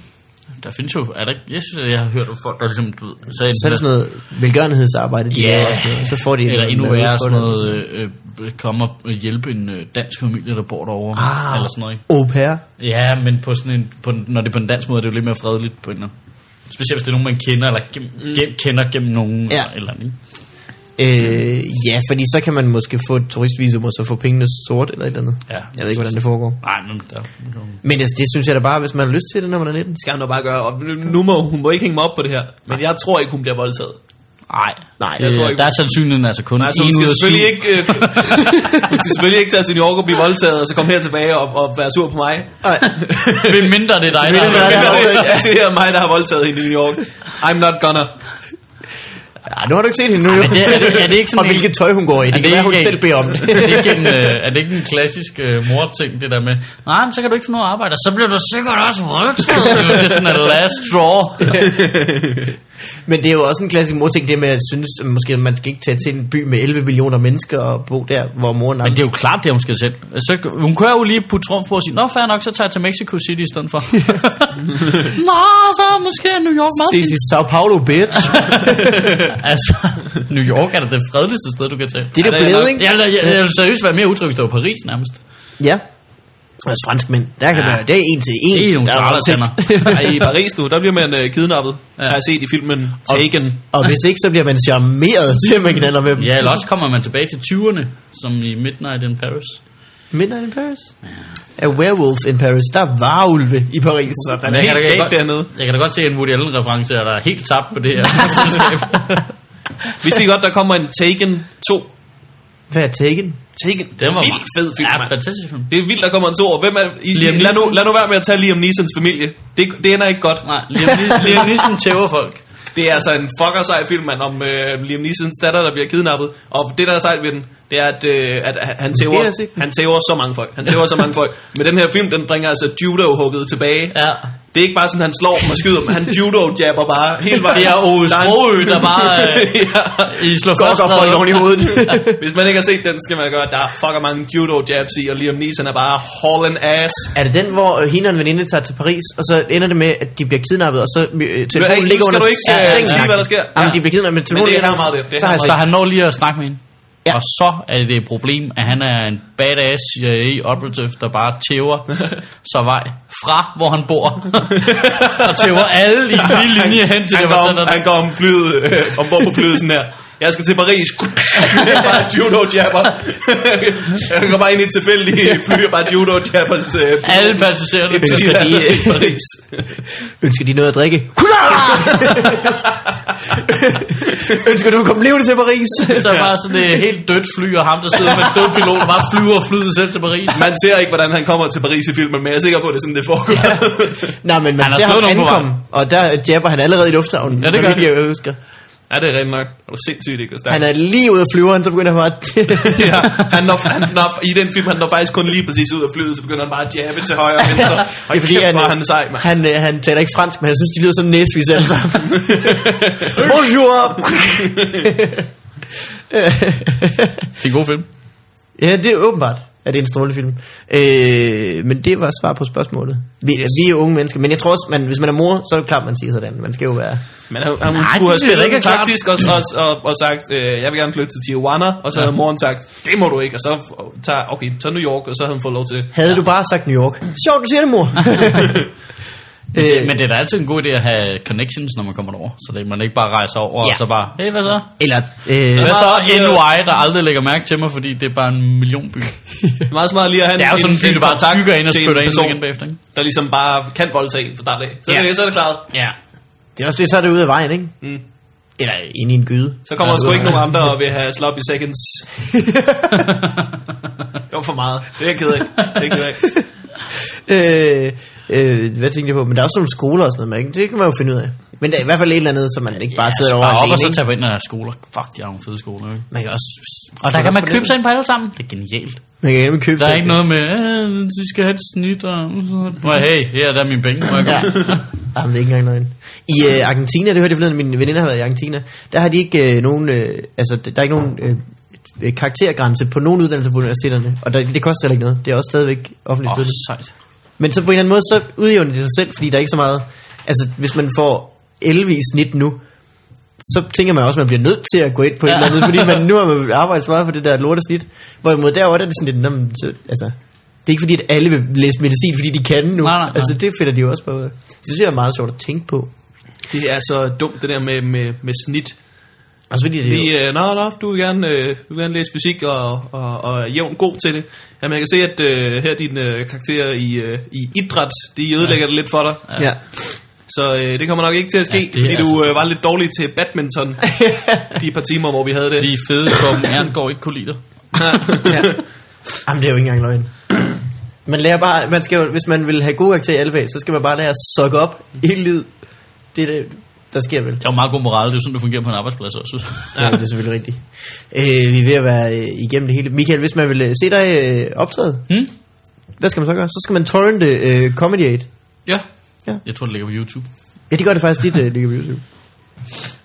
[SPEAKER 2] Der findes jo, er der, jeg synes, at jeg har hørt om folk, der ligesom, du ved, sagde,
[SPEAKER 3] Så er det sådan noget velgørenhedsarbejde, de
[SPEAKER 2] Ja.
[SPEAKER 3] laver og sådan noget. Så får de
[SPEAKER 2] eller
[SPEAKER 3] noget
[SPEAKER 2] endnu
[SPEAKER 3] mad for
[SPEAKER 2] værre sådan
[SPEAKER 3] det.
[SPEAKER 2] noget, øh, øh, komme og hjælpe en øh, dansk familie, der bor derovre,
[SPEAKER 3] Ah.
[SPEAKER 2] eller sådan noget, ikke?
[SPEAKER 3] Au pair.
[SPEAKER 2] Ja, men på sådan en, på, en- når det er på en dansk måde, er det jo lidt mere fredeligt på en eller anden. Specielt hvis det er nogen, man kender, eller gem, gem, kender gennem nogen,
[SPEAKER 3] Ja.
[SPEAKER 2] ja. eller, eller andet, ikke?
[SPEAKER 3] Øh, ja, fordi så kan man måske få et turistvisum, og så få pengene sort eller et eller andet.
[SPEAKER 2] Ja.
[SPEAKER 3] Jeg ved ikke, hvordan det foregår.
[SPEAKER 2] Nej, men der... der-
[SPEAKER 3] Men altså, det synes jeg da bare, hvis man har lyst til det, når man er 19.
[SPEAKER 1] Skal hun da bare gøre. Og nu- nu må hun må ikke hænge mig op på det her. Men jeg tror ikke, hun bliver voldtaget.
[SPEAKER 2] Nej,
[SPEAKER 3] Nej,
[SPEAKER 2] jeg
[SPEAKER 3] jeg
[SPEAKER 1] tror
[SPEAKER 2] tror ikke,
[SPEAKER 1] ikke-
[SPEAKER 2] der er sandsynligheden altså kun
[SPEAKER 1] Nej, så hun
[SPEAKER 2] en
[SPEAKER 1] skal,
[SPEAKER 2] ud af syv.
[SPEAKER 1] selvfølgelig ikke, øh, <laughs> hun skal selvfølgelig ikke tage til New York og blive voldtaget, og så komme her tilbage og, og være sur på mig. <laughs>
[SPEAKER 3] Nej.
[SPEAKER 2] Ved mindre det er dig, der
[SPEAKER 3] Ved mindre
[SPEAKER 1] Jeg
[SPEAKER 3] det
[SPEAKER 1] <laughs> mener,
[SPEAKER 2] har- <laughs>
[SPEAKER 3] er overhovedet
[SPEAKER 1] det- Jeg siger, det er mig, der har voldtaget hende i New York. I'm not gonna.
[SPEAKER 3] Ja, nu har du ikke set hende nu. jo.
[SPEAKER 2] men det er- er det- er det ikke sådan
[SPEAKER 3] <laughs> Og
[SPEAKER 2] en-
[SPEAKER 3] hvilket tøj hun går i. Det,
[SPEAKER 2] Er
[SPEAKER 3] det kan
[SPEAKER 2] det
[SPEAKER 3] være, hun
[SPEAKER 2] ikke en-
[SPEAKER 3] selv beder om det. <laughs>
[SPEAKER 2] er, det ikke en, øh, er det ikke en klassisk øh, morting, det der med, nej, men så kan du ikke få noget arbejde, og så bliver du sikkert også
[SPEAKER 3] <laughs>
[SPEAKER 2] voldtaget. det er sådan en last straw.
[SPEAKER 3] Men det er jo også en klassisk morting, det med at synes, at måske man skal ikke tage til en by med 11 millioner mennesker og bo der, hvor moren er.
[SPEAKER 2] Men det er jo klart, det er hun skal selv. Så, hun kører jo lige på trumf på og siger, nå, fair nok, så tager jeg til Mexico City i stedet for. <laughs> nå, så er måske New York meget
[SPEAKER 3] Ses
[SPEAKER 2] fint.
[SPEAKER 3] i Sao Paulo, bitch.
[SPEAKER 2] <laughs> Altså, New York er da det fredeligste sted, du kan tage.
[SPEAKER 3] Det er
[SPEAKER 1] Ja,
[SPEAKER 3] da
[SPEAKER 1] det er
[SPEAKER 3] blæde,
[SPEAKER 1] nok-
[SPEAKER 3] ikke?
[SPEAKER 2] Jeg vil, jeg, jeg vil seriøst være mere utryg, hvis det var Paris nærmest.
[SPEAKER 3] <laughs> Ja. Og også franskmænd. Der kan
[SPEAKER 2] Ja.
[SPEAKER 3] ja. være, det er en til en.
[SPEAKER 2] Det er nogle
[SPEAKER 3] der
[SPEAKER 2] smartere
[SPEAKER 3] voldtægt.
[SPEAKER 2] tænder.
[SPEAKER 1] Ej, i Paris nu, der bliver man øh, kidnappet.
[SPEAKER 2] Ja.
[SPEAKER 1] Har jeg set i filmen Taken.
[SPEAKER 3] Og hvis ikke, så bliver man charmeret til, at man knaller med dem.
[SPEAKER 2] Ja, eller også kommer man tilbage til 20'erne, som i Midnight in Paris.
[SPEAKER 3] Midnight in Paris. A werewolf in Paris. Der er varulve i Paris.
[SPEAKER 1] Der
[SPEAKER 3] Sådan.
[SPEAKER 2] Men
[SPEAKER 1] er
[SPEAKER 2] jeg kan da
[SPEAKER 1] helt galt
[SPEAKER 2] godt-
[SPEAKER 1] dernede.
[SPEAKER 2] Jeg kan da godt se en Woody Allen-reference, og der er helt tabt på det
[SPEAKER 3] <laughs>
[SPEAKER 2] her selskab.
[SPEAKER 1] Vidste I godt, der kommer en Taken 2?
[SPEAKER 3] Hvad er taken?
[SPEAKER 1] Taken.
[SPEAKER 2] Den var
[SPEAKER 1] vildt fed film,
[SPEAKER 2] Ja,
[SPEAKER 1] mand.
[SPEAKER 2] fantastisk film.
[SPEAKER 1] Det er vildt, der kommer en 2. Hvem er, I, lad,
[SPEAKER 2] Liam
[SPEAKER 1] nu,
[SPEAKER 2] Neeson.
[SPEAKER 1] lad nu være med at tage Liam Neesons familie. Det, det ender ikke godt.
[SPEAKER 2] <laughs> Nej, Liam Neeson- Liam Neeson tæver folk.
[SPEAKER 1] Det er altså en fucker sej film, man, om øh, Liam Neesons datter, der bliver kidnappet. Og det, der er sejt ved den, det er, at, øh, at han- han,
[SPEAKER 3] har jeg
[SPEAKER 1] tæver,
[SPEAKER 3] set den.
[SPEAKER 1] han tæver så mange folk. Han tæver så mange folk. Men den her film, den bringer altså judo-hugget tilbage.
[SPEAKER 2] Ja.
[SPEAKER 1] Det er ikke bare sådan, han slår dem og skyder dem. Han judo-jabber bare hele vejen.
[SPEAKER 2] Det er Ove
[SPEAKER 1] Der en-
[SPEAKER 2] Sprogøe, der
[SPEAKER 1] <laughs>
[SPEAKER 2] bare øh,
[SPEAKER 1] ja.
[SPEAKER 2] i slår
[SPEAKER 3] Godt
[SPEAKER 2] fast.
[SPEAKER 3] og folk oven i
[SPEAKER 2] <laughs>
[SPEAKER 3] hovedet. <laughs>
[SPEAKER 1] Hvis man ikke har set den, skal man gøre, der er fucker mange judo-jabs i, og Liam Neeson er bare hauling ass.
[SPEAKER 3] Er det den, hvor øh, hende og en veninde tager til Paris, og så ender det med, at de bliver kidnappet, og så øh, telefonen
[SPEAKER 1] nu
[SPEAKER 3] ligger
[SPEAKER 1] skal
[SPEAKER 3] under
[SPEAKER 1] du ikke, øh,
[SPEAKER 3] sengen?
[SPEAKER 1] sige, hvad der sker. Ja.
[SPEAKER 3] Jamen, de bliver kidnappet, men telefonen
[SPEAKER 1] det er
[SPEAKER 3] ligger
[SPEAKER 1] her meget det. Det er
[SPEAKER 3] så har
[SPEAKER 1] her
[SPEAKER 3] jeg
[SPEAKER 2] Så
[SPEAKER 3] set.
[SPEAKER 2] han når lige at snakke med hende.
[SPEAKER 3] Ja.
[SPEAKER 2] Ja. Og så er det et problem, at han er en badass CIA-operative, der bare
[SPEAKER 3] <laughs>
[SPEAKER 2] tæver sig vej fra, hvor han bor. <laughs> og tæver alle
[SPEAKER 3] <laughs>
[SPEAKER 2] i en lille linje hen til
[SPEAKER 1] han,
[SPEAKER 2] det.
[SPEAKER 1] går om, han går om flyet, øh, ombord på flyet sådan her. Jeg skal til Paris. <laughs> bare judo-jabber. jeg går bare ind i et tilfældigt fly og bare judo-jabber til øh,
[SPEAKER 2] Alle passagererne
[SPEAKER 1] til
[SPEAKER 2] til
[SPEAKER 1] Jylland
[SPEAKER 3] de- øh.
[SPEAKER 1] og til
[SPEAKER 2] <laughs>
[SPEAKER 1] Paris.
[SPEAKER 3] <laughs> Ønsker de noget at drikke? Hurra! Ønsker du at komme levende til Paris?
[SPEAKER 2] <laughs>
[SPEAKER 3] <laughs>
[SPEAKER 2] Så er bare sådan et helt dødt fly, og ham der sidder med en død pilot, og bare flyver flyet selv til Paris.
[SPEAKER 1] Man ser ikke, hvordan han kommer til Paris i filmen, men jeg er sikker på, at det er sådan, det foregår.
[SPEAKER 3] Nej, men man
[SPEAKER 2] Han har
[SPEAKER 3] ser
[SPEAKER 2] slået
[SPEAKER 3] ham
[SPEAKER 2] nogen på
[SPEAKER 3] ankomme, og der jabber han allerede i lufthavnen.
[SPEAKER 2] Ja, det
[SPEAKER 3] så
[SPEAKER 2] gør
[SPEAKER 3] vidt Jeg husker.
[SPEAKER 1] ja, det er rent nok. Det er sindssygt, ikke? Hvor stærkt.
[SPEAKER 3] Han er lige ude af flyveren, så begynder han bare...
[SPEAKER 1] ja, han når, han når, I den film, han når faktisk kun lige præcis ud af flyet, så begynder han bare at jabbe til højre og
[SPEAKER 3] <laughs>
[SPEAKER 1] venstre. Og
[SPEAKER 3] Altså, det er fordi,
[SPEAKER 1] kæft,
[SPEAKER 3] han,
[SPEAKER 1] hvor er han sej, mand.
[SPEAKER 3] han, øh, han taler ikke fransk, men jeg synes, de lyder sådan næsvis
[SPEAKER 1] <laughs>
[SPEAKER 3] alle sammen. Bonjour!
[SPEAKER 2] Det er en god film.
[SPEAKER 3] ja, det er åbenbart, at det er en strålende film. Øh, men det var svar på spørgsmålet. Vi, yes. vi er unge mennesker, men jeg tror også, man, hvis man er mor, så er det klart, man siger sådan. Man skal jo være...
[SPEAKER 1] Men han, han
[SPEAKER 2] Nej, det
[SPEAKER 1] skulle have
[SPEAKER 2] synes jeg
[SPEAKER 1] spillet
[SPEAKER 2] ikke
[SPEAKER 1] ikke
[SPEAKER 2] er klart.
[SPEAKER 1] taktisk og, og, og, og sagt, øh, jeg vil gerne flytte til Tijuana, og så havde moren sagt, det må du ikke, og så tager, okay, så New York, og så havde han fået lov til det.
[SPEAKER 3] Havde du bare sagt New York. Sjovt, du siger
[SPEAKER 1] <laughs>
[SPEAKER 3] det, mor. <laughs> øh,
[SPEAKER 2] Men det er da altid en god idé at have connections, når man kommer derover. Så det, man ikke bare rejser over, ja.
[SPEAKER 3] Ja.
[SPEAKER 2] og så bare, hey, hvad så?
[SPEAKER 3] eller, øh,
[SPEAKER 1] <laughs>
[SPEAKER 2] Hvad så
[SPEAKER 1] meget-
[SPEAKER 2] NY, der aldrig lægger mærke til mig, fordi det er bare en millionby.
[SPEAKER 1] Det er meget smart lige at have
[SPEAKER 2] Det er jo sådan en by, du bare
[SPEAKER 1] kontakt
[SPEAKER 2] tykker ind og
[SPEAKER 1] til en
[SPEAKER 2] spytter ind
[SPEAKER 1] person,
[SPEAKER 2] igen bagefter, ikke?
[SPEAKER 1] der ligesom bare kan voldtage fra start af. Så,
[SPEAKER 2] Ja.
[SPEAKER 1] ja. det, så er det klart.
[SPEAKER 2] Ja.
[SPEAKER 3] det er også det, så er det ude af vejen, ikke?
[SPEAKER 1] Mm.
[SPEAKER 3] Eller inde i en gyde.
[SPEAKER 1] Så kommer
[SPEAKER 3] Ja,
[SPEAKER 1] ja, der sgu
[SPEAKER 3] det
[SPEAKER 1] ikke
[SPEAKER 3] var-
[SPEAKER 1] nogen andre og vil have sloppy
[SPEAKER 2] <laughs>
[SPEAKER 1] seconds. det var for meget. Det er jeg ked af. Det er jeg
[SPEAKER 2] <laughs>
[SPEAKER 1] ked af.
[SPEAKER 3] øh, øh, hvad tænkte jeg på? Men der er også nogle skoler og sådan noget, man, ikke? det kan man jo finde ud af. Men der er i hvert fald et eller andet, så man ikke bare sidder over
[SPEAKER 2] Bare op, og så
[SPEAKER 3] alene,
[SPEAKER 2] tager man ind af skoler. Fuck, de har nogle fede skoler, ikke?
[SPEAKER 3] ikke? Man kan også...
[SPEAKER 2] Og der kan man købe sig ind på alle sammen. Det er genialt.
[SPEAKER 3] Man kan nemlig købe
[SPEAKER 2] Der er
[SPEAKER 3] sig
[SPEAKER 2] ikke noget med, "Øh, de skal have et snit. Og... Må jeg, hey, her er der er mine penge. Må jeg
[SPEAKER 3] Ja.
[SPEAKER 2] <laughs> komme?
[SPEAKER 3] Jamen, det er ikke engang noget. I øh, Argentina, det hørte jeg forleden, min veninde har været i Argentina, der har de ikke øh, nogen, øh, altså der er ikke nogen øh, øh, karaktergrænse på nogen uddannelser på universiteterne, og der, det koster heller ikke noget. Det er også stadigvæk offentligt
[SPEAKER 2] Åh,
[SPEAKER 3] støtte.
[SPEAKER 2] sejt.
[SPEAKER 3] Men så på en eller anden måde, så udjævner det sig selv, fordi der er ikke så meget... Altså, hvis man får 11 i snit nu, så tænker man også, at man bliver nødt til at gå ind på ja. et eller andet, fordi man nu har man arbejdet så meget for det der lorte snit. Hvorimod derovre, der er det sådan lidt, "Nå, men så, altså, det er ikke fordi, at alle vil læse medicin, fordi de kan nu.
[SPEAKER 2] Nej, nej, nej.
[SPEAKER 3] Altså, det finder de jo også på. ud af. Det synes jeg er meget sjovt at tænke på.
[SPEAKER 1] Det er så dumt, det der med, med, med snit.
[SPEAKER 3] Også fordi det, det
[SPEAKER 1] Lige, øh, nå, nå, du vil gerne, øh, du vil gerne læse fysik og, og, og er jævnt god til det. Jamen, jeg kan se, at øh, her dine øh, karakterer i, øh, i idræt, de ødelægger ja. det lidt for dig.
[SPEAKER 3] ja.
[SPEAKER 1] Så øh, det kommer nok ikke til at ske,
[SPEAKER 2] Ja,
[SPEAKER 1] ja,
[SPEAKER 2] det er
[SPEAKER 1] fordi du
[SPEAKER 2] altså-
[SPEAKER 1] øh, var lidt dårlig til badminton de par timer, hvor vi havde det.
[SPEAKER 2] Fordi fede Torben Erngård ikke kunne lide dig.
[SPEAKER 3] Jamen, det er jo ikke engang løgn. Man lærer bare, man skal jo, hvis man vil have gode karakterer i alle fag, så skal man bare lære at sukke op hele livet. Det er det, der sker vel.
[SPEAKER 2] Det er jo meget god moral, det er jo sådan, det fungerer på en arbejdsplads også.
[SPEAKER 3] Ja, det er selvfølgelig rigtigt. Øh, vi er ved at være øh, igennem det hele. Michael, hvis man vil øh, se dig øh, optræde,
[SPEAKER 2] Hmm?
[SPEAKER 3] hvad skal man så gøre? Så skal man torrente øh, Comedy 8.
[SPEAKER 2] Ja.
[SPEAKER 3] Ja.
[SPEAKER 2] Jeg tror, det ligger på YouTube.
[SPEAKER 3] Ja, det gør det faktisk dit, øh, ligger på YouTube.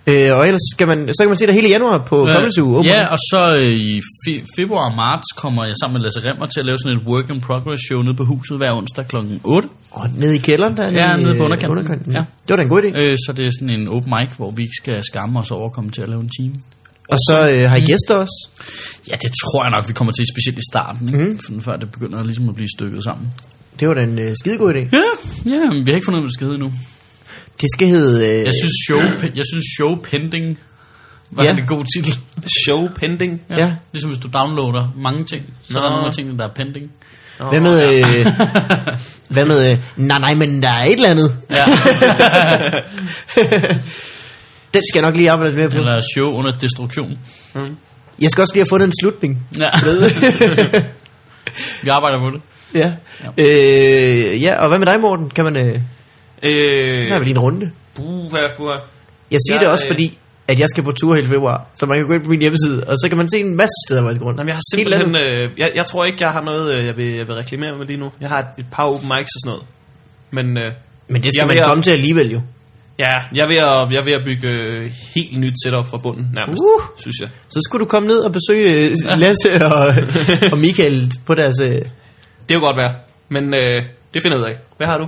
[SPEAKER 3] Øh, og ellers skal man, så kan man se dig hele januar på Comedy Zoo. åben
[SPEAKER 2] Øh, ja,
[SPEAKER 3] mic.
[SPEAKER 2] og så øh, i fe- februar og marts kommer jeg sammen med Lasse Remmer til at lave sådan et work in progress show nede på huset hver onsdag kl. 8.
[SPEAKER 3] Og nede i kælderen der?
[SPEAKER 2] Ja,
[SPEAKER 3] i,
[SPEAKER 2] nede på
[SPEAKER 3] øh,
[SPEAKER 2] underkanten.
[SPEAKER 3] Ja.
[SPEAKER 2] Ja.
[SPEAKER 3] Det var da en god idé. Øh,
[SPEAKER 2] Øh, så det er sådan en open mic, hvor vi ikke skal skamme os over at komme til at lave en time.
[SPEAKER 3] og så øh, har I gæster også.
[SPEAKER 2] Ja, det tror jeg nok, vi kommer til, specielt i starten,
[SPEAKER 3] Mhm.
[SPEAKER 2] ikke? Mm. før det begynder ligesom at blive stykket sammen.
[SPEAKER 3] Det var da en øh, skidegod idé.
[SPEAKER 2] Ja, ja men vi har ikke fundet ud af, hvad det skal hedde endnu.
[SPEAKER 3] Det skal hedde... Øh,
[SPEAKER 2] Jeg synes show, jeg synes show pending var
[SPEAKER 3] Ja.
[SPEAKER 2] ja. en god titel.
[SPEAKER 1] Show pending.
[SPEAKER 2] Ja.
[SPEAKER 3] Ja.
[SPEAKER 2] ja. Ligesom hvis du downloader mange ting, så Nå. er der
[SPEAKER 1] Nå.
[SPEAKER 2] nogle af tingene, der er pending.
[SPEAKER 3] Hvad med... Øh, hvad med... Øh, nej, nej, men der er et eller
[SPEAKER 1] <laughs>
[SPEAKER 3] andet.
[SPEAKER 2] <laughs> Ja.
[SPEAKER 3] Den skal jeg nok lige arbejde lidt mere på.
[SPEAKER 2] Eller show under destruktion.
[SPEAKER 3] Jeg skal også lige have fundet en slutning.
[SPEAKER 2] Ja. vi arbejder på det.
[SPEAKER 3] ja. <laughs> Øh, ja, og hvad med dig, Morten? Kan man... Øh,
[SPEAKER 1] Øh,
[SPEAKER 3] så har vi lige en runde.
[SPEAKER 1] buha, buha.
[SPEAKER 3] Jeg siger
[SPEAKER 1] Jeg,
[SPEAKER 3] det også,
[SPEAKER 1] øh,
[SPEAKER 3] fordi at jeg skal på tur hele februar, så man kan gå ind på min hjemmeside, og så kan man se en masse steder, hvor jeg skal rundt.
[SPEAKER 1] Jamen, jeg har
[SPEAKER 3] Helt
[SPEAKER 1] simpelthen... Øh, jeg, jeg tror ikke, jeg har noget, øh, jeg vil, jeg vil reklamere med lige nu. Jeg har et, et par open mics og sådan noget. Men øh,
[SPEAKER 3] Men det skal
[SPEAKER 1] Jeg
[SPEAKER 3] man
[SPEAKER 1] vil have-
[SPEAKER 3] komme til alligevel jo.
[SPEAKER 1] ja, jeg er ved at, jeg er ved at bygge øh, helt nyt setup fra bunden nærmest,
[SPEAKER 3] Uh.
[SPEAKER 1] uh. synes jeg.
[SPEAKER 3] Så skulle du komme ned og besøge øh,
[SPEAKER 1] <laughs>
[SPEAKER 3] Lasse og, og Michael på deres... Øh,
[SPEAKER 1] Det kunne godt være. Men øh, det finder jeg ud af. Hvad har du?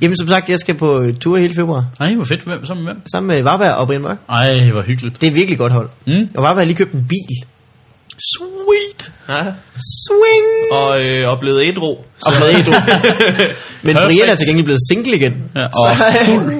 [SPEAKER 3] Jamen som sagt, jeg skal på øh, tur hele februar.
[SPEAKER 2] Ej, hvor fedt. Hvem, sammen med hvem?
[SPEAKER 3] Sammen med Varberg og Brian Mørk.
[SPEAKER 2] Ej, hvor hyggeligt.
[SPEAKER 3] Det er et virkelig godt hold.
[SPEAKER 2] Mm.
[SPEAKER 3] Og Varberg har lige købt en bil.
[SPEAKER 2] Sweet.
[SPEAKER 1] Ja.
[SPEAKER 3] Swing!
[SPEAKER 1] Og, øh, og blevet ædru.
[SPEAKER 3] Og med Edo. <laughs> Men
[SPEAKER 2] Perfekt.
[SPEAKER 3] Brian er til gengæld blevet single igen.
[SPEAKER 2] Ja, og fuld.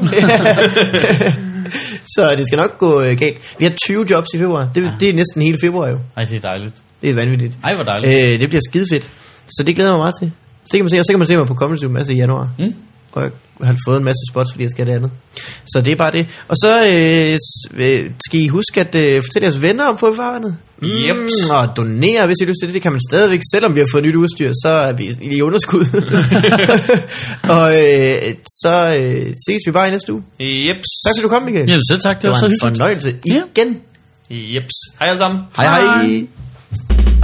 [SPEAKER 3] <laughs> Så det skal nok gå øh, galt. Vi har 20 jobs i februar. Det, det er næsten hele februar jo.
[SPEAKER 2] Ej, det er dejligt.
[SPEAKER 3] Det er vanvittigt.
[SPEAKER 2] Ej, hvor dejligt.
[SPEAKER 3] Øh, det bliver skide fedt. Så det glæder jeg mig meget til. Det kan man se, og så kan man se mig på Comedy Zoo en masse i januar.
[SPEAKER 2] Mm.
[SPEAKER 3] Og jeg har fået en masse spots, fordi jeg skal det andet. Så det er bare det. Og så øh, s- øh, skal I huske at øh, fortælle jeres venner om fodboldfarvandet.
[SPEAKER 1] Yep.
[SPEAKER 3] Og donere, hvis I har lyst til det. Det kan man stadigvæk, selvom vi har fået nyt udstyr, så er vi i
[SPEAKER 2] <laughs>
[SPEAKER 3] underskud. <laughs> og øh, så øh, ses vi bare i næste uge.
[SPEAKER 1] Jeps.
[SPEAKER 3] Tak fordi du kom, Michael.
[SPEAKER 2] Jamen selv tak, det,
[SPEAKER 3] det
[SPEAKER 2] var,
[SPEAKER 3] var
[SPEAKER 2] så
[SPEAKER 3] en
[SPEAKER 2] hyggeligt.
[SPEAKER 3] fornøjelse
[SPEAKER 2] Ja.
[SPEAKER 3] igen.
[SPEAKER 1] Jeps. Hej alle sammen.
[SPEAKER 3] Hej hej.